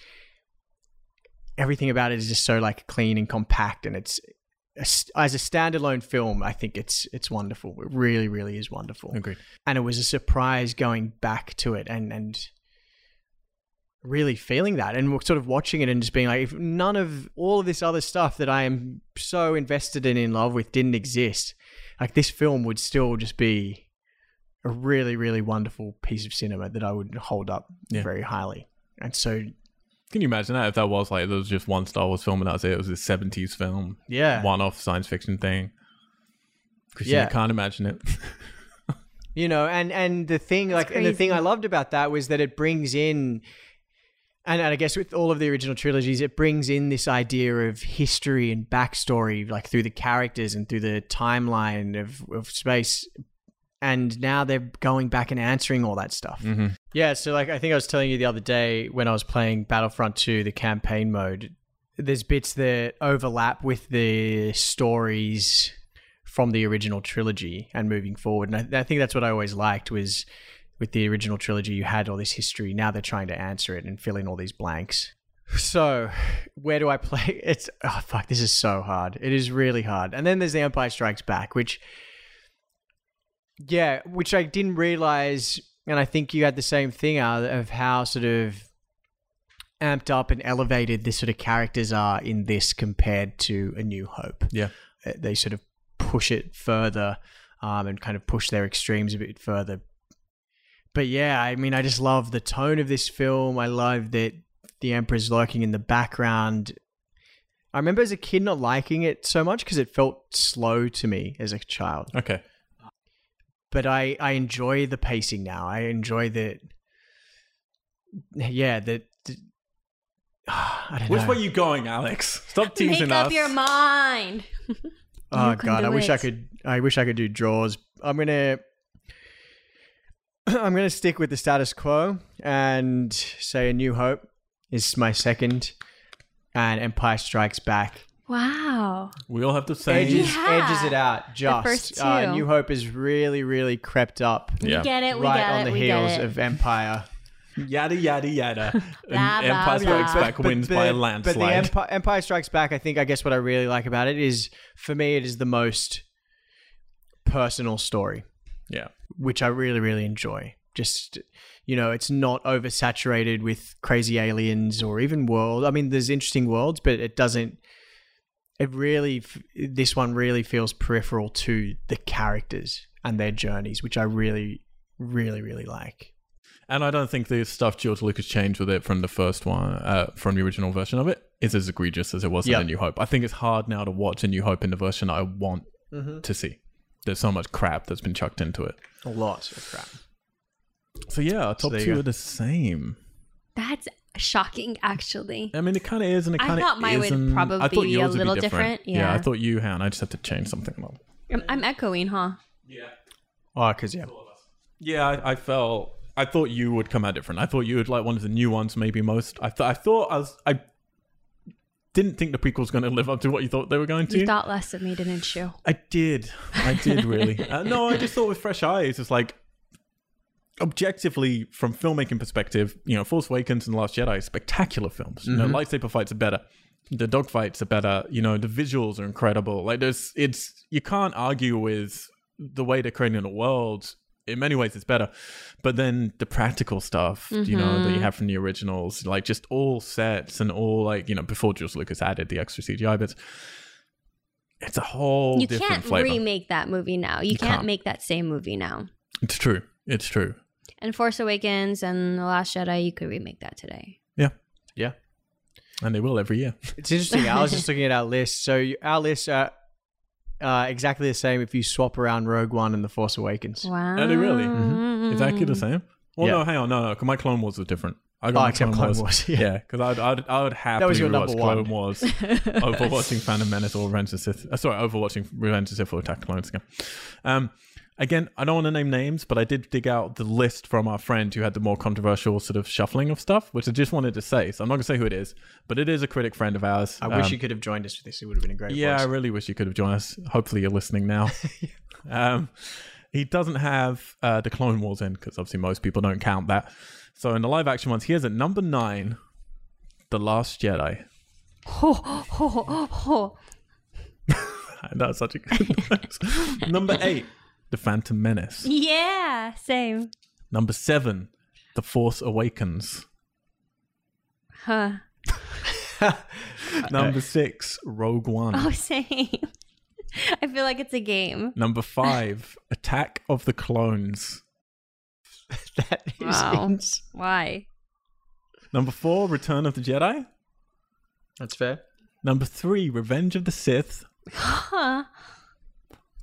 everything about it is just so like clean and compact and it's as a standalone film i think it's it's wonderful it really really is wonderful Agreed. and it was a surprise going back to it and and really feeling that and sort of watching it and just being like if none of all of this other stuff that i am so invested in in love with didn't exist like this film would still just be a really really wonderful piece of cinema that i would hold up Yeah. very highly and so Can you imagine that if that was like there was just one Star Wars film and that's it? It was a seventies film, yeah one-off science fiction thing. Christina Yeah. can't imagine it. you know and and the thing like and the crazy. thing i loved about that was that it brings in and, and i guess with all of the original trilogies it brings in this idea of history and backstory like through the characters and through the timeline of, of space and now they're going back and answering all that stuff Mhm. yeah, so like I think I was telling you the other day when I was playing Battlefront 2, the campaign mode, there's bits that overlap with the stories from the original trilogy and moving forward. And I, I think that's what I always liked was with the original trilogy, you had all this history. Now they're trying to answer it and fill in all these blanks. So, where do I play? It's oh fuck, this is so hard. It is really hard. And then there's The Empire Strikes Back, which yeah, which I didn't realize, and I think you had the same thing Al, of how sort of amped up and elevated the sort of characters are in this compared to A New Hope. Yeah. Uh, they sort of push it further um, and kind of push their extremes a bit further. But yeah, I mean, I just love the tone of this film. I love that the Emperor's lurking in the background. I remember as a kid not liking it so much because it felt slow to me as a child Okay. but I I enjoy the pacing now. I enjoy the yeah the, the I don't Which know. way you going, Alex? Stop teasing Make us. up your mind. oh You can god, I do wish I it. could I wish I could do draws. I'm gonna I'm gonna stick with the status quo and say A New Hope is my second, and Empire Strikes Back Wow. we all have the same. edges Yeah. edges it out just. first Uh, two. New Hope is really really crept up Yeah. We get it. We right get on it. the we heels get it. of Empire. Yada yada yada. Blah, and Empire blah, Strikes blah. Back wins the- by a But the landslide. Empire, Empire Strikes Back, I think, I guess what I really like about it is, for me, it is the most personal story, yeah. which I really, really enjoy. Just, you know, it's not oversaturated with crazy aliens or even world. I mean, there's interesting worlds, but it doesn't. It really, f- this one really feels peripheral to the characters and their journeys, which I really, really, really like. And I don't think the stuff George Lucas changed with it from the first one, uh, from the original version of it, is as egregious as it was Yeah. in A New Hope. I think it's hard now to watch A New Hope in the version I want to see. There's so much crap that's been chucked into it. A lot of crap. So yeah, our top there you two go. are the same. That's shocking, actually. I mean, it kind of is, and it I kind of thought mine would probably I thought be a yours would little be different. different, yeah, I yeah. thought you, Han. I just had to change something. Well, I'm, I'm echoing, huh? Oh, because, yeah. Yeah, I, I felt. I thought you would come out different. I thought you would like one of the new ones, maybe most. I thought. I thought I was. I didn't think the prequel was going to live up to what you thought they were going to. You thought less of me, didn't you? I did. I did really. uh, no, I just thought with fresh eyes, it's like objectively from filmmaking perspective, you know, Force Awakens and The Last Jedi, spectacular films. You Mm-hmm. know, lightsaber fights are better. The dog fights are better. You know, the visuals are incredible. Like there's, it's you can't argue with the way they're creating the world. In many ways, it's better, but then the practical stuff, you know, Mm-hmm. that you have from the originals, like just all sets and all like you know, before George Lucas added the extra CGI bits, it's a whole you different can't flavor. remake that movie now. You, can't, can't. make that same movie now. It's true. It's true. And Force Awakens and The Last Jedi, you could remake that today. Yeah. Yeah. and they will every year. It's interesting. I was just looking at our list. So you- our lists are uh, exactly the same if you swap around Rogue One and The Force Awakens. Wow. Are they really? Mm-hmm. Exactly the same. Well, Mm. Yeah. no, hang on, no, no. 'cause my Clone Wars was different. I Oh, my except Clone Wars, yeah. Yeah, because I'd, I'd, I'd happily was your rewatch number Clone one. Wars over watching Phantom Menace or Revenge of the Sith. Uh, sorry, over watching Revenge of the Sith or Attack of the Clones. Again. Um, again, I don't want to name names, but I did dig out the list from our friend who had the more controversial sort of shuffling of stuff, which I just wanted to say. So I'm not going to say who it is, but it is a critic friend of ours. I wish you could have joined us for this. It would have been a great Yeah, I voice. really wish you could have joined us. Hopefully, you're listening now. um, he doesn't have uh, the Clone Wars in because obviously most people don't count that. So in the live action ones, he is at number nine, The Last Jedi. Ho, ho, ho, ho. That's such a good number eight, The Phantom Menace. Yeah, same. Number seven, The Force Awakens. Huh. Number six, Rogue One. Oh, same. I feel like it's a game. Number five, Attack of the Clones. that is Wow. ins- Why? Number four, Return of the Jedi. That's fair. Number three, Revenge of the Sith. Huh.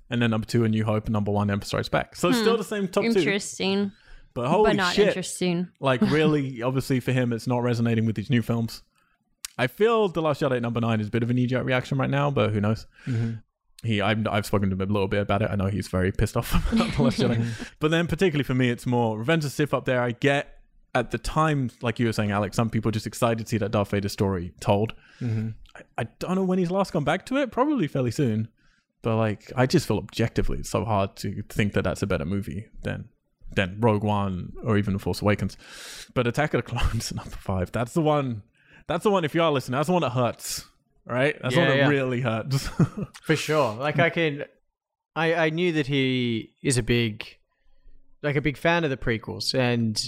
and then number two, A New Hope, and number one, Empire Strikes Back. So it's still the same top two, Interesting, but holy Hmm. but not shit! interesting. Like really, obviously for him, it's not resonating with these new films. I feel The Last Jedi at number nine is a bit of an knee-jerk reaction right now, but who knows? He, I've, I've spoken to him a little bit about it. I know he's very pissed off about The Last Jedi, but then particularly for me, it's more Revenge of the Sith up there. I get at the time, like you were saying, Alex, some people just excited to see that Darth Vader story told. Mm-hmm. I, I don't know when he's last gone back to it. Probably fairly soon. But like, I just feel objectively it's so hard to think that that's a better movie than than Rogue One or even The Force Awakens. But Attack of the Clones at number five. That's the one. That's the one. If you are listening, that's the one that hurts. Right? That's the Yeah, one that yeah. really hurts. For sure. Like I can I I knew that he is a big like a big fan of the prequels and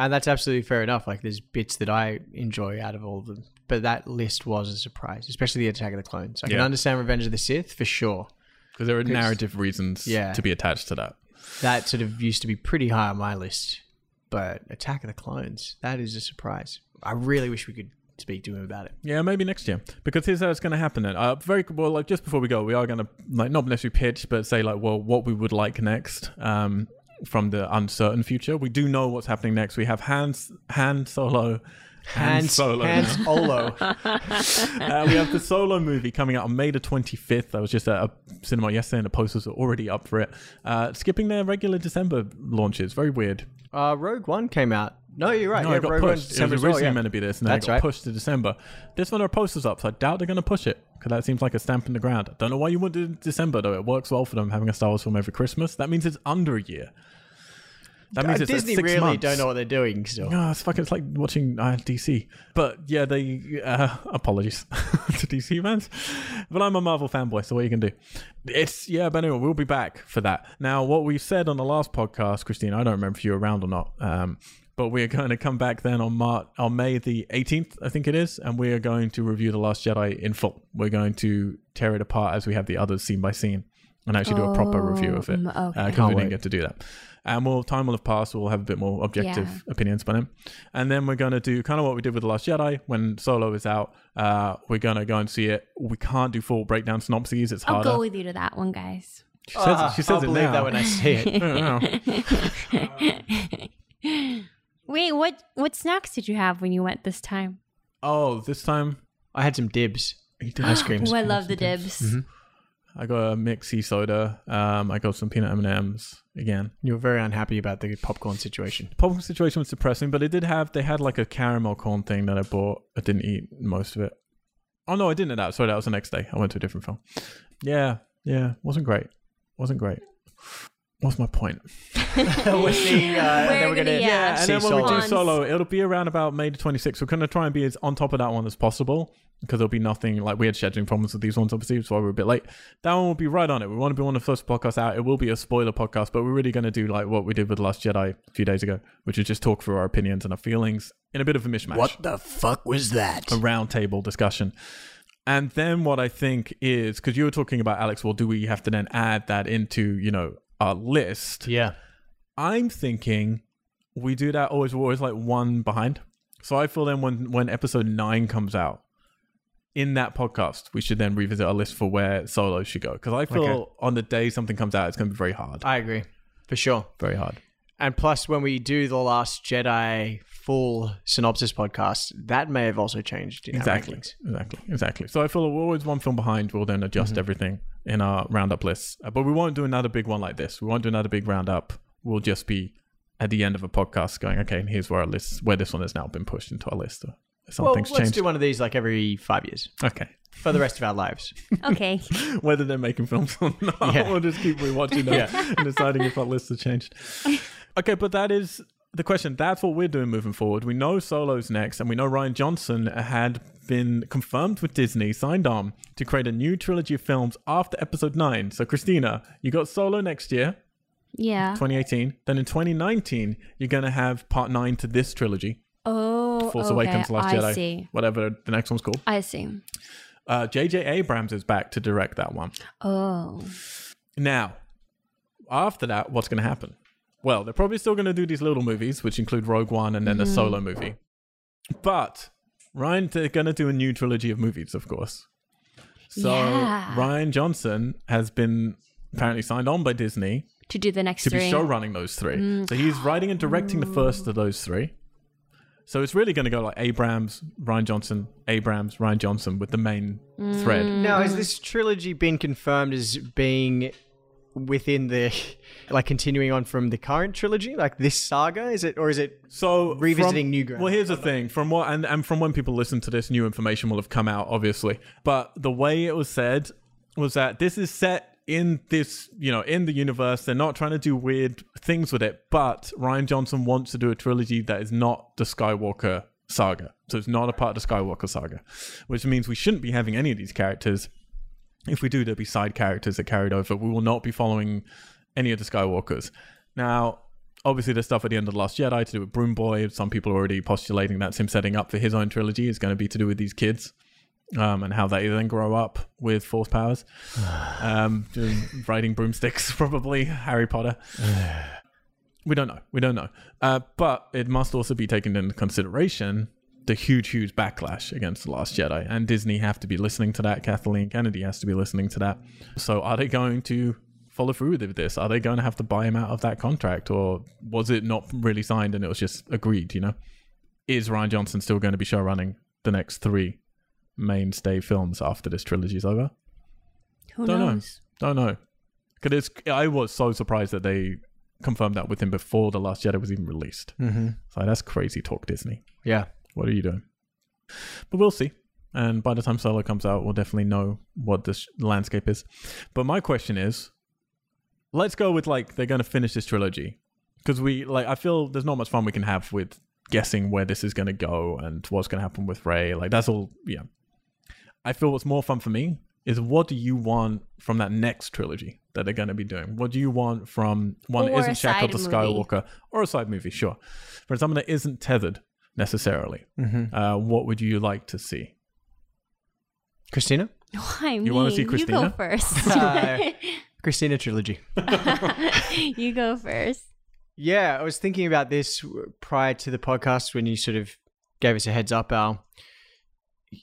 and that's absolutely fair enough. Like there's bits that I enjoy out of all of them. But that list was a surprise, especially the Attack of the Clones. I can Yeah. understand Revenge of the Sith for sure. Because there are narrative reasons Yeah. to be attached to that. That sort of used to be pretty high on my list. But Attack of the Clones, that is a surprise. I really wish we could speak to him about it. Yeah, maybe next year. Because here's how it's going to happen then. Uh, very well, like just before we go, we are going to like not necessarily pitch, but say like, well, what we would like next um, from the uncertain future. We do know what's happening next. We have hands, hand solo, hand, Hans- solo. Hans Olo. uh, we have the solo movie coming out on May the 25th. I was just at a cinema yesterday, and the posters are already up for it. Uh, skipping their regular December launches. Very weird. Uh, Rogue One came out. No, you're right. No, yeah, it got Rogue pushed. It December was as well, originally yeah. meant to be this, and then it That's got right. pushed to December. This one, our poster's up, so I doubt they're going to push it because that seems like a stamp in the ground. I don't know why you wouldn't do it in December, though. It works well for them having a Star Wars film every Christmas. That means it's under a year. That means Uh, it's at Disney six really months. don't know what they're doing. So Oh, it's fucking. It's like watching uh, DC. But yeah, they uh, apologies to DC fans, but I'm a Marvel fanboy, so what you can do? It's yeah. But anyway, we'll be back for that. Now, what we said on the last podcast, Christine, I don't remember if you were around or not. Um, but we're going to come back then on Mar- on May the 18th, I think it is, and we are going to review the Last Jedi in full. We're going to tear it apart as we have the others scene by scene, and actually do a proper review of it Oh, mm, okay. because Um, Can't we didn't wait. get to do that. And we'll time will have passed. We'll have a bit more objective opinions by then. And then we're gonna do kind of what we did with the Last Jedi when Solo is out. Uh, we're gonna go and see it. We can't do full breakdown synopses. It's I'll harder. go with you to that one, guys. she says, Ah, she says I'll it believe now. that when I see it. I don't know. Wait, what what snacks did you have when you went this time? oh, this time I had some dibs. he did Ice cream. Oh, I love the dibs. Mm-hmm. I got a mixy soda. Um, I got some peanut M and M's again. You were very unhappy about the popcorn situation. Popcorn situation was depressing, but it did have they had like a caramel corn thing that I bought. I didn't eat most of it. Oh no, I didn't eat that. Sorry, that was the next day. I went to a different film. Yeah, yeah, wasn't great. Wasn't great. What's my point? We're we're gonna- gonna- yeah. Yeah, and See then when we do Once. solo, it'll be around about May the 26th. We're going to try and be as on top of that one as possible because there'll be nothing like we had scheduling problems with these ones, obviously, that's why we're a bit late. That one will be right on it. We want to be one of the first podcasts out. It will be a spoiler podcast, but we're really going to do like what we did with Last Jedi a few days ago, which is just talk through our opinions and our feelings in a bit of a mishmash the fuck was that? a roundtable discussion. And then what I think is because you were talking about Alex, well, do we have to then add that into you know our list? Yeah. I'm thinking we do that always. We're always like one behind. So I feel then when when episode nine comes out, in that podcast, we should then revisit our list for where Solo should go. Because I feel Okay. on the day something comes out, it's going to be very hard. I agree, for sure. Very hard. And plus, when we do the Last Jedi full synopsis podcast, that may have also changed. In our Exactly. rankings. Exactly. Exactly. So I feel we're always one film behind. We'll then adjust Mm-hmm. everything in our roundup lists. Uh, But we won't do another big one like this. We won't do another big roundup. We'll just be at the end of a podcast going, okay, and here's where our list, where this one has now been pushed into our list. Or Well, something's let's changed. do one of these like every five years okay. for the rest of our lives. Okay. Whether they're making films or not, Yeah. we'll just keep rewatching them and deciding if our lists have changed. Okay, but that is the question. That's what we're doing moving forward. We know Solo's next, and we know Ryan Johnson had been confirmed with Disney, signed on to create a new trilogy of films after episode nine. So, Christina, you got Solo next year, Yeah. 2018. Then in 2019, you're going to have part nine to this trilogy Oh, Force okay. Awakens, Last I Jedi, see. whatever the next one's called. I see. Uh, J.J. Abrams is back to direct that one. Oh. Now, after that, what's going to happen? Well, they're probably still going to do these little movies, which include Rogue One and then the Mm. solo movie. But Ryan, they're going to do a new trilogy of movies, of course. So Yeah. Ryan Johnson has been apparently signed on by Disney To do the next to three. Mm. be show running those three. So he's writing and directing the first of those three. So it's really going to go like Abrams, Ryan Johnson, Abrams, Ryan Johnson with the main Mm. thread. Now, has this trilogy been confirmed as being within the, like, continuing on from the current trilogy, like this saga? Is it, or is it? So Revisiting from- new ground. Well, here's the thing: from what and, and from when people listen to this, new information will have come out, obviously. But the way it was said was that this is set in this, you know, in the universe. They're not trying to do weird things with it. But Ryan Johnson wants to do a trilogy that is not the Skywalker saga, so it's not a part of the Skywalker saga, which means we shouldn't be having any of these characters. If we do, there'll be side characters that carried over. We will not be following any of the Skywalkers. Now, obviously, there's stuff at the end of The Last Jedi to do with Broom Boy. Some people are already postulating that's him setting up for his own trilogy. It's going to be to do with these kids um, and how they then grow up with Force powers, um, doing- riding broomsticks, probably Harry Potter. we don't know. We don't know. Uh, but it must also be taken into consideration. The huge, huge backlash against The Last Jedi. And Disney have to be listening to that. Kathleen Kennedy has to be listening to that. So are they going to follow through with this? Are they going to have to buy him out of that contract, or was it not really signed and it was just agreed? You know, is Ryan Johnson still going to be show running the next three mainstay films after this trilogy's over? Who Don't know. knows? Don't know. Because I was so surprised that they confirmed that with him before the Last Jedi was even released. Mm-hmm. So that's crazy talk, Disney. Yeah. What are you doing? But we'll see. And by the time Solo comes out, we'll definitely know what this landscape is. But my question is, let's go with like they're going to finish this trilogy because we like I feel there's not much fun we can have with guessing where this is going to go and what's going to happen with Ray. Like that's all. Yeah, I feel what's more fun for me is what do you want from that next trilogy that they're going to be doing? What do you want from one Or that a isn't shackled to side movie. Skywalker or a side movie? Sure, for someone that isn't tethered necessarily. Uh, what would you like to see? Christina? Why me? You wanna see You Christina? go first. Uh, Christina trilogy. you go first. Yeah, I was thinking about this w- prior to the podcast when you sort of gave us a heads up, Al.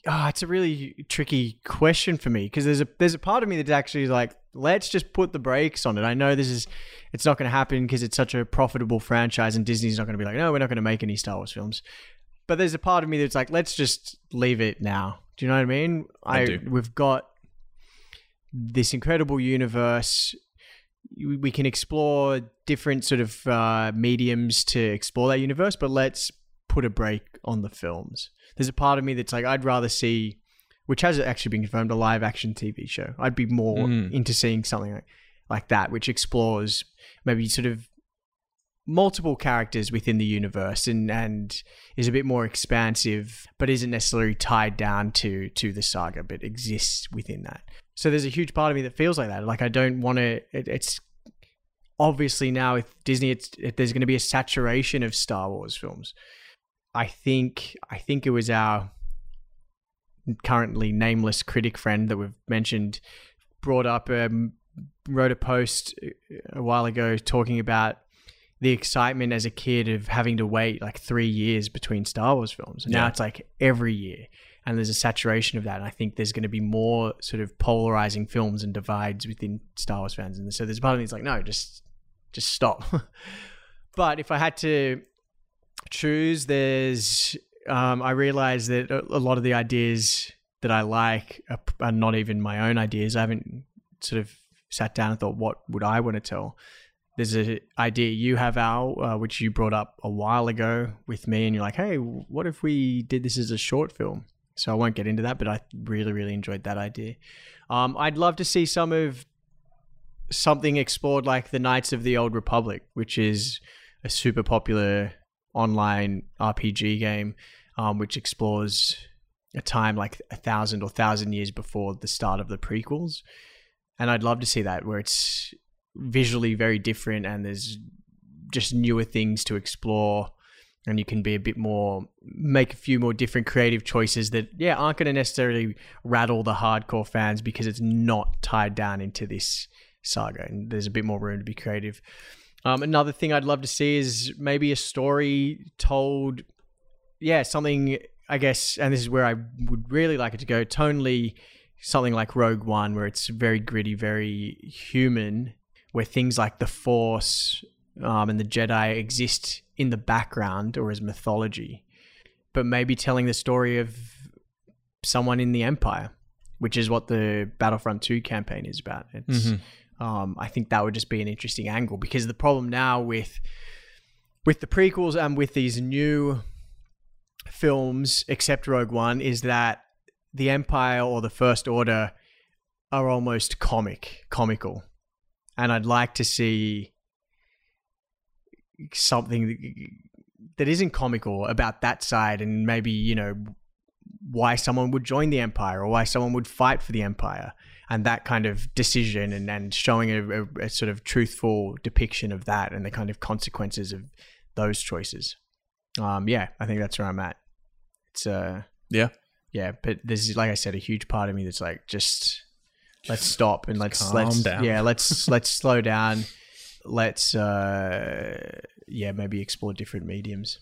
Ah, it's a really tricky question for me because there's a there's a part of me that's actually like, let's just put the brakes on it. I know this is it's not going to happen because it's such a profitable franchise, and Disney's not going to be like, no, we're not going to make any Star Wars films. But there's a part of me that's like, let's just leave it now. Do you know what I mean? I do. We've got this incredible universe we we can explore different sort of uh, mediums to explore that universe, but let's put a break on the films. There's a part of me that's like, I'd rather see, which has actually been confirmed, a live action TV show. I'd be more Mm. into seeing something like, like that, which explores maybe sort of multiple characters within the universe and, and is a bit more expansive, but isn't necessarily tied down to to the saga, but exists within that. So there's a huge part of me that feels like that. Like I don't want to. It, it's obviously now with Disney, it's it, there's going to be a saturation of Star Wars films. I think I think it was our currently nameless critic friend that we've mentioned brought up um, wrote a post a while ago talking about the excitement as a kid of having to wait like three years between Star Wars films. And now Yeah. it's like every year. And there's a saturation of that. And I think there's going to be more sort of polarizing films and divides within Star Wars fans. And so there's part of me that's like, no, just just stop. but if I had to choose, there's um, I realize that a a lot of the ideas that I like are, are not even my own ideas. I haven't sort of sat down and thought, what would I want to tell? There's a idea you have, Al, uh, which you brought up a while ago with me, and you're like, hey, what if we did this as a short film? So I won't get into that, but I really, really enjoyed that idea. Um, I'd love to see some of something explored like the Knights of the Old Republic, which is a super popular online RPG game, um, which explores a time like a thousand or thousand years before the start of the prequels. And I'd love to see that where it's visually very different and there's just newer things to explore and you can be a bit more make a few more different creative choices that yeah aren't going to necessarily rattle the hardcore fans because it's not tied down into this saga and there's a bit more room to be creative um, another thing i'd love to see is maybe a story told yeah something i guess and this is where i would really like it to go tonally something like rogue one where it's very gritty very human where things like the force um, and the Jedi exist in the background or as mythology, but maybe telling the story of someone in the Empire, which is what the Battlefront 2 campaign is about. It's, Mm-hmm. um, I think that would just be an interesting angle because the problem now with with the prequels and with these new films, except Rogue One, is that the Empire or the First Order are almost comic, comical, and I'd like to see something that- that isn't comical about that side and maybe you know why someone would join the empire or why someone would fight for the empire and that kind of decision and, and showing a, a, a sort of truthful depiction of that and the kind of consequences of those choices um yeah i think that's where i'm at it's uh Yeah. yeah but this is like i said a huge part of me that's like just let's stop and let's calm let's down. yeah let's let's slow down let's uh yeah maybe explore different mediums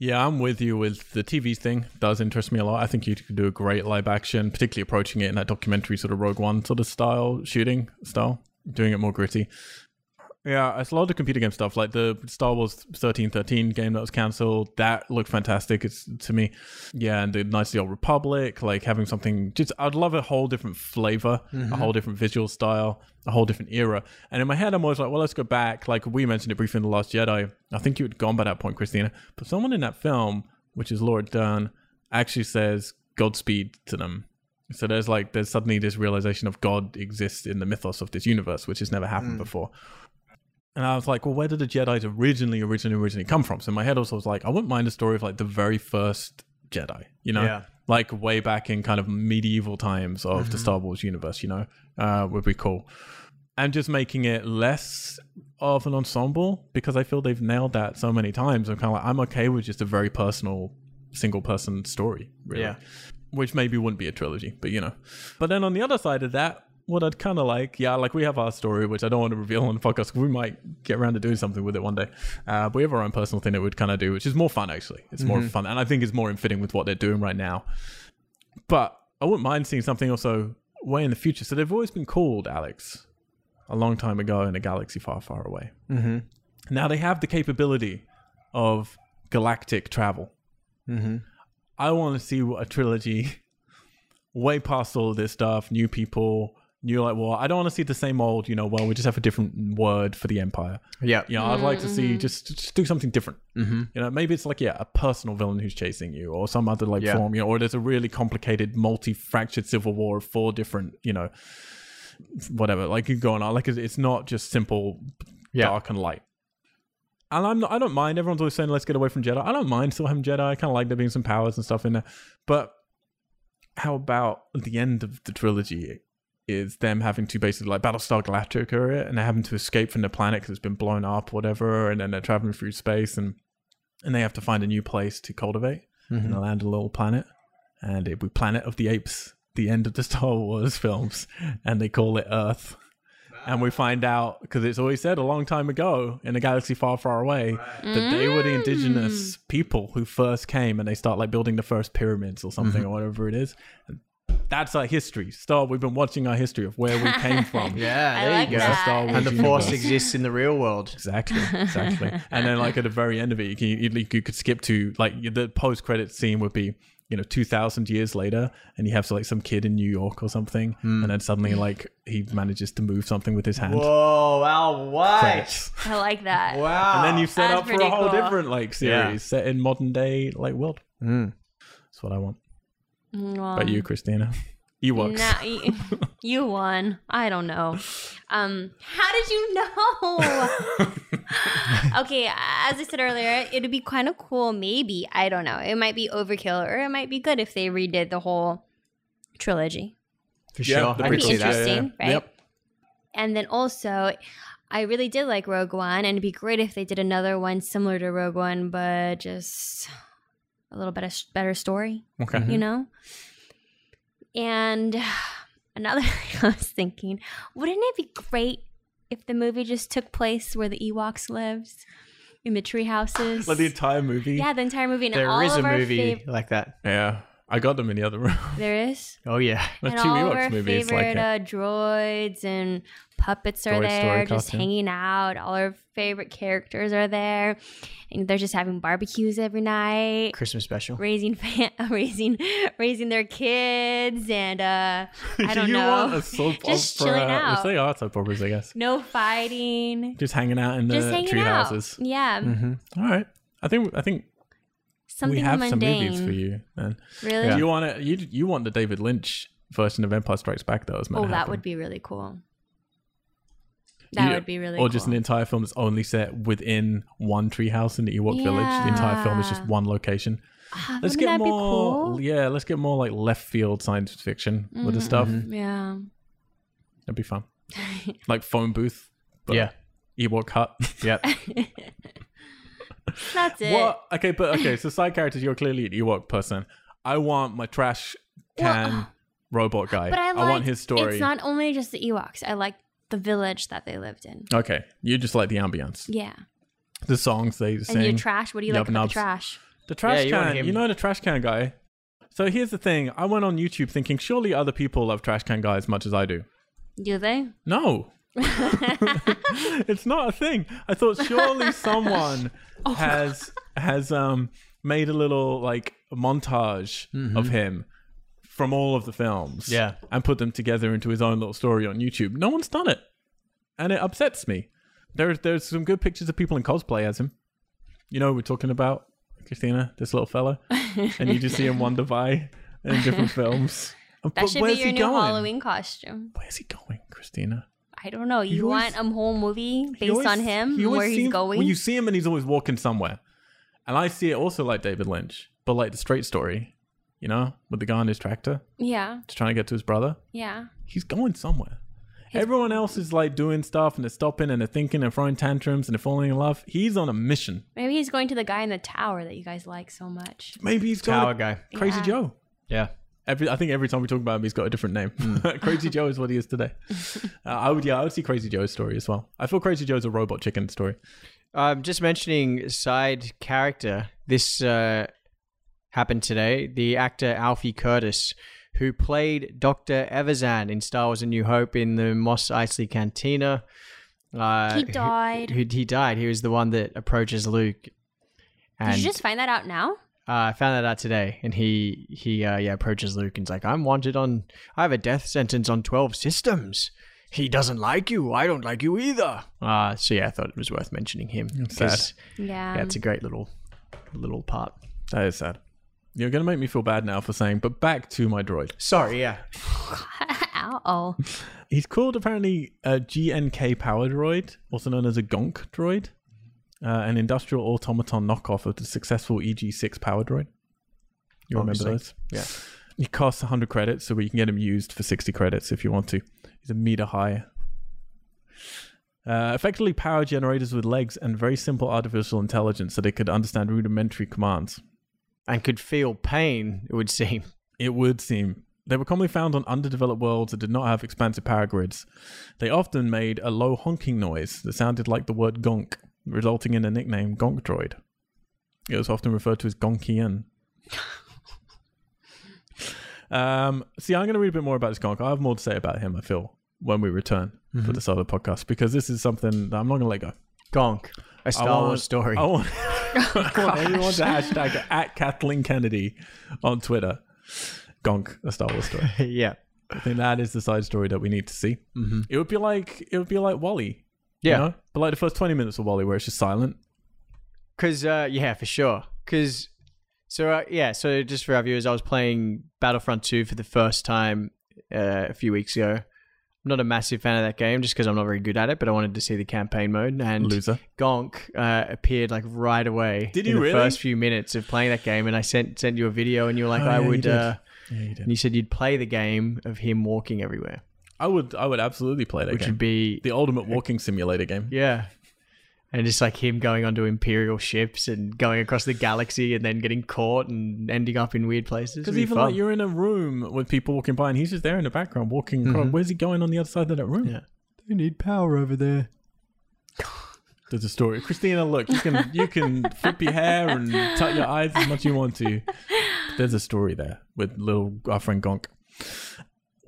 Yeah, I'm with you with the TV thing. Does interest me a lot. I think you could do a great live action, particularly approaching it in that documentary sort of Rogue One sort of style, shooting style, doing it more gritty. Yeah, it's a lot of computer game stuff, like the Star Wars thirteen thirteen game that was cancelled. That looked fantastic. It's to me, yeah, and the Knights of the Old Republic, like having something. Just, I'd love a whole different flavor, a whole different visual style, a whole different era. And in my head, I'm always like, well, let's go back. Like we mentioned it briefly in the Last Jedi. I think you had gone by that point, Christina. But someone in that film, which is Laura Dern, actually says Godspeed to them. So there's like there's suddenly this realization of God exists in the mythos of this universe, which has never happened Mm. before. And I was like, well, where did the Jedi's originally, originally, originally come from? So in my head also was like, I wouldn't mind a story of like the very first Jedi, you know, Yeah. Mm-hmm. like way back in kind of medieval times of the Star Wars universe, you know, uh, would be cool. And just making it less of an ensemble because I feel they've nailed that so many times. I'm kind of like, I'm okay with just a very personal, single person story, really Yeah. which maybe wouldn't be a trilogy, but you know. But then on the other side of that, what I'd kind of like, yeah, like we have our story, which I don't want to reveal on the podcast. 'cause We might get around to doing something with it one day. Uh, but we have our own personal thing that we'd kind of do, which is more fun actually. It's more fun, and I think it's more in fitting with what they're doing right now. But I wouldn't mind seeing something also way in the future. So they've always been called Alex, a long time ago in a galaxy far, far away. Mm-hmm. Now they have the capability of galactic travel. I want to see a trilogy way past all of this stuff, new people, new like well, I don't want to see the same old, you know, well, we just have a different word for the empire. yeah You know, I'd like to see just, just do something different. Mm-hmm. You know, maybe it's like yeah, a personal villain who's chasing you, or some other like Yeah. form. You know, or there's a really complicated, multi-fractured civil war of four different, you know, whatever. Like you going on, like it's- it's not just simple Yeah. dark and light. And I'm not, I don't mind. Everyone's always saying let's get away from Jedi. I don't mind still having Jedi. I kind of like there being some powers and stuff in there, but how about the end of the trilogy is them having to basically like Battlestar Galactica it, and they're having to escape from the planet because it's been blown up, whatever, and then they're traveling through space and and they have to find a new place to cultivate Mm-hmm. and they land on a little planet and it would be Planet of the Apes, the end of the Star Wars films, and they call it Earth. and we find out because it's always said a long time ago in a galaxy far, far away that they Mm. were the indigenous people who first came, and they start like building the first pyramids or something Mm-hmm. or whatever it is. And that's our history. Star, we've been watching our history of where we came from. Yeah, I there like you go. that. Star Wars And the force universe. exists in the real world. Exactly, exactly. and then, like at the very end of it, you, can, you, you could skip to like the post credit scene would be, you know, two thousand years later, and you have so, like some kid in New York or something, and then suddenly like he manages to move something with his hand. Whoa, Al White. Credits. I like that. Wow. And then you set That's up for pretty a whole cool. different like series Yeah. set in modern day like world. Mm. That's what I want. Well, But you, Christina, Ewoks. Um, nah, you, you won. I don't know. Um, how did you know? okay, as I said earlier, it'd be kind of cool. Maybe I don't know. It might be overkill, or it might be good if they redid the whole trilogy. For Yeah, sure. the I can That'd be see that. interesting, yeah. right? Yep. And then also, I really did like Rogue One, and it'd be great if they did another one similar to Rogue One, but just a little bit of better story Okay. you know? And another thing I was thinking, wouldn't it be great if the movie just took place where the Ewoks lives in the tree houses? Like the entire movie. yeah, the entire movie and all There is a of our movie fav- like that. Yeah. I got them in the other room. there is. Oh, yeah. There's and two all of Ewoks our movies like favorite it. uh, droids and puppets are Droid story there, just costume. hanging out. All our favorite characters are there, and they're just having barbecues every night. Christmas special. raising fa- raising raising their kids and uh I don't you know. want a soap Just opera? chilling out. They are soap operas, I guess. no fighting. Just hanging out in Just the hanging tree out. houses. Yeah. All right. I think I think Something we have mundane. Uh, some movies for you. Man. Really? You want to you you want the David Lynch version of Empire Strikes Back though? Oh, that would be really cool. That would be really Or just an cool. entire film that's only set within one treehouse in the Ewok village. The entire film is just Yeah. one location. Ah, Let's wouldn't get that be more. cool? Mm. Yeah, let's get more like left field science fiction with the stuff. Mm-hmm. Yeah. That'd be fun. like phone booth. Yeah. Ewok hut. Yep. That's it. What? Okay, but okay, so side characters, you're clearly an Ewok person. I want my trash can robot guy. uh, But I like want his story. It's not only just the Ewoks. I like the village that they lived in. okay, you just like the ambiance, Yeah. the songs they And your sing. trash. What do you Yub like about Nubs. the trash? the trash Yeah, you want can, him- you know the trash can guy. So here's the thing: I went on YouTube thinking surely other people love trash can guy as much as I do. Do they? No. it's not a thing. I thought surely someone Oh, has has um made a little like montage of him from all of the films. Yeah. And put them together into his own little story on YouTube. No one's done it. And it upsets me. There's there's some good pictures of people in cosplay as him. You know we're talking about Christina, this little fella. and you just see him wander by in different films. That should be your new Halloween costume. Where's he going, Christina? I don't know. You, He always- want a whole movie He based always- on him he and always where he's seems- going? Well, you see him and he's always walking somewhere. And I see it also like David Lynch, but like the straight story, you know, with the guy on his tractor yeah, just trying to get to his brother. yeah. He's going somewhere. Everyone else is like doing stuff and they're stopping and they're thinking and throwing tantrums and they're falling in love. He's on a mission. Maybe he's going to the guy in the tower that you guys like so much. Maybe he's got Tower a- guy. Crazy Yeah. Joe. Yeah. Every, I think every time we talk about him, he's got a different name. Hmm. Crazy Joe is what he is today. Uh, I would, yeah, I would see Crazy Joe's story as well. I feel Crazy Joe's a robot chicken story. Um, just mentioning side character. This uh, happened today. The actor Alfie Curtis, who played Doctor Everzan in Star Wars: A New Hope in the Moss Eisley Cantina, uh, He who- died. Who, he died. He was the one that approaches Luke. And Did you just find that out now? uh, I found that out today, and he he uh, yeah approaches Luke and's like, "I'm wanted on. I have a death sentence on twelve systems. He doesn't like you. I don't like you either." Uh, so yeah, I thought it was worth mentioning him. 'cause- Yeah. yeah, it's a great little little part. That is sad. You're going to make me feel bad now for saying, but back to my droid. Sorry, yeah. oh. He's called apparently a GNK power droid, also known as a Gonk droid, uh, an industrial automaton knockoff of the successful EG6 power droid. You remember Obviously. those? Yeah. He costs 100 credits, so you can get him used for 60 credits if you want to. He's a meter high. Uh, effectively, power generators with legs and very simple artificial intelligence so they could understand rudimentary commands. And could feel pain, it would seem. It would seem They were commonly found on underdeveloped worlds that did not have expansive power grids. They often made a low honking noise that sounded like the word gonk, resulting in the nickname Gonk Droid. It was often referred to as Gonkian. um, see, I'm going to read a bit more about this Gonk. I have more to say about him, I feel, when we return for this other podcast, because this is something that I'm not going to let go. Gonk, a Star want- Oh. Wars story. I want, I want everyone to hashtag it at Kathleen Kennedy on Twitter. Gonk, a Star Wars story. yeah, I think that is the side story that we need to see. Mm-hmm. It would be like it would be like Wally, yeah. you know, but like the first twenty minutes of Wally, where it's just silent. Cause uh, yeah, for sure. Cause so uh, yeah, so just for our viewers, I was playing Battlefront Two for the first time uh, a few weeks ago. I'm not a massive fan of that game, just because I'm not very good at it. But I wanted to see the campaign mode, and Loser. Gonk uh, appeared like right away. Did he in the really? First few minutes of playing that game, and I sent sent you a video, and you were like, Oh, I yeah, you would. did. Uh, Yeah, you and did. you said you'd play the game of him walking everywhere, I would, I would absolutely play that which game. would be the ultimate walking simulator game. yeah. And just like him going onto Imperial ships and going across the galaxy and then getting caught and ending up in weird places. Because It'd be even fun. like you're in a room with people walking by, and he's just there in the background walking. across. Where's he going on the other side of that room? Mm-hmm. Yeah. They need power over there. There's a story. Christina, look, you can you can flip your hair and tut your eyes as much as you want to. There's a story there with little our friend Gonk.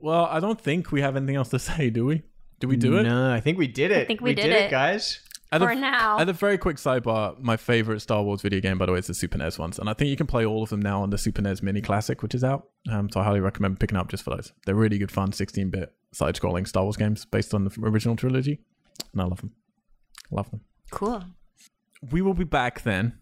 Well, I don't think we have anything else to say, do we? Do we do it? No, I think we did it. I think we did it, it. guys. At For now. At a very quick sidebar, my favorite Star Wars video game, by the way, is the Super NES ones. And I think you can play all of them now on the Super NES Mini Classic, which is out. Um, so I highly recommend picking up just for those. They're really good fun 16 bit side scrolling Star Wars games based on the original trilogy. And I love them. Love them. Cool. we will be back then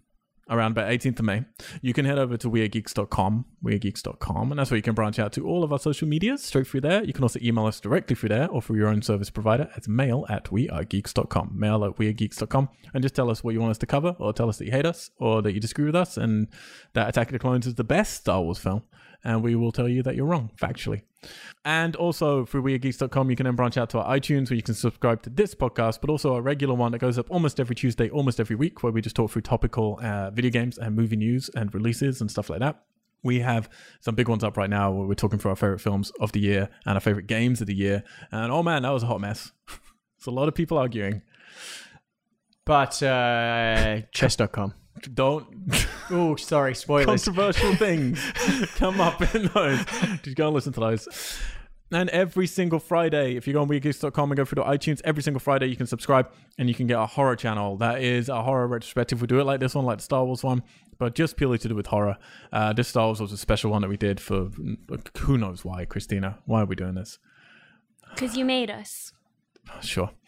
around about 18th of May. You can head over to weirdgeeks.com, weirdgeeks.com, and that's where you can branch out to all of our social medias straight through there. You can also email us directly through there or through your own service provider at mail at wearegeeks.com, mail at wearegeeks.com, and just tell us what you want us to cover or tell us that you hate us or that you disagree with us and that Attack of the Clones is the best Star Wars film. And we will tell you that you're wrong, factually. And also through weirdgeeks.com, you can then branch out to our iTunes where you can subscribe to this podcast, but also our regular one that goes up almost every Tuesday, almost every week, where we just talk through topical uh, video games and movie news and releases and stuff like that. We have some big ones up right now where we're talking through our favorite films of the year and our favorite games of the year. And oh man, that was a hot mess. it's a lot of people arguing. But uh, chess.com. Don't Oh, sorry, spoilers. controversial things come up in those. Just go and listen to those. And every single Friday, if you go on weirdgeeks.com and go through to iTunes, every single Friday you can subscribe and you can get our horror channel. That is a horror retrospective. We do it like this one, like the Star Wars one, but just purely to do with horror. Uh, this Star Wars was a special one that we did for who knows why, Christina. Why are we doing this? Because you made us. Sure.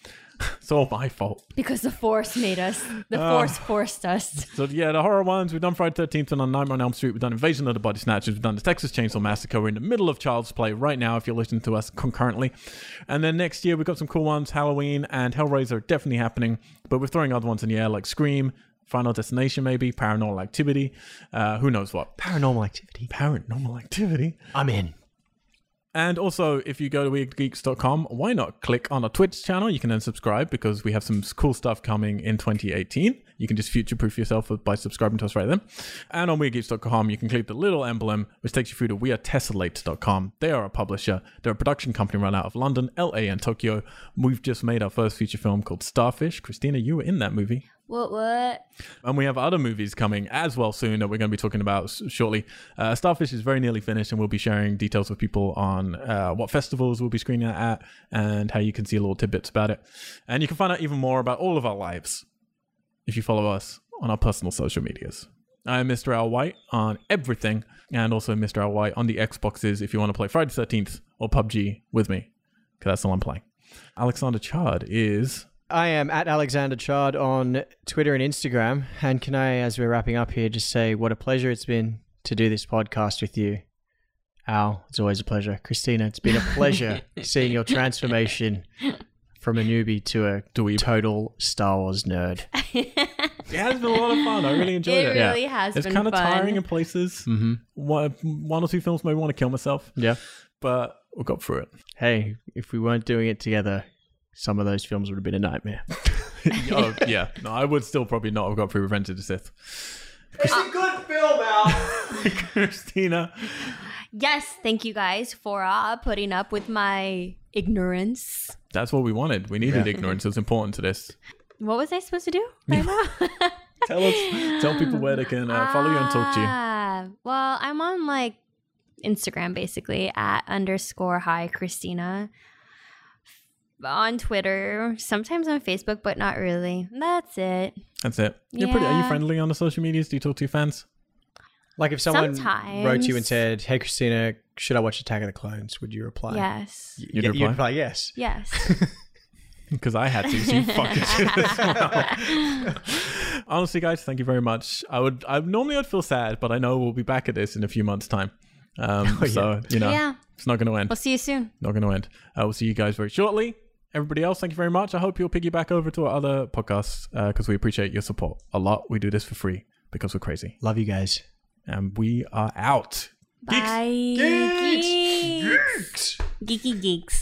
It's all my fault. Because the force made us. The force forced us. So yeah, the horror ones. We've done Friday Thirteenth, we've done Nightmare on Elm Street, we've done Invasion of the Body Snatchers, we've done the Texas Chainsaw Massacre. We're in the middle of Child's Play right now, if you're listening to us concurrently. And then next year we've got some cool ones. Halloween and Hellraiser are definitely happening, but we're throwing other ones in the air like Scream, Final Destination, maybe Paranormal Activity. Uh, who knows what? Paranormal activity. Paranormal Activity. I'm in. And also, if you go to weirdgeeks.com, why not click on our Twitch channel? You can then subscribe because we have some cool stuff coming in 2018. You can just future proof yourself by subscribing to us right then. And on weirdgeeks.com, you can click the little emblem, which takes you through to wearetessellate.com. They are a publisher, they're a production company run out of London, LA, and Tokyo. We've just made our first feature film called Starfish. Christina, you were in that movie. What, what? And we have other movies coming as well soon that we're going to be talking about s- shortly. Uh, Starfish is very nearly finished, and we'll be sharing details with people on uh, what festivals we'll be screening it at and how you can see little tidbits about it. And you can find out even more about all of our lives if you follow us on our personal social medias. I'm Mr. Al White on everything, and also Mr. Al White on the Xboxes if you want to play Friday 13th or PUBG with me, because that's all I'm playing. Alexander Chard is. I am at Alexander Chard on Twitter and Instagram. And can I, as we're wrapping up here, just say what a pleasure it's been to do this podcast with you. Al, it's always a pleasure. Christina, it's been a pleasure seeing your transformation from a newbie to a Dweeb. total Star Wars nerd. It has been a lot of fun. I really enjoyed It it. really has it's been kind fun. of tiring in places. Mm-hmm. One, one or two films made me want to kill myself, Yeah. but we got through it. Hey, if we weren't doing it together, some of those films would have been a nightmare. oh, yeah, no, I would still probably not have got through Revenge of the Sith. It's a good film, Al. Christina, Yes, thank you guys for uh, putting up with my ignorance. That's what we wanted. We needed Yeah. ignorance. It's important to this. What was I supposed to do right now? Tell us, tell people where they can uh, follow you and talk to you. Ah, Well, I'm on like Instagram basically at underscore hi Christina. On Twitter, sometimes on Facebook, but not really. That's it. That's it. You're pretty. Are you Yeah. friendly on the social medias? Do you talk to your fans? Like if someone wrote to you Sometimes. and said, "Hey, Christina, should I watch Attack of the Clones?" Would you reply? Yes. Y- You'd yeah, reply? yes. Yes. Because I had to. So you fucking should have smiled. Honestly, guys, thank you very much. I would. I normally I'd feel sad, but I know we'll be back at this in a few months' time. Um, yeah. So you know, Yeah. it's not going to end. We'll see you soon. not going to end. Uh, we'll see you guys very shortly. Everybody else, thank you very much. I hope you'll piggyback over to our other podcasts because we appreciate your support a lot. We do this for free because we're crazy. Love you guys. And we are out. Bye. Geeks. Geeks. Geeky geeks.